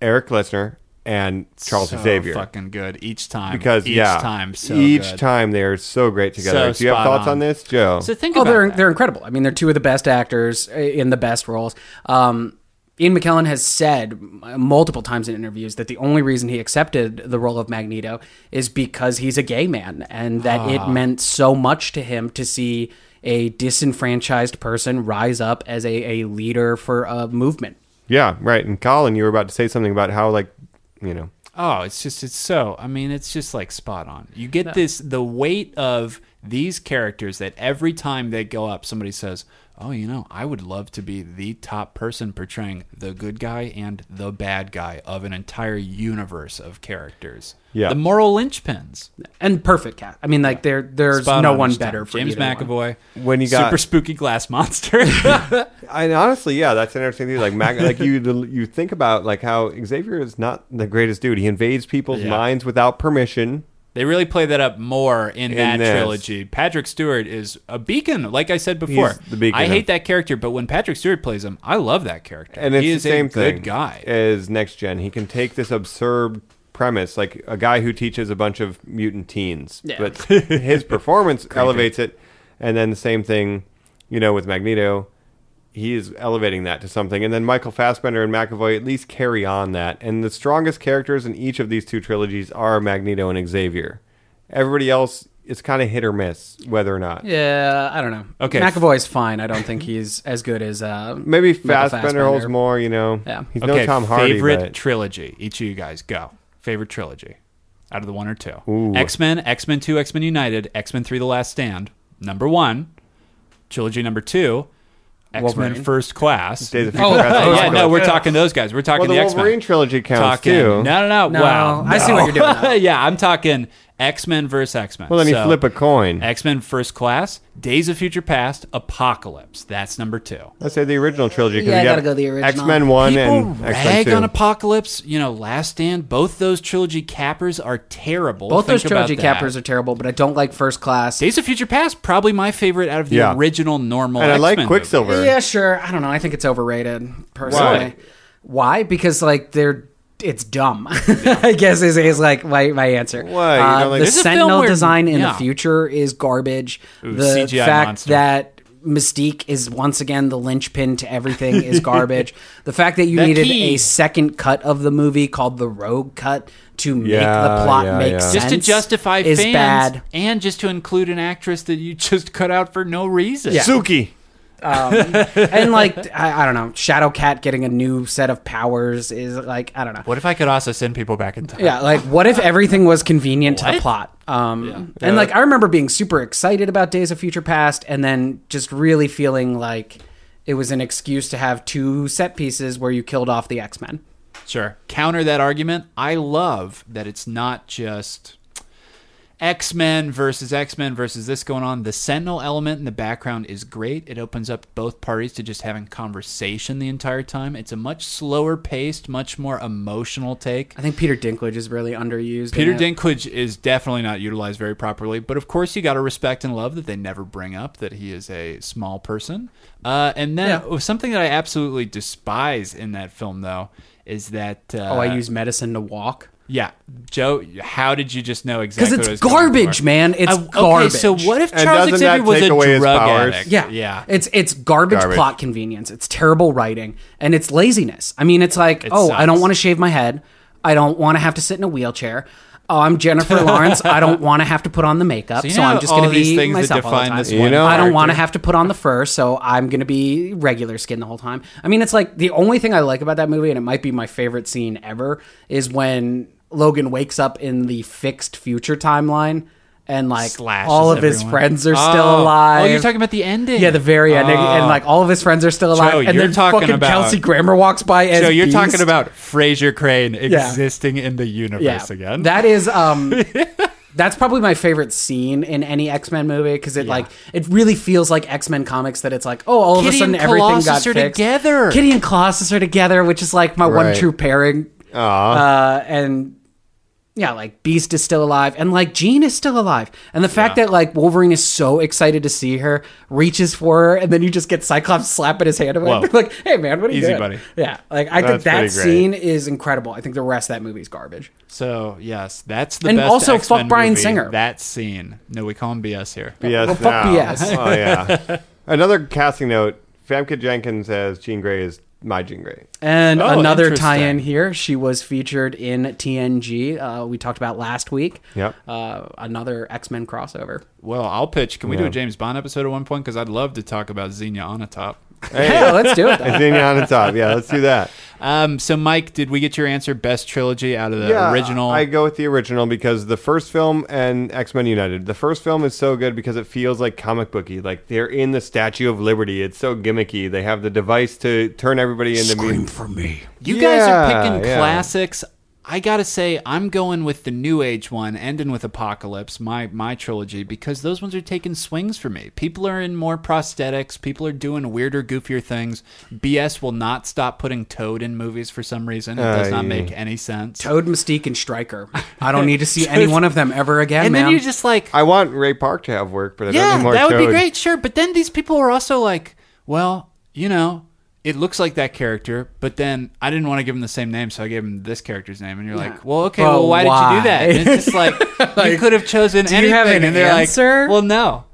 H: Eric Lesnar and Charles
A: so
H: Xavier.
A: fucking good each time.
H: because
A: each
H: yeah,
A: time, so
H: each
A: good.
H: time they are so great together.
A: So
H: Do you have
A: spot
H: thoughts on,
A: on.
H: this, Joe?
A: So think
G: Oh,
A: about
G: they're
A: that.
G: they're incredible. I mean, they're two of the best actors uh, in the best roles. Um, Ian McKellen has said m- multiple times in interviews that the only reason he accepted the role of Magneto is because he's a gay man, and that
A: Ah.
G: it meant so much to him to see a disenfranchised person rise up as a, a leader for a movement.
H: yeah, right. And Colin, you were about to say something about how like you know
A: Oh, it's just it's so. I mean, it's just like spot on. You get this the weight of these characters that every time they go up, somebody says, "Oh, you know, I would love to be the top person portraying the good guy and the bad guy of an entire universe of characters."
H: Yeah.
A: the moral linchpins.
G: And perfect cat. I mean, like there there's
A: Spot
G: no
A: on
G: one
A: each time.
G: better for
A: James
G: either one.
A: McAvoy.
H: When you got-
A: super spooky glass monster.
H: And honestly, yeah, that's interesting too. Like, Mag- like you, you think about like how Xavier is not the greatest dude. He invades people's
A: Yeah.
H: minds without permission.
A: They really play that up more in,
H: In
A: that
H: this.
A: trilogy. Patrick Stewart is a beacon, like I said before.
H: the beacon
A: I hate
H: of-
A: that character, but when Patrick Stewart plays him, I love that character.
H: And it's
A: he
H: the
A: is
H: same
A: a good
H: thing
A: guy.
H: as Next Gen. He can take this absurd premise, like a guy who teaches a bunch of mutant teens,
G: Yeah.
H: but his performance elevates it. And then the same thing, you know, with Magneto, he is elevating that to something. And then Michael Fassbender and McAvoy at least carry on that. And the strongest characters in each of these two trilogies are Magneto and Xavier. Everybody else is kind of hit or miss, whether or not.
G: Yeah, I don't know.
A: Okay.
G: McAvoy's fine. I don't think he's as good as uh,
H: Maybe
G: Michael
H: Fassbender holds more, you know.
G: Yeah.
H: He's no Tom Hardy.
A: favorite
H: but-
A: trilogy. Each of you guys go. Favorite trilogy out of the one or two. X Men, X Men Two, X Men United, X Men Three: The Last Stand. Number one, trilogy number two, X Men
G: Wolverine.
A: First Class.
H: Days of
A: oh,
H: Future Past.
A: yeah, no, we're talking those guys. We're
H: Well,
A: talking
H: the,
A: the, X
H: Wolverine
A: Men.
H: trilogy counts
A: talking.
H: too.
A: No, no, no.
G: No,
A: wow.
G: I see what you're doing now.
A: yeah, I'm talking X Men versus X Men.
H: Well, then you flip a coin.
A: X Men First Class, Days of Future Past, Apocalypse. That's number two.
H: Let's say the original trilogy. 'cause
G: Yeah,
H: we
G: I
H: got
G: gotta go the original.
H: X Men One
A: People
H: Oh, and X Men
A: rag on
H: Two.
A: Apocalypse. You know, Last Stand. Both those trilogy cappers are terrible.
G: Both
A: Think
G: those trilogy
A: about that.
G: cappers are terrible, but I don't like First Class.
A: Days of Future Past, probably my favorite out of the
H: Yeah.
A: original normal.
H: and I
A: X-Men
H: like Quicksilver.
G: Yeah, sure. I don't know. I think it's overrated personally. Why? Because like they're it's dumb. I guess is, is like my, my answer.
H: Why? You
G: Uh,
H: don't like-
G: the
H: There's
A: a film
G: Sentinel
A: where-
G: design in
A: yeah.
G: the future is garbage. the
A: CGI
G: fact
A: monster.
G: that Mystique is once again the linchpin to everything is garbage. the fact that you
A: That
G: needed
A: key.
G: a second cut of the movie called the Rogue Cut to make
H: Yeah,
G: the plot
H: yeah,
G: make
H: yeah.
G: sense
A: Just to justify
G: is
A: fans
G: bad.
A: and just to include an actress that you just cut out for no reason.
G: Yeah.
H: Suki.
G: and like I, I don't know, Shadowcat getting a new set of powers is like I don't know.
A: What if I could also send people back in time?
G: Yeah, like what if everything was convenient to the
A: What?
G: plot? Um, and like I remember being super excited about Days of Future Past, and then just really feeling like it was an excuse to have two set pieces where you killed off the X Men.
A: Sure. Counter that argument. I love that it's not just X Men versus X Men versus this going on. The Sentinel element in the background is great. It opens up both parties to just having conversation the entire time. It's a much slower paced, much more emotional take.
G: I think Peter Dinklage is really underused. in
A: Peter
G: it.
A: Dinklage is definitely not utilized very properly, but of course you got to respect and love that they never bring up that he is a small person. Uh, and then
G: Yeah.
A: something that I absolutely despise in that film, though, is that uh,
G: Oh, I use medicine to walk
A: yeah, Joe. How did you just know exactly?
G: because
A: what I
G: it's
A: was going
G: garbage,
A: for?
G: man. It's
A: I-
G: garbage.
A: Oh, Okay, so what if
H: And
A: Charles
H: doesn't
A: Xavier
H: that
A: was
H: take
A: a
H: away his
A: drug
H: powers?
A: addict?
G: Yeah,
A: yeah.
G: It's it's garbage,
H: Garbage.
G: plot convenience. It's terrible writing, and it's laziness. I mean, it's like, oh,
A: sucks.
G: I don't want to shave my head. I don't want to have to sit in a wheelchair. oh, I'm Jennifer Lawrence. I don't want to have to put on the makeup, so,
A: you
G: I'm
A: know
G: just going
A: all
G: to
A: these
G: be
A: things that
G: myself all the
A: define
G: time.
A: this You one
H: know-
G: I don't
H: character.
G: want to have to put on the fur, so I'm going to be regular skin the whole time. I mean, it's like the only thing I like about that movie, and it might be my favorite scene ever, is when Logan wakes up in the fixed future timeline. And like
A: Slashes
G: all of his
A: everyone.
G: friends are still alive.
A: Oh, you're talking about the ending. Oh.
G: Yeah, the very ending, and like all of his friends are still alive, and
I: you're
G: then
I: talking
G: fucking
I: about-
G: Kelsey Grammer walks by. As
I: So you're
G: Beast.
I: talking about Fraser Crane existing in the universe
G: yeah.
I: again.
G: That is um, that's probably my favorite scene in any X Men movie because it like it really feels like X Men comics that it's like oh all of
A: Kitty
G: a sudden
A: and
G: everything got
A: Colossus are
G: fixed.
A: together.
G: Kitty and Colossus are together, which is like my one
H: Right.
G: true pairing. Uh, and yeah, like Beast is still alive, and like Jean is still alive, and the fact that like Wolverine is so excited to see her, reaches for her, and then you just get Cyclops slapping his hand away,
I: Whoa.
G: like, "Hey man, what are you
I: Easy,
G: doing?"
I: buddy.
G: Yeah, like I think
H: That's
G: that
H: pretty great.
G: scene is incredible. I think the rest of that movie is garbage.
I: so yes, that's the
G: And
I: best
G: also,
I: X-Men
G: fuck Bryan
I: movie,
G: Singer.
I: That scene. No, we call him BS here.
H: BS
G: Well, fuck
H: now.
G: BS.
H: Oh yeah. Another casting note: Famke Jenkins as Jean Grey is my Jean Grey.
G: And
I: Oh,
G: another
I: interesting.
G: tie-in here. She was featured in TNG. Uh, we talked about last week.
H: Yep.
G: Uh, another X Men crossover.
I: Well, I'll pitch. Can we do
H: Yeah.
I: a James Bond episode at one point? Because I'd love to talk about Xenia on a top.
G: Yeah, let's do it.
H: I
G: then.
H: think on the top. Yeah, let's do that.
I: Um, so, Mike, did we get your answer? Best trilogy out of the
H: yeah,
I: original.
H: I go with the original because the first film and X Men United. The first film is so good because it feels like comic booky. Like they're in the Statue of Liberty. It's so gimmicky. They have the device to turn everybody into mutants.
A: You guys are
H: Yeah,
A: picking
H: yeah.
A: classics. I gotta say, I'm going with the new age one, ending with Apocalypse, my my trilogy, because those ones are taking swings for me. People are in more prosthetics. People are doing weirder, goofier things. BS will not stop putting Toad in movies for some reason. It does
H: Uh,
A: not
H: yeah.
A: make any sense.
G: Toad, Mystique, and Striker. I don't need to see any one of them ever again,
A: and
G: man.
A: then you're just like,
H: I want Ray Park to have work, but I don't
A: yeah,
H: need more
A: that would be
H: Toad.
A: great, sure. But then these people are also like, well, you know, it looks like that character, but then I didn't want to give him the same name, so I gave him this character's name. And you're like, well, okay,
G: But
A: well, why, did you do that?
G: why?
A: And it's just like, you could have chosen
G: you
A: anything.
G: have an
A: and they're
G: answer?
A: like, well, no.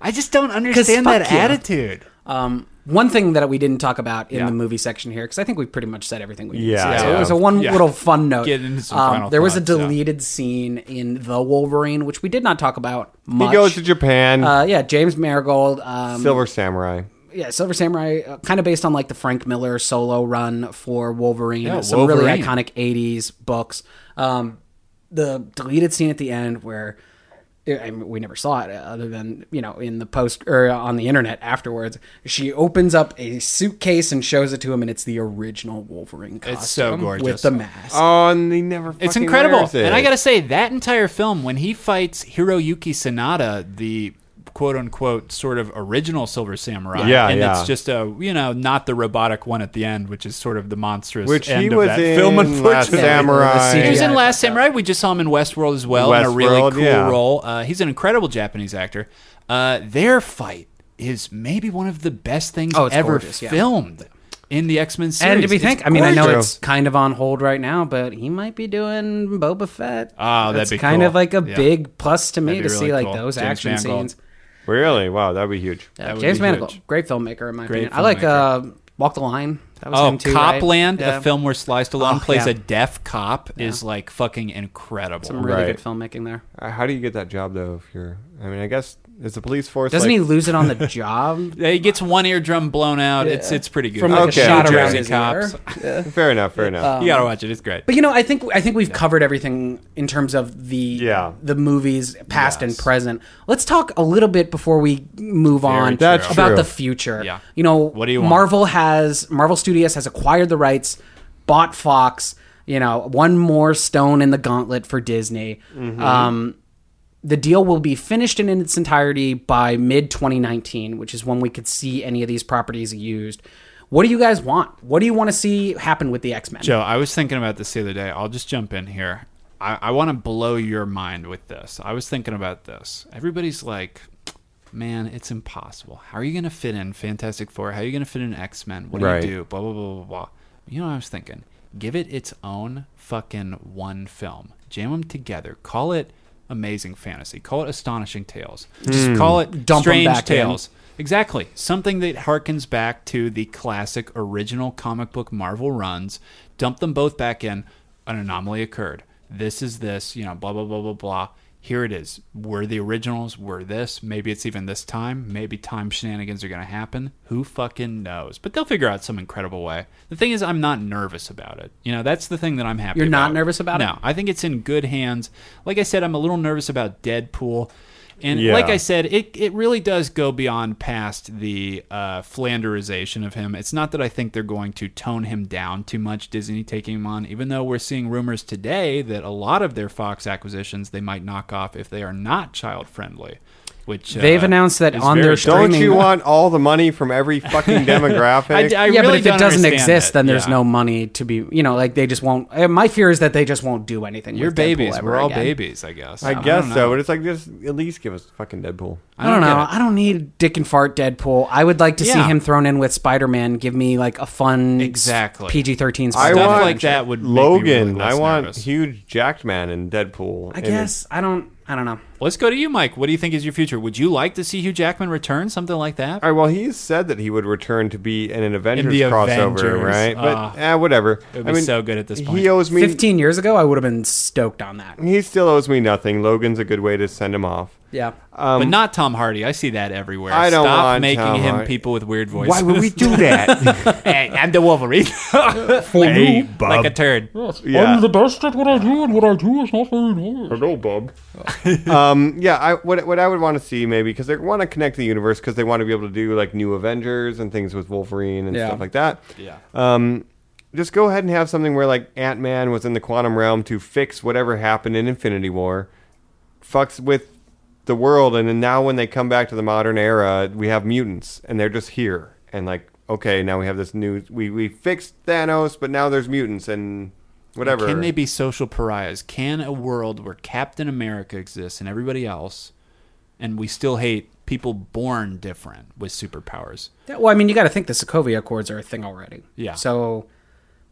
A: I just don't understand
G: fuck
A: that
G: you.
A: attitude.
G: um, one thing that we didn't talk about in
A: Yeah.
G: the movie section here, because I think we pretty much said everything we
H: Yeah,
G: needed to say. So it
H: yeah.
G: was a one
I: Yeah.
G: little fun note. Um,
I: Get into some final
G: there was a
I: thoughts, yeah.
G: deleted scene in The Wolverine, which we did not talk about
H: He
G: much.
H: goes to Japan.
G: uh, yeah, James Marigold. Um,
H: Silver Samurai.
G: yeah, Silver Samurai, uh, kind of based on like the Frank Miller solo run for Wolverine.
I: Yeah,
G: some really
I: Wolverine.
G: iconic '80s books. Um, the deleted scene at the end where. I mean, we never saw it uh, other than you know in the post or on the internet afterwards. She opens up a suitcase and shows it to him, and it's the original Wolverine costume
I: It's so gorgeous.
G: with the mask.
H: Oh, and they never.
A: It's
H: fucking
A: incredible.
H: wears it.
A: And I got to say, that entire film, when he fights Hiroyuki Sanada, the quote unquote sort of original Silver Samurai,
H: Yeah,
A: and
H: yeah.
A: it's just a, you know, not the robotic one at the end, which is sort of the monstrous
H: which
A: end
H: he
A: of
H: was
A: that
H: in
A: film,
H: Last
A: unfortunately.
H: Samurai.
G: He
A: He was in
G: Yeah.
A: Last Samurai. We just saw him in Westworld as well in a really
H: Westworld,
A: cool
H: yeah.
A: role. Uh, he's an incredible Japanese actor. Uh, their fight is maybe one of the best things
G: Oh, it's
A: ever
G: gorgeous, yeah.
A: filmed in the X Men series.
G: and to be
A: It's
G: think, I mean, I know
H: gorgeous.
G: it's kind of on hold right now, but he might be doing Boba Fett.
I: Oh, that'd
G: That's
I: be
G: kind
I: cool.
G: of like a
I: Yeah.
G: big plus to me to
I: That'd be
G: see
I: really
G: like
I: cool.
G: those
I: James
G: action
I: Mangold.
G: scenes.
H: Really? Wow, that'd be huge.
G: Yeah,
I: would
G: James
I: be
G: Mangold,
I: huge.
G: great filmmaker in my
I: Great
G: opinion. I like uh,
I: filmmaker.
G: Walk the Line. That was
A: Oh,
G: him too, right?
A: Copland,
G: Yeah.
A: a film where Sly Stallone
G: Oh,
A: plays
G: yeah.
A: a deaf cop, is like fucking incredible.
G: Some really
H: Right.
G: good filmmaking there.
H: Uh, How do you get that job though? If you're, I mean, I guess is the police force.
G: Doesn't he
H: like,
G: lose it on the job?
A: Yeah, he gets one eardrum blown out. It's it's pretty good.
G: From like
H: Okay.
G: a shot
H: New
G: around
H: Jersey
G: his
A: cops.
G: ear?
H: Fair enough. Fair enough.
A: you gotta watch it. It's great.
G: But you know, I think I think we've covered everything in terms of the
H: Yeah.
G: the movies past and present. Let's talk a little bit before we move on
H: true. That's
G: about
H: true.
G: the future.
A: Yeah.
G: You know,
A: What do you want?
G: Marvel has Marvel Studios has acquired the rights, bought Fox, you know, one more stone in the gauntlet for Disney.
A: Mm-hmm.
G: Um the deal will be finished in its entirety by mid 2019, which is when we could see any of these properties used. What do you guys want? What do you want to see happen with the X Men?
I: Joe, I was thinking about this the other day. I'll just jump in here. I, I want to blow your mind with this. I was thinking about this. Everybody's like, man, it's impossible. How are you going to fit in Fantastic Four? How are you going to fit in X Men? What do
H: Right.
I: you do? Blah, blah, blah, blah, blah. You know what I was thinking? Give it its own fucking one film. Jam them together. Call it Amazing Fantasy. Call it Astonishing Tales. Just call it
G: Dump 'em
I: Strange
G: back in.
I: Tales. Exactly. Something that harkens back to the classic original comic book Marvel runs. Dump them both back in. An anomaly occurred.
A: This is this, you know, blah, blah, blah, blah, blah. Here it is. We're the originals. We're this. Maybe it's even this time. Maybe time shenanigans are going to happen. Who fucking knows? But they'll figure out some incredible way. The thing is, I'm not nervous about it. You know, that's the thing that I'm happy
G: You're not
A: about.
G: nervous about it?
A: No, I think it's in good hands. Like I said, I'm a little nervous about Deadpool. And
H: Yeah.
A: like I said, it, it really does go beyond past the uh, flanderization of him. It's not that I think they're going to tone him down too much, Disney taking him on, even though we're seeing rumors today that a lot of their Fox acquisitions they might knock off if they are not child friendly. Which
G: They've
A: uh,
G: announced that
A: is
G: on their
A: very-
G: stream-
H: Don't you
G: Streaming.
H: want all the money from every fucking demographic?
A: I- I
G: yeah,
A: really
G: but if it
A: don't
G: doesn't
A: understand
G: exist,
A: that.
G: then there's
A: Yeah.
G: no money to be. You know, like they just won't. eh, My fear is that they just won't do anything.
A: You're
G: with Deadpool
A: babies.
G: ever
A: We're all
G: again.
A: babies, I guess.
H: I guess
A: don't
H: so,
A: know.
H: but it's like just at least give us fucking Deadpool.
G: I don't,
A: get
G: know.
A: it.
G: I don't need Dick and Fart Deadpool. I would like to see
A: Yeah.
G: him thrown in with Spider Man. Give me like a fun
A: Exactly.
G: PG thirteen.
H: I
A: Stuff
H: want
A: like that would make me
H: Logan.
A: really less
H: I want
A: nervous.
H: huge Jackman and Deadpool.
G: I
H: in it.
G: guess I don't. I don't know.
A: Let's go to you, Mike. What do you think is your future? Would you like to see Hugh Jackman return, something like that?
H: All right. Well, he's said that he would return to be in an Avengers
A: the
H: crossover,
A: Avengers.
H: right?
A: Ah.
H: But eh, whatever.
A: It would be so good at this point.
H: He owes me.
G: Fifteen years ago, I would have been stoked on that.
H: He still owes me nothing. Logan's a good way to send him off.
G: Yeah.
A: but not Tom Hardy. I see that everywhere.
H: Um, I don't
A: Stop
H: want
A: making
H: Tom
A: him
H: Hardy.
A: people with weird voices.
H: Why would we do that?
A: hey, I'm the Wolverine.
H: hey,
A: like a turd.
H: Yeah.
L: best at what I do, and what I do is not very nice.
H: Hello, Bob. um, yeah, I, what what I would want to see maybe because they want to connect the universe because they want to be able to do like new Avengers and things with Wolverine and
G: Yeah.
H: stuff like that.
A: Yeah.
H: Um, just go ahead and have something where like Ant Man was in the quantum realm to fix whatever happened in Infinity War, fucks with the world, and then now when they come back to the modern era, we have mutants and they're just here and like okay, now we have this new we we fixed Thanos, but now there's mutants and whatever.
A: Can they be social pariahs? Can a world where Captain America exists and everybody else, and we still hate people born different with superpowers?
G: Yeah, Well, I mean, you got to think the Sokovia Accords are a thing already.
A: Yeah.
G: So,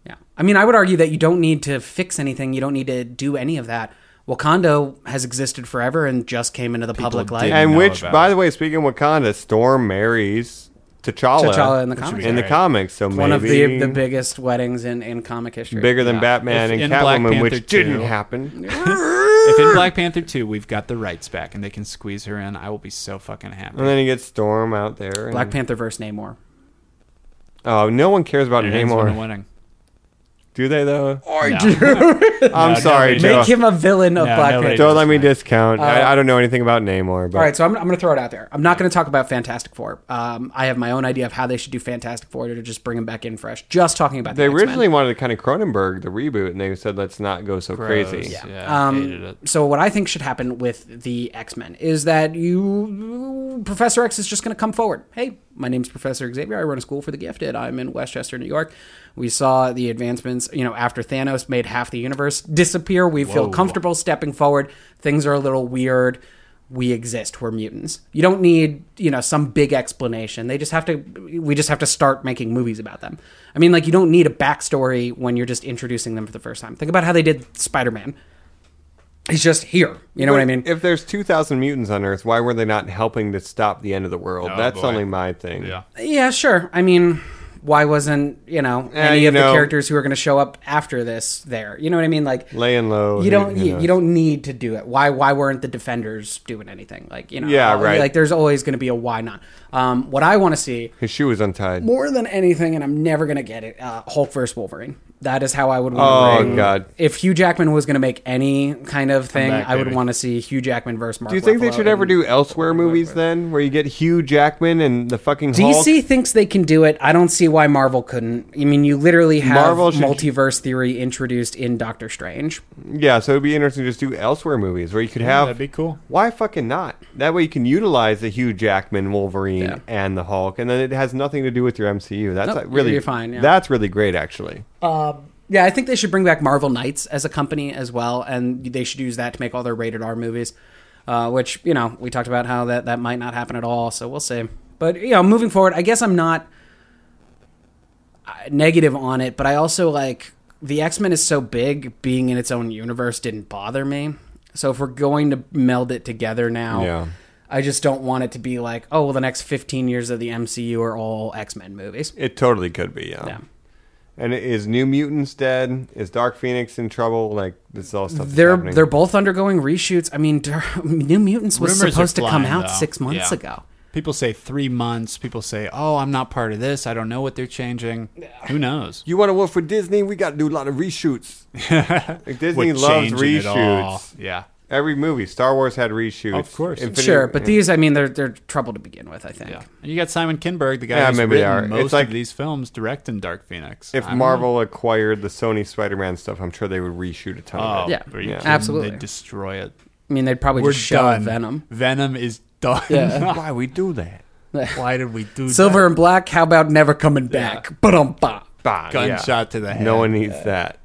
G: yeah. I mean, I would argue that you don't need to fix anything. You don't need to do any of that. Wakanda has existed forever and just came into the public light.
A: didn't.
H: And
A: know
H: which,
A: about
H: by
A: it.
H: the way, speaking of Wakanda, Storm marries T'Challa,
G: T'Challa in the comics.
H: In the
A: Right.
H: comics, so
G: One of the
H: maybe
G: the biggest weddings in, in comic history.
H: bigger than Batman
A: If in
H: and
A: Black
H: Catwoman,
A: Panther
H: which
A: 2.
H: didn't happen.
A: If in Black Panther 2 we've got the rights back and they can squeeze her in, I will be so fucking happy.
H: And then you get Storm out there. and-
G: Black Panther versus Namor.
H: Oh, no one cares about
A: It ends when a
H: Namor,
A: wedding.
H: do they? Though
A: No.
H: I'm sorry,
A: nobody
H: Joe.
G: Make him Uh, a villain of
A: No,
G: Black
A: nobody
G: Panther.
H: Don't let me discount. I, I don't know anything about Namor, but
G: All right, so I'm, I'm going to throw it out there. I'm not going to talk about Fantastic Four. Um, I have my own idea of how they should do Fantastic Four to just bring them back in fresh. Just talking about the
H: they
G: X-Men.
H: originally wanted to kind of Cronenberg the reboot, and they said let's not go so crazy.
A: Yeah,
G: Um,
A: hated it.
G: So what I think should happen with the X Men is that you, Professor X, is just going to come forward. Hey, my name's Professor Xavier. I run a school for the gifted. I'm in Westchester, New York. We saw the advancements. You know, after Thanos made half the universe disappear, we feel comfortable stepping forward. Things are a little weird. We exist. We're mutants. You don't need you know some big explanation. They just have to. We just have to start making movies about them. I mean, like you don't need a backstory when you're just introducing them for the first time. Think about how they did Spider Man he's just here. You know what I mean?
H: If there's 2,000 mutants on Earth, why were they not helping to stop the end of the world? That's
A: Oh, boy.
H: only my thing.
A: Yeah.
G: yeah, sure. I mean, why wasn't you know any
H: you
G: of
H: know.
G: the characters who are going to show up after this there? You know what I mean? Like
H: Laying low.
G: You don't
H: who- who
G: you,
H: knows?
G: you don't need to do it. Why why weren't the defenders doing anything? Like you know
H: Yeah,
G: uh,
H: right.
G: Like there's always going to be a why not. Um, what I want to see
H: His shoe was untied.
G: more than anything, and I'm never going to get it. Uh, Hulk versus Wolverine. That is how I would. want
H: Oh,
G: to bring.
H: God.
G: If Hugh Jackman was going to make any kind of thing,
A: back,
G: I would
A: baby.
G: want to see Hugh Jackman versus Mark.
H: Do you think they
G: Ruffalo
H: should ever
G: and-
H: do elsewhere movies then, where you get Hugh Jackman and the fucking Hulk?
G: DC thinks they can do it. I don't see why Marvel couldn't. I mean, you literally have
H: Marvel should-
G: multiverse theory introduced in Doctor Strange.
H: Yeah, so it'd be interesting to just do elsewhere movies where you could have.
A: that'd be cool.
H: Why fucking not? That way you can utilize the Hugh Jackman Wolverine
G: Yeah.
H: and the Hulk, and then it has nothing to do with your MCU. That's
G: Nope,
H: like, really
G: you're fine, yeah.
H: That's really great, actually.
G: Yeah, I think they should bring back Marvel Knights as a company as well, and they should use that to make all their rated R movies. Uh, which you know we talked about how that that might not happen at all. So we'll see. But you know, moving forward, I guess I'm not uh, negative on it, but I also like the X Men is so big, being in its own universe didn't bother me. So if we're going to meld it together now,
H: Yeah.
G: I just don't want it to be like, oh, well, the next 15 years of the MCU are all X Men movies.
H: It totally could be. Yeah.
G: Yeah.
H: And is New Mutants dead? Is Dark Phoenix in trouble? Like this is all stuff. that's
G: They're
H: happening.
G: they're both undergoing reshoots. I mean, Dar- New Mutants was
A: Rumors are
G: supposed to come
A: flying,
G: out
A: though.
G: six months
A: Yeah.
G: ago.
A: People say three months. People say, "Oh, I'm not part of this. I don't know what they're changing." Who knows?
H: You want to work for Disney? We got to do a lot of reshoots. like Disney
A: With
H: loves
A: changing it all.
H: reshoots.
A: Yeah.
H: Every movie, Star Wars had reshoots.
A: Of course.
G: Sure, but these, I mean, they're they're trouble to begin with. I think.
A: Yeah. And you got Simon Kinberg, the guy
H: Yeah,
A: who's
H: maybe they
A: written
H: are. It's
A: most
H: like-
A: of these films, directing Dark Phoenix.
H: if
A: I don't
H: Marvel acquired the Sony Spider-Man stuff, I'm sure they would reshoot a ton
A: know.
H: of it.
G: Yeah.
A: are you
H: Yeah.
A: kidding?
G: Absolutely.
A: They'd destroy it.
G: I mean, they'd probably
A: We're
G: just show
A: done.
G: Venom.
A: Venom is done.
G: Yeah.
H: Why we do that?
A: Why did we do
G: Silver and black. How about never coming back? But um, bop.
H: Bah,
A: that?
H: yeah.
A: Gunshot to the head.
H: No one needs that.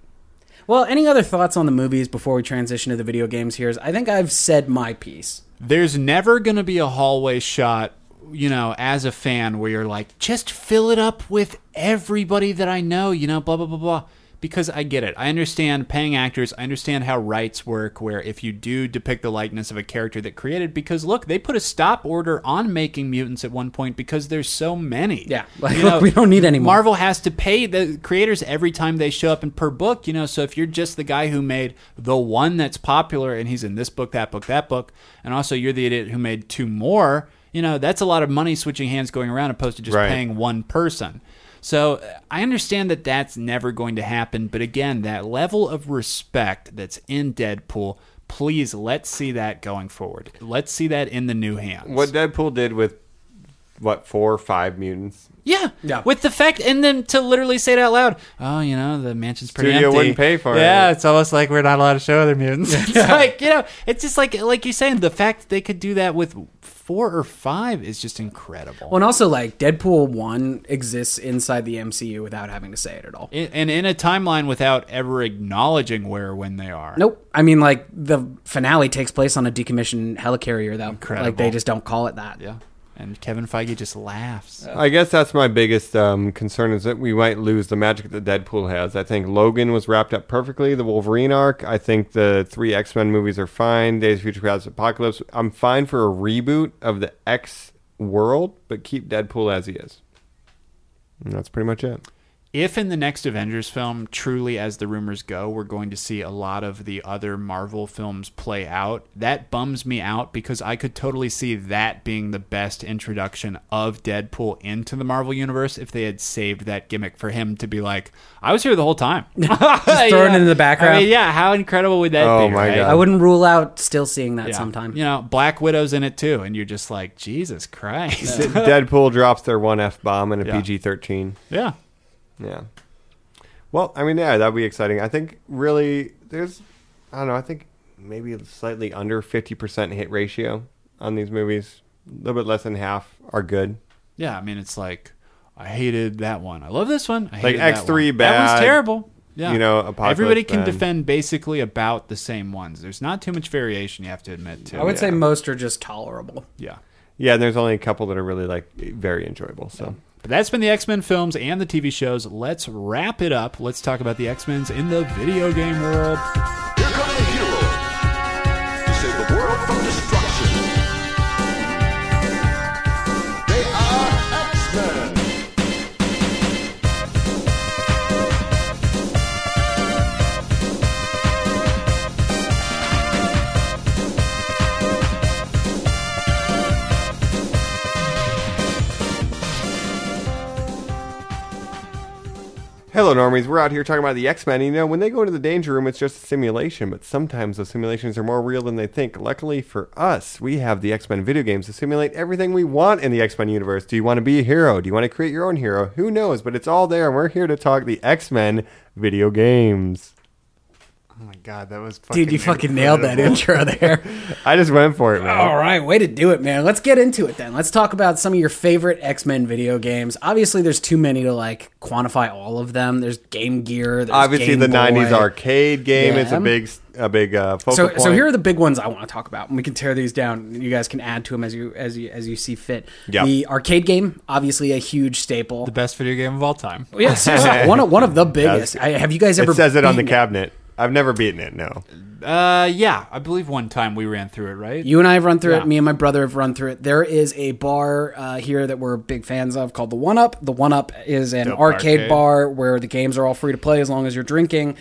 G: Well, any other thoughts on the movies before we transition to the video games? Here's I think I've said my piece.
A: There's never going to be a hallway shot, you know, as a fan where you're like, just fill it up with everybody that I know, you know, blah, blah, blah, blah. Because I get it. I understand paying actors. I understand how rights work, where if you do depict the likeness of a character that created, because look, they put a stop order on making mutants at one point because there's so many.
G: Yeah. Like, look, we don't need any more.
A: Marvel Marvel has to pay the creators every time they show up and per book, you know. So if you're just the guy who made the one that's popular and he's in this book, that book, that book, and also you're the idiot who made two more, you know, that's a lot of money switching hands going around opposed to just
H: Right.
A: paying one person. So uh, I understand that that's never going to happen, but again, that level of respect that's in Deadpool, please let's see that going forward. Let's see that in the new hands.
H: What Deadpool did with what four or five mutants?
A: Yeah.
G: Yeah.
A: With the fact, and then to literally say it out loud. Oh, you know, the mansion's pretty
H: Studio
A: empty.
H: wouldn't pay for
A: Yeah,
H: it.
A: it's almost like we're not allowed to show other mutants. it's like you know, it's just like like you're saying, the fact that they could do that with four or five is just incredible.
G: Well, Oh, and also like Deadpool one exists inside the MCU without having to say it at all.
A: In- and in a timeline without ever acknowledging where or when they are.
G: Nope. I mean, like the finale takes place on a decommissioned helicarrier, though. Like they just don't call it that.
A: Yeah. And Kevin Feige just laughs.
H: I guess that's my biggest um, concern is that we might lose the magic that Deadpool has. I think Logan was wrapped up perfectly, the Wolverine arc. I think the three X Men movies are fine. Days of Future Past, Apocalypse. I'm fine for a reboot of the X world, but keep Deadpool as he is. And that's pretty much it.
A: if in the next Avengers film, truly as the rumors go, we're going to see a lot of the other Marvel films play out, that bums me out because I could totally see that being the best introduction of Deadpool into the Marvel universe if they had saved that gimmick for him to be like, I was here the whole time. Just
G: throw it into the background.
A: I mean, yeah, how incredible would that
H: Oh
A: be?
H: my
A: right?
H: God.
G: I wouldn't rule out still seeing that
A: Yeah.
G: sometime.
A: You know, Black Widow's in it too, and you're just like, Jesus Christ. Yeah.
H: Deadpool drops their one f bomb in a
A: Yeah.
H: PG thirteen. Yeah. Well, I mean, yeah, that'd be exciting. I think really there's, I don't know, I think maybe slightly under 50% hit ratio on these movies. A little bit less than half are good.
A: Yeah, I mean, it's like I hated that one. I love this one. I
H: Like
A: hated that one.
H: X3
A: That
H: bad,
A: one's terrible. Yeah,
H: you know, Apocalypse
A: everybody can
H: bad.
A: defend basically about the same ones. There's not too much variation. You have to admit to.
G: I would
A: yeah.
G: say most are just tolerable.
A: yeah.
H: Yeah, and there's only a couple that are really like very enjoyable. So
A: But that's been the X Men films and the TV shows. Let's wrap it up. Let's talk about the X Men's in the video game world.
B: Here come the heroes to save the world from destruction. They are X-Men.
H: hello, normies. We're out here talking about the X Men. You know, when they go into the danger room, it's just a simulation, but sometimes those simulations are more real than they think. Luckily for us, we have the X Men video games to simulate everything we want in the X Men universe. Do you want to be a hero? Do you want to create your own hero? Who knows? But it's all there, and we're here to talk the X Men video games.
A: Oh my god, that was fucking
G: Dude, you fucking nailed that intro Oh, there.
H: I just went for it, man.
G: All right, way to do it, man. Let's get into it then. Let's talk about some of your favorite X Men video games. Obviously, there's too many to like quantify all of them. There's Game Gear. There's
H: Obviously,
G: Game
H: the
G: Boy.
H: '90s arcade game is
G: Yeah.
H: a big, a big uh, focal
G: So,
H: point.
G: so here are the big ones I want to talk about, and we can tear these down. You guys can add to them as you as you as you see fit.
H: Yeah.
G: The arcade game, obviously a huge staple.
A: the best video game of all time.
G: yeah, seriously, one of, one of the biggest. I, have you guys ever
H: it says it on the
G: beaten
H: cabinet. I've never beaten it. No.
A: Uh, yeah, I believe one time we ran through it, right?
G: You and I have run through
A: Yeah.
G: it. Me and my brother have run through it. There is a bar uh, here that we're big fans of called the One Up. The One Up is an arcade,
I: arcade.
G: bar where the games are all free to play as long as you're drinking.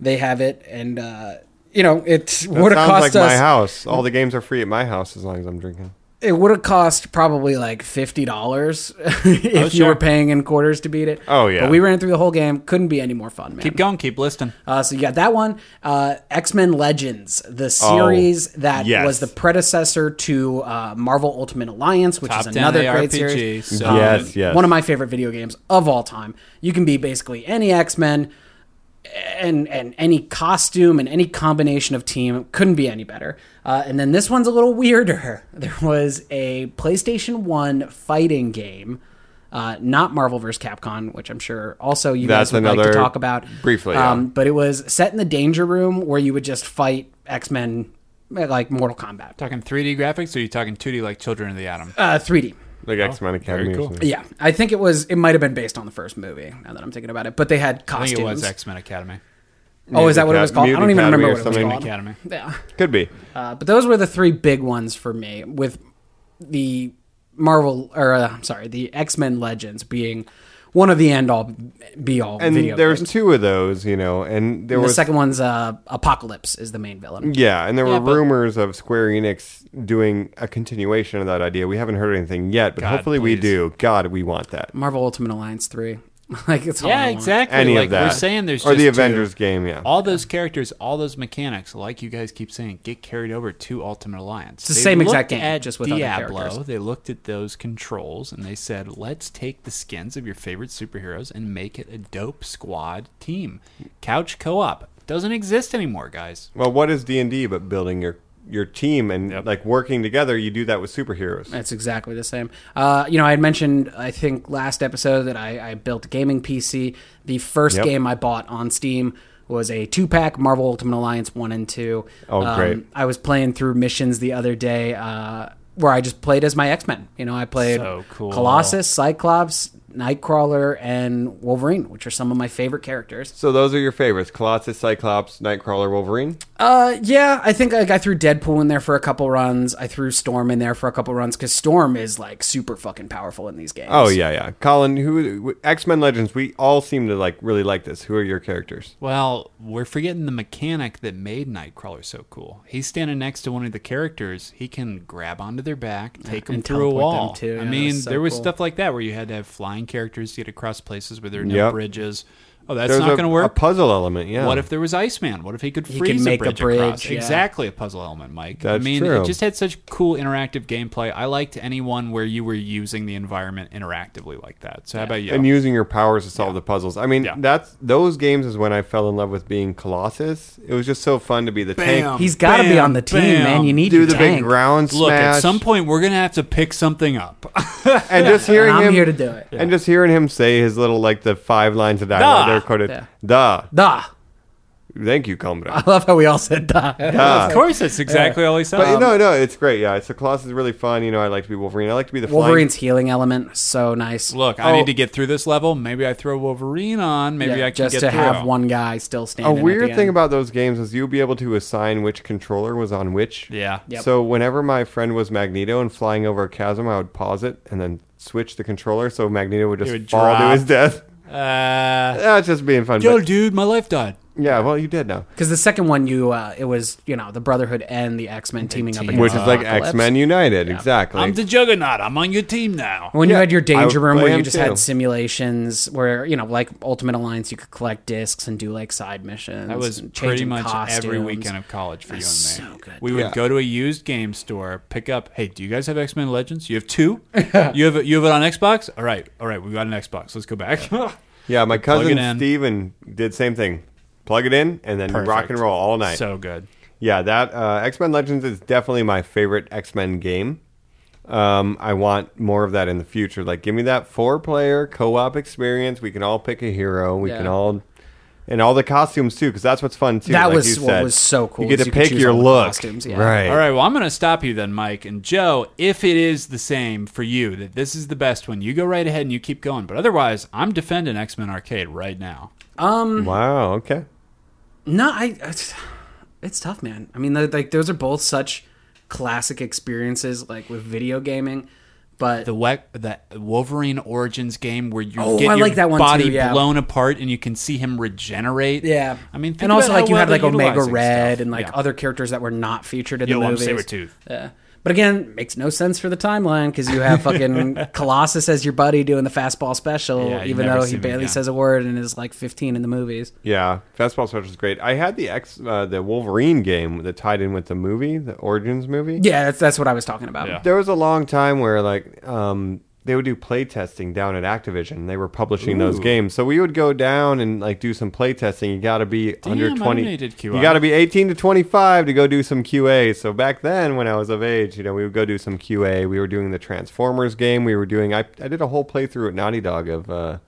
G: They have it, and uh, you know it
H: That
G: would have
H: sounds
G: cost
H: like
G: us.
H: my house. All the games are free at my house as long as I'm drinking.
G: It would have cost probably like fifty dollars if you
A: sure.
G: were paying in quarters to beat it.
H: Oh, yeah.
G: but we ran through the whole game. Couldn't be any more fun, man.
A: Keep going, keep listening.
G: Uh, so you got that one. Uh, X Men Legends, the series that
H: Oh, yes.
G: was the predecessor to uh, Marvel Ultimate Alliance, which
A: Top
G: is
A: 10
G: another great
A: ARPG,
G: series. Um,
A: so-
H: Yes, yes.
G: One of my favorite video games of all time. You can be basically any X Men. And, and any costume and any combination of team couldn't be any better. Uh, and then this one's a little weirder. There was a PlayStation 1 fighting game, uh, not Marvel vs. Capcom, which I'm sure also you
H: That's
G: guys would like
H: another-
G: to talk about.
H: briefly, yeah.
G: Um, but it was set in the danger room where you would just fight X Men like Mortal Kombat.
A: Talking 3D graphics, or are you talking 2D like Children of the Atom?
G: Uh, 3D.
H: Like
A: Oh,
H: X Men Academy.
I: cool.
H: Or something.
G: Yeah, I think it was. It might have been based on the first movie. Now that I'm thinking about it, but they had
A: I
G: costumes.
A: think it was X Men Academy.
G: Oh, is that what it
H: Mutant
G: was called? I
H: Academy
G: don't even remember
H: or
G: what it was
H: something.
G: called.
A: Academy.
G: Yeah,
H: Could be.
G: uh, but those were the three big ones for me. With the Marvel, or uh, I'm sorry, the X Men Legends being one of the end all be all.
H: And
G: video
H: there's
G: games.
H: two of those, you know, and there
G: the
H: was Mm.
G: second one's uh, Apocalypse is the main villain.
H: Yeah, and there
A: Yeah,
H: were
A: but-
H: rumors of Square Enix doing a continuation of that idea. We haven't heard anything yet, but hopefully we
A: please.
H: do. God, we want that.
G: Marvel Ultimate Alliance three. like it's all I
A: Yeah,
G: want.
A: exactly.
H: Any
A: like
H: of that.
A: we're saying, there's
H: or
A: just
H: the
A: two.
H: Avengers game, yeah.
A: All those characters, all those mechanics, like you guys keep saying, get carried over to Ultimate Alliance. It's
G: the same exact game, just with other
A: Diablo.
G: characters.
A: They looked at those controls and they said, let's take the skins of your favorite superheroes and make it a dope squad team. Couch co-op doesn't exist anymore, guys.
H: well, what is D and D but building your your team and like working together? You do that with superheroes.
G: It's exactly the same. Uh, you know, I had mentioned, I think, last episode that I, I built a gaming PC. The first
H: Yep.
G: game I bought on Steam was a two pack Marvel Ultimate Alliance 1 and 2.
H: Oh, great.
G: I was playing through missions the other day uh, where I just played as my X Men. You know, I played
A: So cool.
G: Colossus, Cyclops, Nightcrawler, and Wolverine, which are some of my favorite characters.
H: So those are your favorites: Colossus, Cyclops, Nightcrawler, Wolverine.
G: Uh, yeah, I think like, I threw Deadpool in there for a couple runs. I threw Storm in there for a couple runs because Storm is like super fucking powerful in these games.
H: Oh yeah, yeah. Colin, who X Men Legends? We all seem to like really like this. Who are your characters?
A: Well, we're forgetting the mechanic that made Nightcrawler so cool. He's standing next to one of the characters. He can grab onto their back, take them
G: and
A: through a
G: teleport
A: wall.
G: them too.
A: I
G: Yeah,
A: mean,
G: that's so
A: there was
G: cool.
A: stuff like that where you had to have flying characters to get across places where there are no
H: Yep.
A: bridges. Oh, that's
H: There's
A: not
H: a-
A: going to work.
H: A puzzle element, yeah.
A: What if there was Iceman? What if he could
G: He
A: freeze
G: can make a
A: a, bridge
G: bridge,
A: across?
G: yeah.
A: Exactly a puzzle element, Mike. I
H: That's
A: mean,
H: true.
A: it just had such cool interactive gameplay. I liked anyone where you were using the environment interactively like that. So how about you?
H: and using your powers to solve the puzzles. I mean,
A: Yeah.
H: that's those games is when I fell in love with being Colossus. It was just so fun to be the tank,
G: He's got to be
A: Bam,
G: on the team,
A: bam.
G: man. You need
H: do
G: your
H: the
G: tank.
H: big ground smash.
A: Look, at some point we're gonna have to pick something up.
H: and just
G: And
H: hearing
G: I'm
H: him
G: here to do it.
H: And just hearing him say his little like the five lines of dialogue
A: Duh.
H: they're quoted.
G: Yeah.
H: Duh.
G: Duh.
H: Thank you, Combra.
G: I love how we all said duh.
A: of course, that's exactly all he said.
H: Ah.
A: Um,
H: But you know, no, it's great. Yeah, so Colossus is really fun. You know, I like to be Wolverine. I like to be the flying-
G: Wolverine's healing element, so nice.
A: Look, I
H: Oh.
A: need to get through this level. Maybe I throw Wolverine on. Maybe
G: Yeah,
A: I can
G: just
A: get
G: to
A: through.
G: have one guy still
H: A
G: standing. at the
H: weird
G: end.
H: thing about those games is you'll be able to assign which controller was on which.
A: Yeah. Yep.
H: So whenever my friend was Magneto and flying over a chasm, I would pause it and then switch the controller so Magneto would just
A: would
H: fall to
A: drop.
H: his death.
A: Uh,
H: That's just being fun.
A: yo,
H: but-
A: dude, my life died.
H: yeah, well, you did now.
G: because the second one, you uh, it was you know the Brotherhood and the X Men teaming up,
A: team
G: against
H: Which is like
G: Apocalypse.
H: X Men United. Exactly.
A: I'm the Juggernaut. I'm on your team now.
G: When you
H: Yeah,
G: had your danger
H: I
G: room,
H: play
G: where you
H: him
G: just
H: too.
G: had simulations, where you know, like Ultimate Alliance, you could collect discs and do like side missions.
A: That was
G: and
A: pretty
G: changing
A: much every
G: costumes.
A: weekend of college for
G: That's
A: you and me.
G: so good.
A: We would
H: Yeah.
A: go to a used game store, pick up. Hey, do you guys have X Men Legends? You have two. you have it- you have it on Xbox. All right, all right, we got an Xbox. Let's go back.
H: yeah, my
A: Plug it
H: cousin
A: in.
H: Steven did same thing. Plug it in and then rock
A: Perfect.
H: and roll all night.
A: so good.
H: Yeah, that uh, X Men Legends is definitely my favorite X Men game. Um, I want more of that in the future. Like, give me that four player co op experience. We can all pick a hero. We
G: Yeah.
H: can all. And all the costumes too, because that's what's fun too.
G: That
H: like
G: was
H: you
G: what
H: said.
G: was so cool,
H: You get
G: is
H: to
G: you could
H: pick
G: choose
H: your
G: all the
H: look,
G: costumes, yeah.
H: right?
A: All right, well, I'm going to stop you then, Mike. And Joe, if it is the same for you, that this is the best one, you go right ahead and you keep going. But otherwise, I'm defending X Men Arcade right now.
H: Wow. Okay.
G: No, I. It's, it's tough, man. I mean, the, like those are both such classic experiences, like with video gaming. But
A: The we- the Wolverine Origins game where you
G: Oh,
A: get
G: I
A: your
G: like that one
A: body
G: too, yeah.
A: blown apart and you can see him regenerate.
G: yeah,
A: I mean, think
G: and also
A: about
G: like
A: how
G: you
A: well
G: had
A: they're
G: like Omega
A: utilizing
G: Red
A: stuff.
G: and like
A: Yeah.
G: other characters that were not featured in
A: Yo,
G: the
A: I'm
G: movies.
A: Sabretooth.
G: Yeah. But again, makes no sense for the timeline because you have fucking Colossus as your buddy doing the fastball special,
A: Yeah, you
G: even
A: never
G: though
A: see
G: he
A: him
G: barely
A: again.
G: says a word and is like 15 in the movies.
H: Yeah, fastball special is great. I had the X, uh, the Wolverine game that tied in with the movie, the Origins movie.
G: Yeah, that's that's what I was talking about.
A: Yeah.
H: There was a long time where like um, they would do play testing down at Activision. They were publishing those games, so we would go down and like do some play testing. You got to be under
A: I
H: twenty.
A: only did QI.
H: You got to be eighteen to twenty-five to go do some QA. So back then, when I was of age, you know, we would go do some QA. We were doing the Transformers game. We were doing. I I did a whole playthrough at Naughty Dog of uh,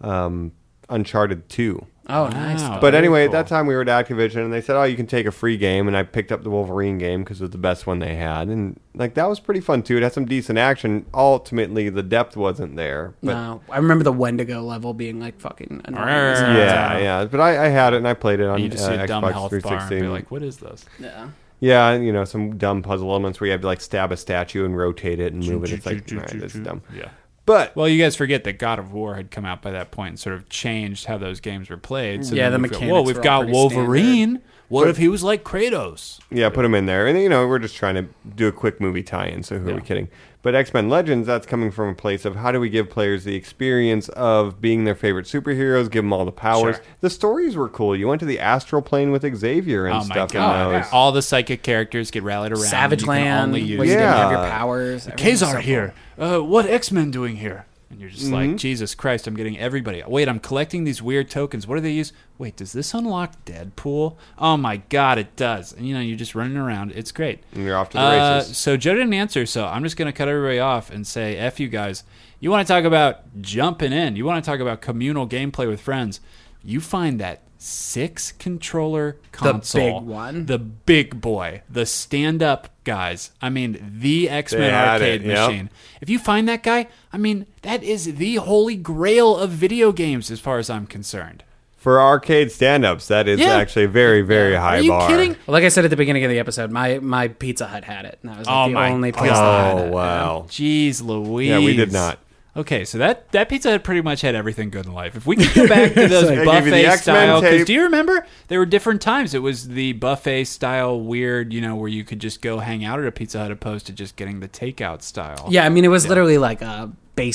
H: um, Uncharted Two.
G: Oh, nice.
A: Wow.
H: But
A: Very
H: anyway, at
A: cool.
H: that time we were at Activision, and they said, "Oh, you can take a free game," and I picked up the Wolverine game because it was the best one they had, and like that was pretty fun too. It had some decent action. Ultimately, the depth wasn't there, but
G: no, I remember the Wendigo level being like fucking annoying.
A: Arrgh.
H: yeah, yeah. But I, I had it and I played it on
A: you just
H: uh,
A: see a dumb
H: Xbox
A: health bar and
H: 360.
A: be like, "What is this?"
G: Yeah.
H: yeah, and, you know, some dumb puzzle elements where you have to like stab a statue and rotate it and move it. It's like all right, that's dumb.
A: Yeah.
H: But
A: Well, you guys forget that God of War had come out by that point and sort of changed how those games were played. So
G: Yeah,
A: then
G: the
A: we've got,
G: mechanics
A: Whoa,
G: were
A: we've
G: all
A: got
G: pretty
A: Wolverine. What if he was like Kratos?
H: Yeah, put them in there. And, you know, we're just trying to do a quick movie tie in, so who are we kidding? But X Men Legends, that's coming from a place of how do we give players the experience of being their favorite superheroes, give them all the powers.
A: Sure.
H: The stories were cool. You went to the astral plane with Xavier and
A: Oh my
H: stuff
A: God!
H: in those.
A: All the psychic characters get rallied around.
G: Savage
A: and you can
G: Land,
A: Only
G: where you
A: use
H: Yeah.
G: didn't have your powers. Everything was
A: Kazar
G: so
A: here. Uh, what X Men doing here? And you're just
H: Mm-hmm.
A: like, Jesus Christ, I'm getting everybody. Wait, I'm collecting these weird tokens. What do they use? Wait, does this unlock Deadpool? Oh my God, it does. And you know, you're just running around. It's great.
H: And you're off to the
A: Uh,
H: races.
A: so Joe didn't answer, so I'm just going to cut everybody off and say, F you guys. You want to talk about jumping in, you want to talk about communal gameplay with friends. You find that six controller console
G: big one?
A: the big boy, the stand up guys. I mean, the X
H: They
A: Men
H: had
A: arcade
H: it, yep.
A: machine. If you find that guy, I mean, that is the holy grail of video games, as far as I'm concerned.
H: For arcade stand ups, that is
A: Yeah.
H: actually very, very high
A: Are you
H: bar.
A: kidding?
G: Well, like I said at the beginning of the episode, my, my Pizza Hut had it. And that was like
A: Oh
G: the
A: my
G: only place that had
H: Oh,
G: it.
H: wow.
A: Jeez Louise.
H: Yeah, we did not.
A: Okay, so that, that pizza had pretty much had everything good in life. If we could go back to those
H: They gave you the
A: buffet
H: X-Men
A: style, because
H: tape.
A: do you remember there were different times? It was the buffet style weird, you know, where you could just go hang out at a Pizza Hut opposed to just getting the takeout style.
G: Yeah, I mean, it was literally like a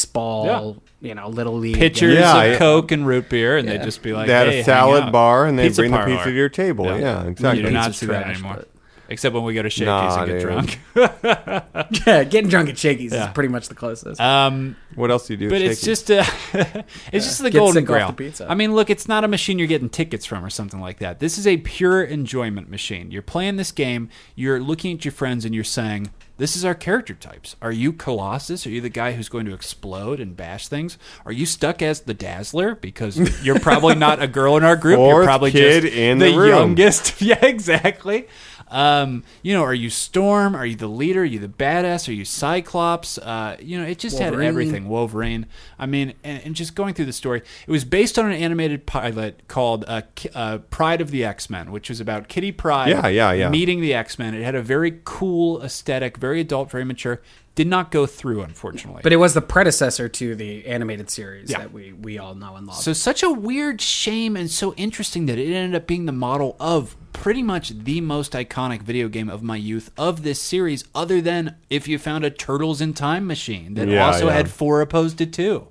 G: baseball, you know, little league.
A: pitchers
H: Yeah,
A: of
H: yeah.
A: Coke and root beer, and they'd just be like,
H: They had
A: "Hey,
H: a
A: hang
H: salad
A: out."
H: bar and they
A: Pizza
H: bring the
A: parlor.
H: pizza to your table. Yeah,
A: You
H: exactly.
A: do not
G: Pizza's
A: see that
G: trash,
A: anymore,
G: but-
A: except when we go to Shakey's
H: Nah,
A: and get
H: dude.
A: drunk.
G: Yeah, getting drunk at Shakey's
A: Yeah.
G: is pretty much the closest.
A: Um,
H: What else do you do?
A: but
H: at
A: it's
H: Shakey's?
A: just a, it's just the
G: Get
A: golden
G: sick off
A: grail.
G: the pizza.
A: I mean, look, it's not a machine you're getting tickets from or something like that. This is a pure enjoyment machine. You're playing this game. You're looking at your friends and you're saying. This is our character types. Are you Colossus? Are you the guy who's going to explode and bash things? Are you stuck as the Dazzler because you're probably not a girl in our group? you're
H: Fourth
A: probably
H: kid
A: just
H: in
A: the,
H: the room.
A: youngest youngest. yeah, exactly. Um, you know, are you Storm? Are you the leader? Are you the badass? Are you Cyclops? Uh, you know, it just
G: Wolverine.
A: had everything. Wolverine. I mean, and, and just going through the story, it was based on an animated pilot called uh, Ki- uh, Pride of the X Men, which was about Kitty Pride.
H: Yeah, yeah, yeah.
A: Meeting the X Men. It had a very cool aesthetic, very adult, very mature. Did not go through, unfortunately.
G: but it was the predecessor to the animated series
A: Yeah.
G: that we, we all know and love.
A: So such a weird shame and so interesting that it ended up being the model of pretty much the most iconic video game of my youth of this series other than if you found a Turtles in Time machine that
H: Yeah,
A: also
H: yeah.
A: had four opposed to two.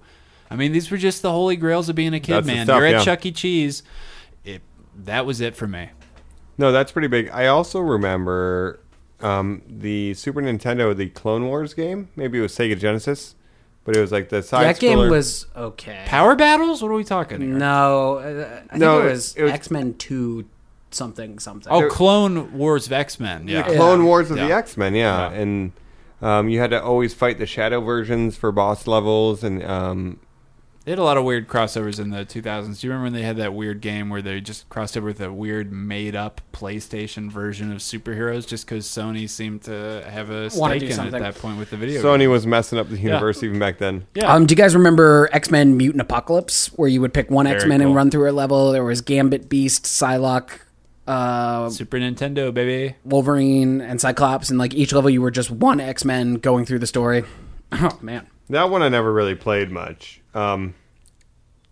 A: I mean, these were just the holy grails of being a kid,
H: That's the
A: man.
H: stuff,
A: You're at
H: yeah.
A: Chuck E. Cheese. It, that was it for me.
H: No, that's pretty big. I also remember um, the Super Nintendo, the Clone Wars game. Maybe it was Sega Genesis, but it was like the side
G: that game
H: scroller-
G: was okay.
A: Power battles? What are we talking here?
G: No, uh, I think
H: No,
G: it
H: it-
G: was,
H: it was-
G: X Men Two, something something.
A: Oh, Clone Wars of X Men. Yeah.
H: Clone Wars of the
A: Yeah.
H: X Men. Yeah,
A: Yeah.
H: and um, you had to always fight the shadow versions for boss levels, and um,
A: They had a lot of weird crossovers in the 2000s. Do you remember when they had that weird game where they just crossed over with a weird made up PlayStation version of superheroes just because Sony seemed to have a
G: Wanna
A: stake
G: do
A: in it at
G: something.
A: that point with the video?
H: Sony was messing up the universe even back then.
A: Yeah.
G: Um, do you guys remember X Men Mutant Apocalypse, where you would pick one X Men
A: cool.
G: and run through a level? There was Gambit, Beast, Psylocke, uh,
A: Super Nintendo, baby.
G: Wolverine, and Cyclops, and like each level you were just one X Men going through the story. Oh man,
H: That one I never really played much. Um,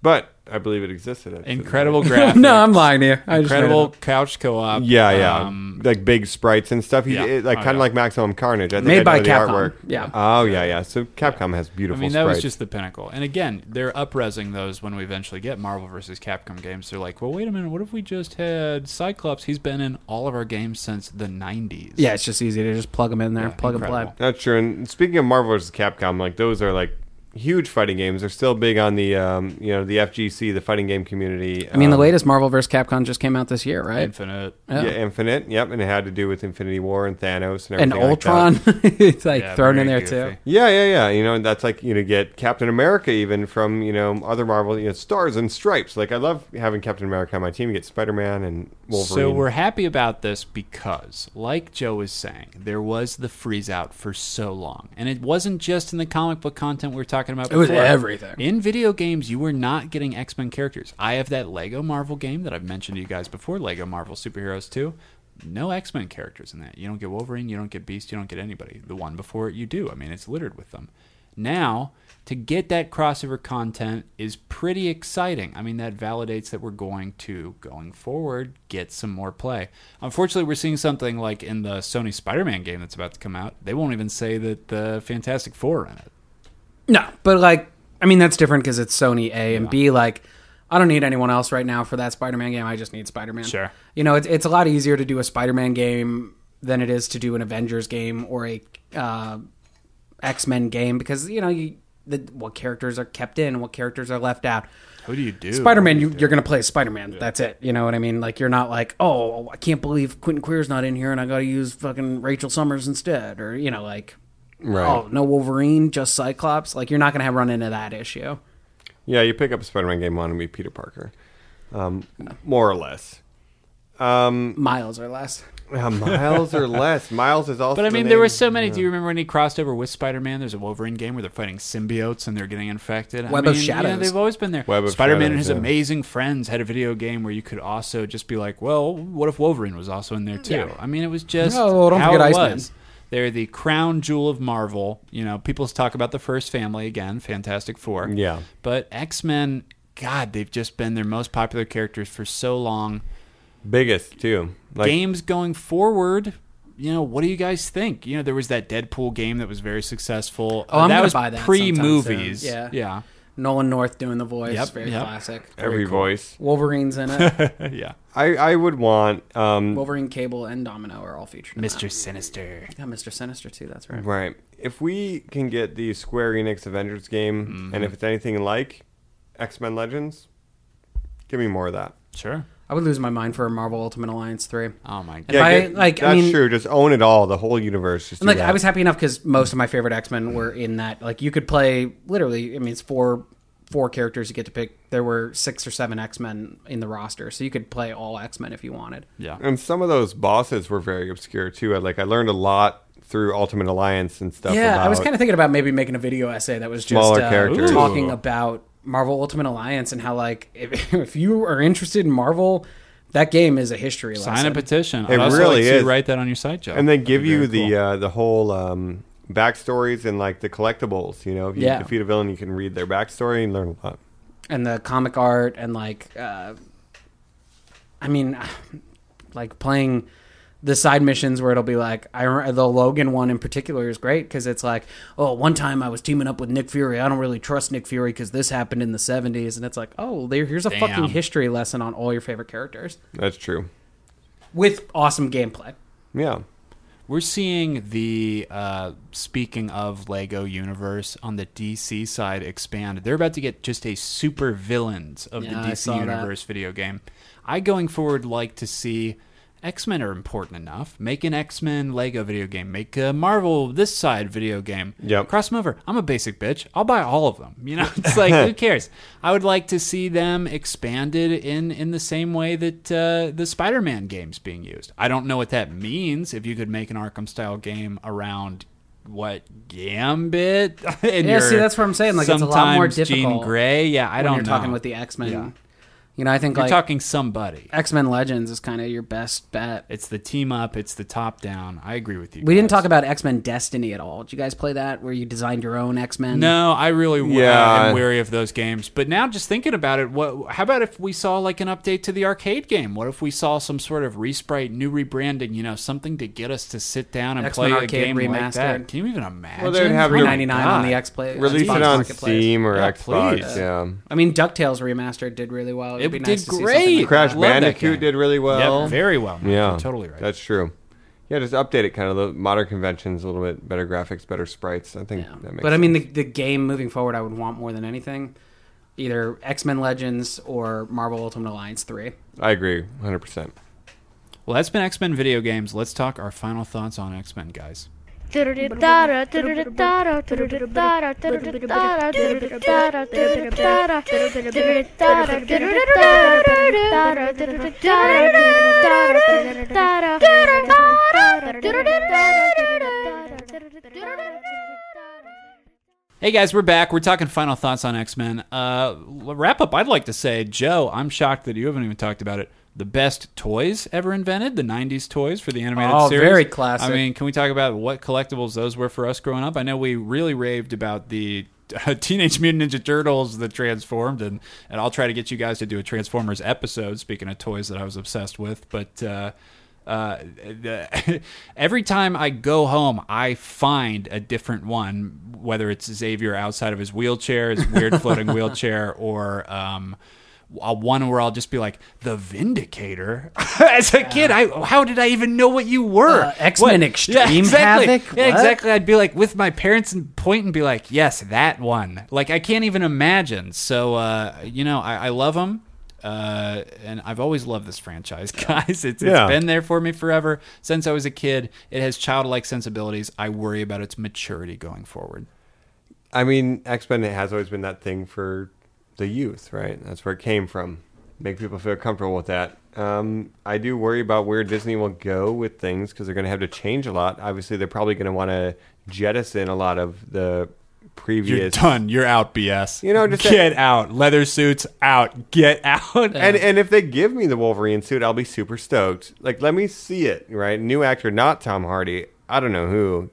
H: but I believe it existed. at-
A: Incredible graphics.
G: no, I'm lying to you. I just made it
A: Incredible
G: up.
A: couch Um, co op.
H: Yeah, yeah. like big sprites and stuff. He,
A: yeah.
H: it- like
A: Oh,
H: kind of
A: yeah.
H: like Maximum Carnage. I think
G: Made
H: I
G: by
H: know the
G: Capcom.
H: artwork.
G: Yeah.
H: Oh yeah, yeah. So Capcom has
A: I
H: beautiful.
A: mean, that was
H: sprites.
A: just the pinnacle. And again, they're upresing those when we eventually get Marvel versus Capcom games. They're like, well, wait a minute. What if we just had Cyclops? He's been in all of our games since the 90s.
G: Yeah, it's just easy to just plug them in there, plug and
A: incredible.
G: play.
H: That's true. And speaking of Marvel vs. Capcom, like those are like huge fighting games. They're still big on the um, you know the FGC, the fighting game community.
G: I mean, the
H: Um,
G: latest Marvel vs. Capcom just came out this year, right?
A: Infinite.
H: yeah, Infinite. Yep, and it had to do with Infinity War and Thanos and everything.
G: and
H: like
G: Ultron,
H: that.
G: it's like
A: Yeah,
G: thrown
A: very
G: in there
A: goofy.
G: too.
H: Yeah, yeah, yeah. You know, and that's like you know get Captain America even from you know other Marvel, you know, Stars and Stripes. Like I love having Captain America on my team. You get Spider Man and Wolverine.
A: So we're happy about this because, like Joe was saying, there was the freeze out for so long, and it wasn't just in the comic book content we were talking about.
G: It was
A: before.
G: everything.
A: in video games. You were not getting X Men characters. I have that Lego Marvel game that I've mentioned to you guys before, Lego Marvel Superheroes Two. No X Men characters in that. You don't get Wolverine, you don't get Beast, you don't get anybody. The one before it, you do. I mean, it's littered with them. Now, to get that crossover content is pretty exciting. I mean, that validates that we're going to, going forward, get some more play. Unfortunately, we're seeing something like in the Sony Spider Man game that's about to come out. They won't even say that the Fantastic Four are in it.
G: No, but like, I mean, that's different because it's Sony A and B. Like, I don't need anyone else right now for that Spider-Man game. I just need Spider-Man.
A: Sure.
G: You know, it's it's a lot easier to do a Spider-Man game than it is to do an Avengers game or a uh, X-Men game because you know you, the, what characters are kept in, and what characters are left out.
A: Who do you do?
G: Spider-Man, you, you're gonna play as Spider-Man. That's it. You know what I mean? Like you're not like, oh, I can't believe Quentin Queer's not in here, and I got to use fucking Rachel Summers instead, or you know, like, oh, no Wolverine, just Cyclops. Like you're not gonna have run into that issue.
H: Yeah, you pick up a Spider-Man game wanting to be Peter Parker, um, more or less. Um,
G: Miles or less.
H: yeah, miles or less. Miles is also.
A: But I
H: the
A: mean, there
H: name-
A: were so many. Do you remember when he crossed over with Spider-Man? There's a Wolverine game where they're fighting symbiotes and they're getting infected. I
G: Web of
A: mean, yeah,
G: Shadows.
A: they've always been there.
H: Web of
A: Spider-Man and
H: Shadows,
A: his
H: yeah.
A: amazing friends had a video game where you could also just be like, well, what if Wolverine was also in there too? I mean, it was just
G: No, don't
A: how
G: forget
A: it
G: Iceman.
A: was. They're the crown jewel of Marvel. You know, people talk about the first family again, Fantastic Four.
H: Yeah.
A: But X-Men, God, they've just been their most popular characters for so long
H: biggest too. Like
A: games going forward. You know, what do you guys think? You know, there was that Deadpool game that was very successful.
G: Oh, I'm
A: that
G: gonna
A: was
G: buy that
A: pre movies.
G: sometime soon. Yeah.
A: yeah,
G: Nolan North doing the voice.
A: Yep,
G: very
A: yep.
G: classic.
H: every voice.
G: Wolverine's in it.
A: yeah.
H: I I would want. Um,
G: Wolverine, Cable, and Domino are all featured. in
A: Mister
G: that.
A: Sinister.
G: Yeah, Mr. Sinister too. That's right.
H: right. If we can get the Square Enix Avengers game,
G: Mm-hmm.
H: and if it's anything like X-Men Legends, give me more of that.
A: Sure.
G: I would lose my mind for Marvel Ultimate Alliance three.
A: Oh my god.
G: Yeah. I-
H: get-
G: like, I
H: that's
G: mean-
H: true. Just own it all, the whole universe. Just do
G: And like
H: that.
G: I was happy enough because most of my favorite X Men were in that. Like you could play literally. I mean, it's four four characters you get to pick. There were six or seven X Men in the roster, so you could play all X Men if you wanted.
A: Yeah.
H: And some of those bosses were very obscure too. I- Like I learned a lot through Ultimate Alliance and stuff.
G: Yeah, I was
H: about-
G: kind of thinking about maybe making a video essay that was just
H: Smaller
G: uh,
H: characters.
G: talking about Marvel Ultimate Alliance and how like if, if you are interested in Marvel, that game is a history lesson.
A: Sign a petition.
H: It
A: I'd also
H: really
A: like to
H: is.
A: write that on your side job.
H: and they give you the uh, the whole um, backstories and like the collectibles. You know, if you
G: Yeah.
H: defeat a villain, you can read their backstory and learn a lot.
G: and the comic art and like uh, i mean like playing the side missions where it'll be like I re- the Logan one in particular is great because it's like oh one time I was teaming up with Nick Fury I don't really trust Nick Fury because this happened in the seventies and it's like oh there here's a fucking
A: Damn.
G: history lesson on all your favorite characters
H: That's true.
G: with awesome gameplay
H: Yeah,
A: We're seeing the uh, speaking of Lego universe on the DC side expand. They're about to get just a super villains of
G: Yeah, I
A: the
G: saw
A: DC
G: that.
A: universe video game. I going forward like to see X Men are important enough. Make an X Men Lego video game. Make a Marvel this side video game.
H: Yep.
A: Cross them over. I'm a basic bitch. I'll buy all of them. You know, it's like who cares? I would like to see them expanded in in the same way that uh, the Spider Man game's being used. I don't know what that means. If you could make an Arkham style game around what Gambit? and
G: Yeah, see,
A: your
G: that's what I'm saying, like, it's a lot more
A: sometimes Jean
G: difficult
A: Grey. Yeah, I
G: when
A: don't
G: you're
A: know.
G: talking with the X Men.
A: Yeah.
G: You know, I think
A: You're
G: like
A: talking somebody.
G: X Men Legends is kind of your best bet.
A: It's the team up. It's the top down. I agree with you.
G: we didn't
A: guys.
G: talk about X Men Destiny at all. Did you guys play that where you designed your own X Men?
A: No, I really w- uh,
H: Yeah.
A: am wary of those games. But now, just thinking about it, what? How about if we saw like an update to the arcade game? What if we saw some sort of resprite, new rebranding? You know, something to get us to sit down and
G: X-Men
A: play a
G: Arcade
A: game like that.
G: Remastered.
A: Can you even imagine?
H: Well, they'd have
A: Oh
H: your-
A: my
G: ninety nine on
A: God.
G: the X Play.
H: Release
G: Xbox
H: it on
G: Marketplace.
H: Steam or
A: Yeah,
H: Xbox.
A: please.
H: Yeah.
G: I mean, Ducktales remastered did really well. It'd
A: It
G: be
A: did
G: nice to see something
A: great.
G: like
H: Crash
A: Love that
H: Bandicoot
A: game.
H: did really well.
A: Yeah, very well. Mike.
H: Yeah,
A: You're totally right.
H: That's true. Yeah, just update it kind of the modern conventions a little bit, better graphics, better sprites. I think that makes.
G: but I mean, the, the game moving forward, I would want more than anything, either X Men Legends or Marvel Ultimate Alliance three.
H: I agree, hundred percent.
A: well, that's been X Men video games. Let's talk our final thoughts on X Men, guys. Hey guys, we're back. We're talking final thoughts on X Men. Uh, wrap up. I'd like to say, Joe, I'm shocked that you haven't even talked about it. The best toys ever invented, the '90s toys for the animated
G: Oh,
A: series.
G: very classic.
A: I mean, can we talk about what collectibles those were for us growing up? I know we really raved about the uh, Teenage Mutant Ninja Turtles that transformed, and and I'll try to get you guys to do a Transformers episode. Speaking of toys that I was obsessed with, but. Uh, uh, the, every time I go home, I find a different one, whether it's Xavier outside of his wheelchair, his weird floating wheelchair, or um, a one where I'll just be like, "The Vindicator." As a kid, I how did I even know what you were?
G: Uh, X-Men
A: What?
G: Extreme
A: yeah, exactly.
G: Havoc?
A: Yeah,
G: What?
A: exactly. I'd be like with my parents and point and be like, "Yes, that one." Like I can't even imagine. So uh, you know, I, I love them. Uh, and I've always loved this franchise, guys. It's,
H: Yeah.
A: it's been there for me forever since I was a kid. It has childlike sensibilities. I worry about its maturity going forward.
H: I mean, X Men has always been that thing for the youth, right? That's where it came from. Make people feel comfortable with that. Um, I do worry about where Disney will go with things because they're going to have to change a lot. Obviously, they're probably going to want to jettison a lot of the previous.
A: You're done. You're out, BS.
H: You know, just
A: get
H: that-
A: out. Leather suits out. Get
G: Uh,
A: out.
H: And and if they give me the Wolverine suit, I'll be super stoked. Like, let me see it, right? New actor, not Tom Hardy. I don't know who.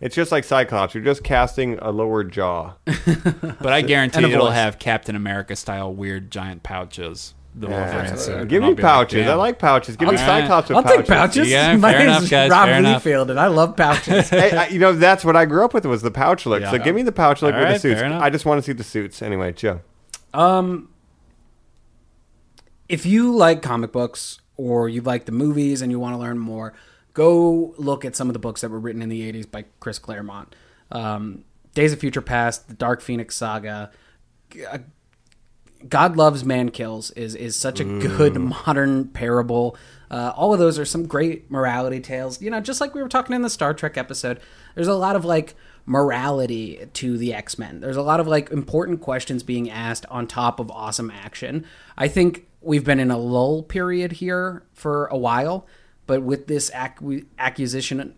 H: It's just like Cyclops. You're just casting a lower jaw.
A: but I guarantee
G: And a
A: it'll
G: voice.
A: have Captain America style weird giant pouches. The Wolverine suit.
H: Give
A: And
H: me
A: I'll be like,
H: pouches.
A: "Damn."
H: I like pouches. Give me
A: All right.
H: Cyclops with
G: I'll
H: pouches.
G: take pouches.
A: Yeah,
G: My
A: fair
G: name
A: enough,
G: is
A: guys,
G: Rob
A: fair enough.
G: Liefeld, and I love pouches.
H: Hey, I, you know that's what I grew up with was the pouch look. So
A: Yeah.
H: give me the pouch look
A: All
H: with the
A: right,
H: suits.
A: fair enough.
H: I just want to see the suits anyway. Joe,
G: um, if you like comic books or you like the movies and you want to learn more, go look at some of the books that were written in the '80s by Chris Claremont. Um, Days of Future Past, The Dark Phoenix Saga, God loves man kills is is such a good modern parable. Uh, all of those are some great morality tales. You know, just like we were talking in the Star Trek episode, there's a lot of like morality to the X Men. There's a lot of like important questions being asked on top of awesome action. I think we've been in a lull period here for a while, but with this acqu- accusation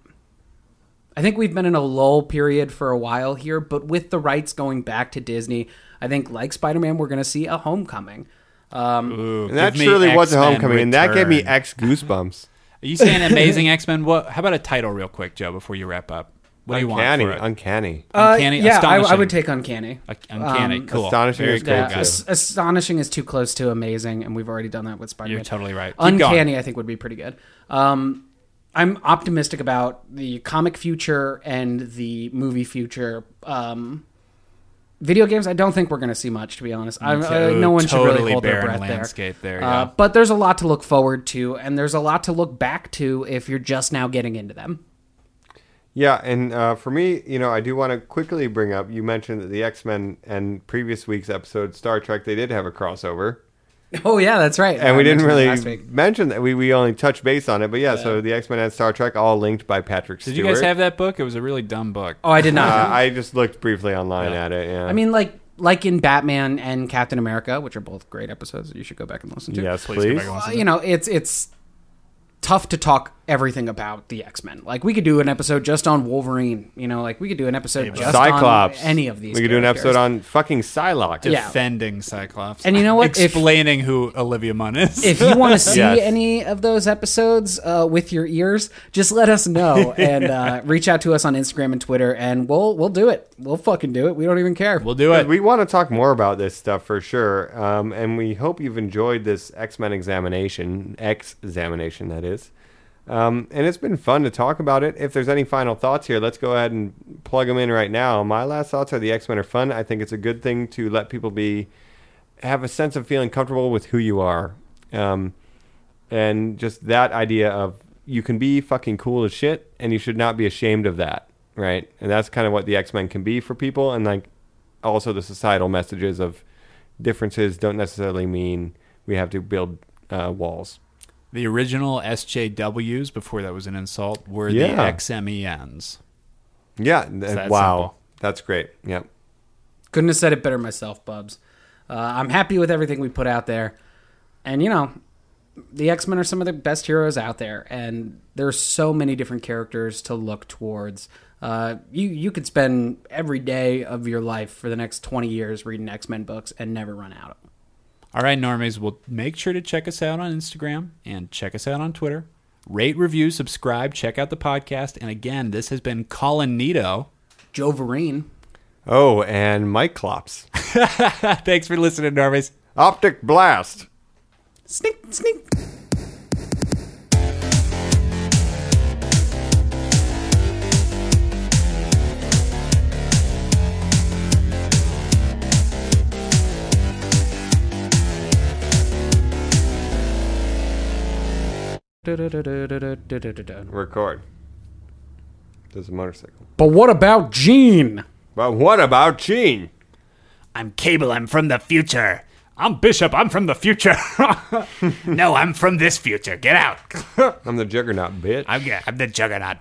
G: I think we've been in a lull period for a while here, but with the rights going back to Disney, I think like Spider Man, we're going to see a homecoming.
H: and that
A: Give me
H: surely was a
A: X-Men
H: homecoming, and that gave me
A: Return.
H: X goosebumps.
A: Are you saying Amazing X Men? What? How about a title, real quick, Joe, before you wrap up? What do you want
H: uncanny,
A: for it?
H: uncanny.
A: Uncanny,
G: Uh, yeah, I, I
A: astonishing.
G: would take um, Uncanny.
A: Un- uncanny. cool.
H: Astonishing
A: Very
H: is
A: cool,
H: great,
G: Yeah,
H: too.
A: guys.
G: as- astonishing is too close to amazing, and we've already done that with Spider Man.
A: You're totally right. Keep
G: Uncanny,
A: going.
G: I think, would be pretty good. Um, I'm optimistic about the comic future and the movie future. Um, video games, I don't think we're going to see much, to be honest. I, uh, no one should really
A: Totally
G: hold their
A: barren
G: breath
A: landscape there,
G: Uh,
A: yeah.
G: but there's a lot to look forward to, and there's a lot to look back to if you're just now getting into them.
H: Yeah, and uh, for me, you know, I do want to quickly bring up. You mentioned that the X Men and previous week's episode, Star Trek, they did have a crossover.
G: Oh yeah, that's right.
H: and we
G: I
H: didn't
G: mentioned that
H: really
G: last week.
H: mention that. We, we only touched base on it, but yeah, So the X Men and Star Trek all linked by Patrick
A: Did
H: Stewart.
A: you guys have that book? It was a really dumb book.
G: Oh, I did not.
H: Uh, I just looked briefly online at it. Yeah.
G: I mean, like like in Batman and Captain America, which are both great episodes. that You should go back and listen to.
H: yes,
A: go
H: please.
A: back and
G: Uh, you know, it's it's tough to talk everything about the X Men. Like we could do an episode just on Wolverine. You know, like we could do an episode just
H: Cyclops.
G: on any of these.
H: We could do an
G: characters.
H: episode on fucking Psylocke.
G: Yeah.
A: defending Cyclops.
G: And you know what? If-
A: Explaining who Olivia Munn is.
G: If you want to see
H: Yes.
G: any of those episodes uh, with your ears, just let us know and uh, reach out to us on Instagram and Twitter, and we'll we'll do it. We'll fucking do it. We don't even care.
A: we'll do it.
H: We want to talk more about this stuff for sure, um, and we hope you've enjoyed this X Men examination, X examination that is. Um, and it's been fun to talk about it. If there's any final thoughts here, let's go ahead and plug them in right now. My last thoughts are the X Men are fun. I think it's a good thing to let people be have a sense of feeling comfortable with who you are. Um, and just that idea of you can be fucking cool as shit and you should not be ashamed of that right and that's kind of what the x-men can be for people and like also the societal messages of differences don't necessarily mean we have to build uh, walls
A: the original SJWs, before that was an insult, were the E
H: Yeah.
A: XMENs.
H: yeah th-
A: that
H: wow
A: simple.
H: that's great yep
G: Couldn't have said it better myself, Bubs. Uh, I'm happy with everything we put out there. And, you know, the X Men are some of the best heroes out there. And there's so many different characters to look towards. Uh, you, you could spend every day of your life for the next 20 years reading X Men books and never run out of them.
A: All right, normies, well, make sure to check us out on Instagram and check us out on Twitter. Rate, review, subscribe, check out the podcast. And again, this has been Colin Nito.
G: Joe Vereen.
H: oh and mike clops
A: Thanks for listening, normies.
H: optic blast
G: Sneak, sneak. But
H: record there's a motorcycle
G: what about Gene?
H: but what about gene
M: I'm Cable. I'm from the future. I'm Bishop. I'm from the future. no, I'm from this future. Get out.
H: i'm the juggernaut bitch
M: I'm, I'm the juggernaut.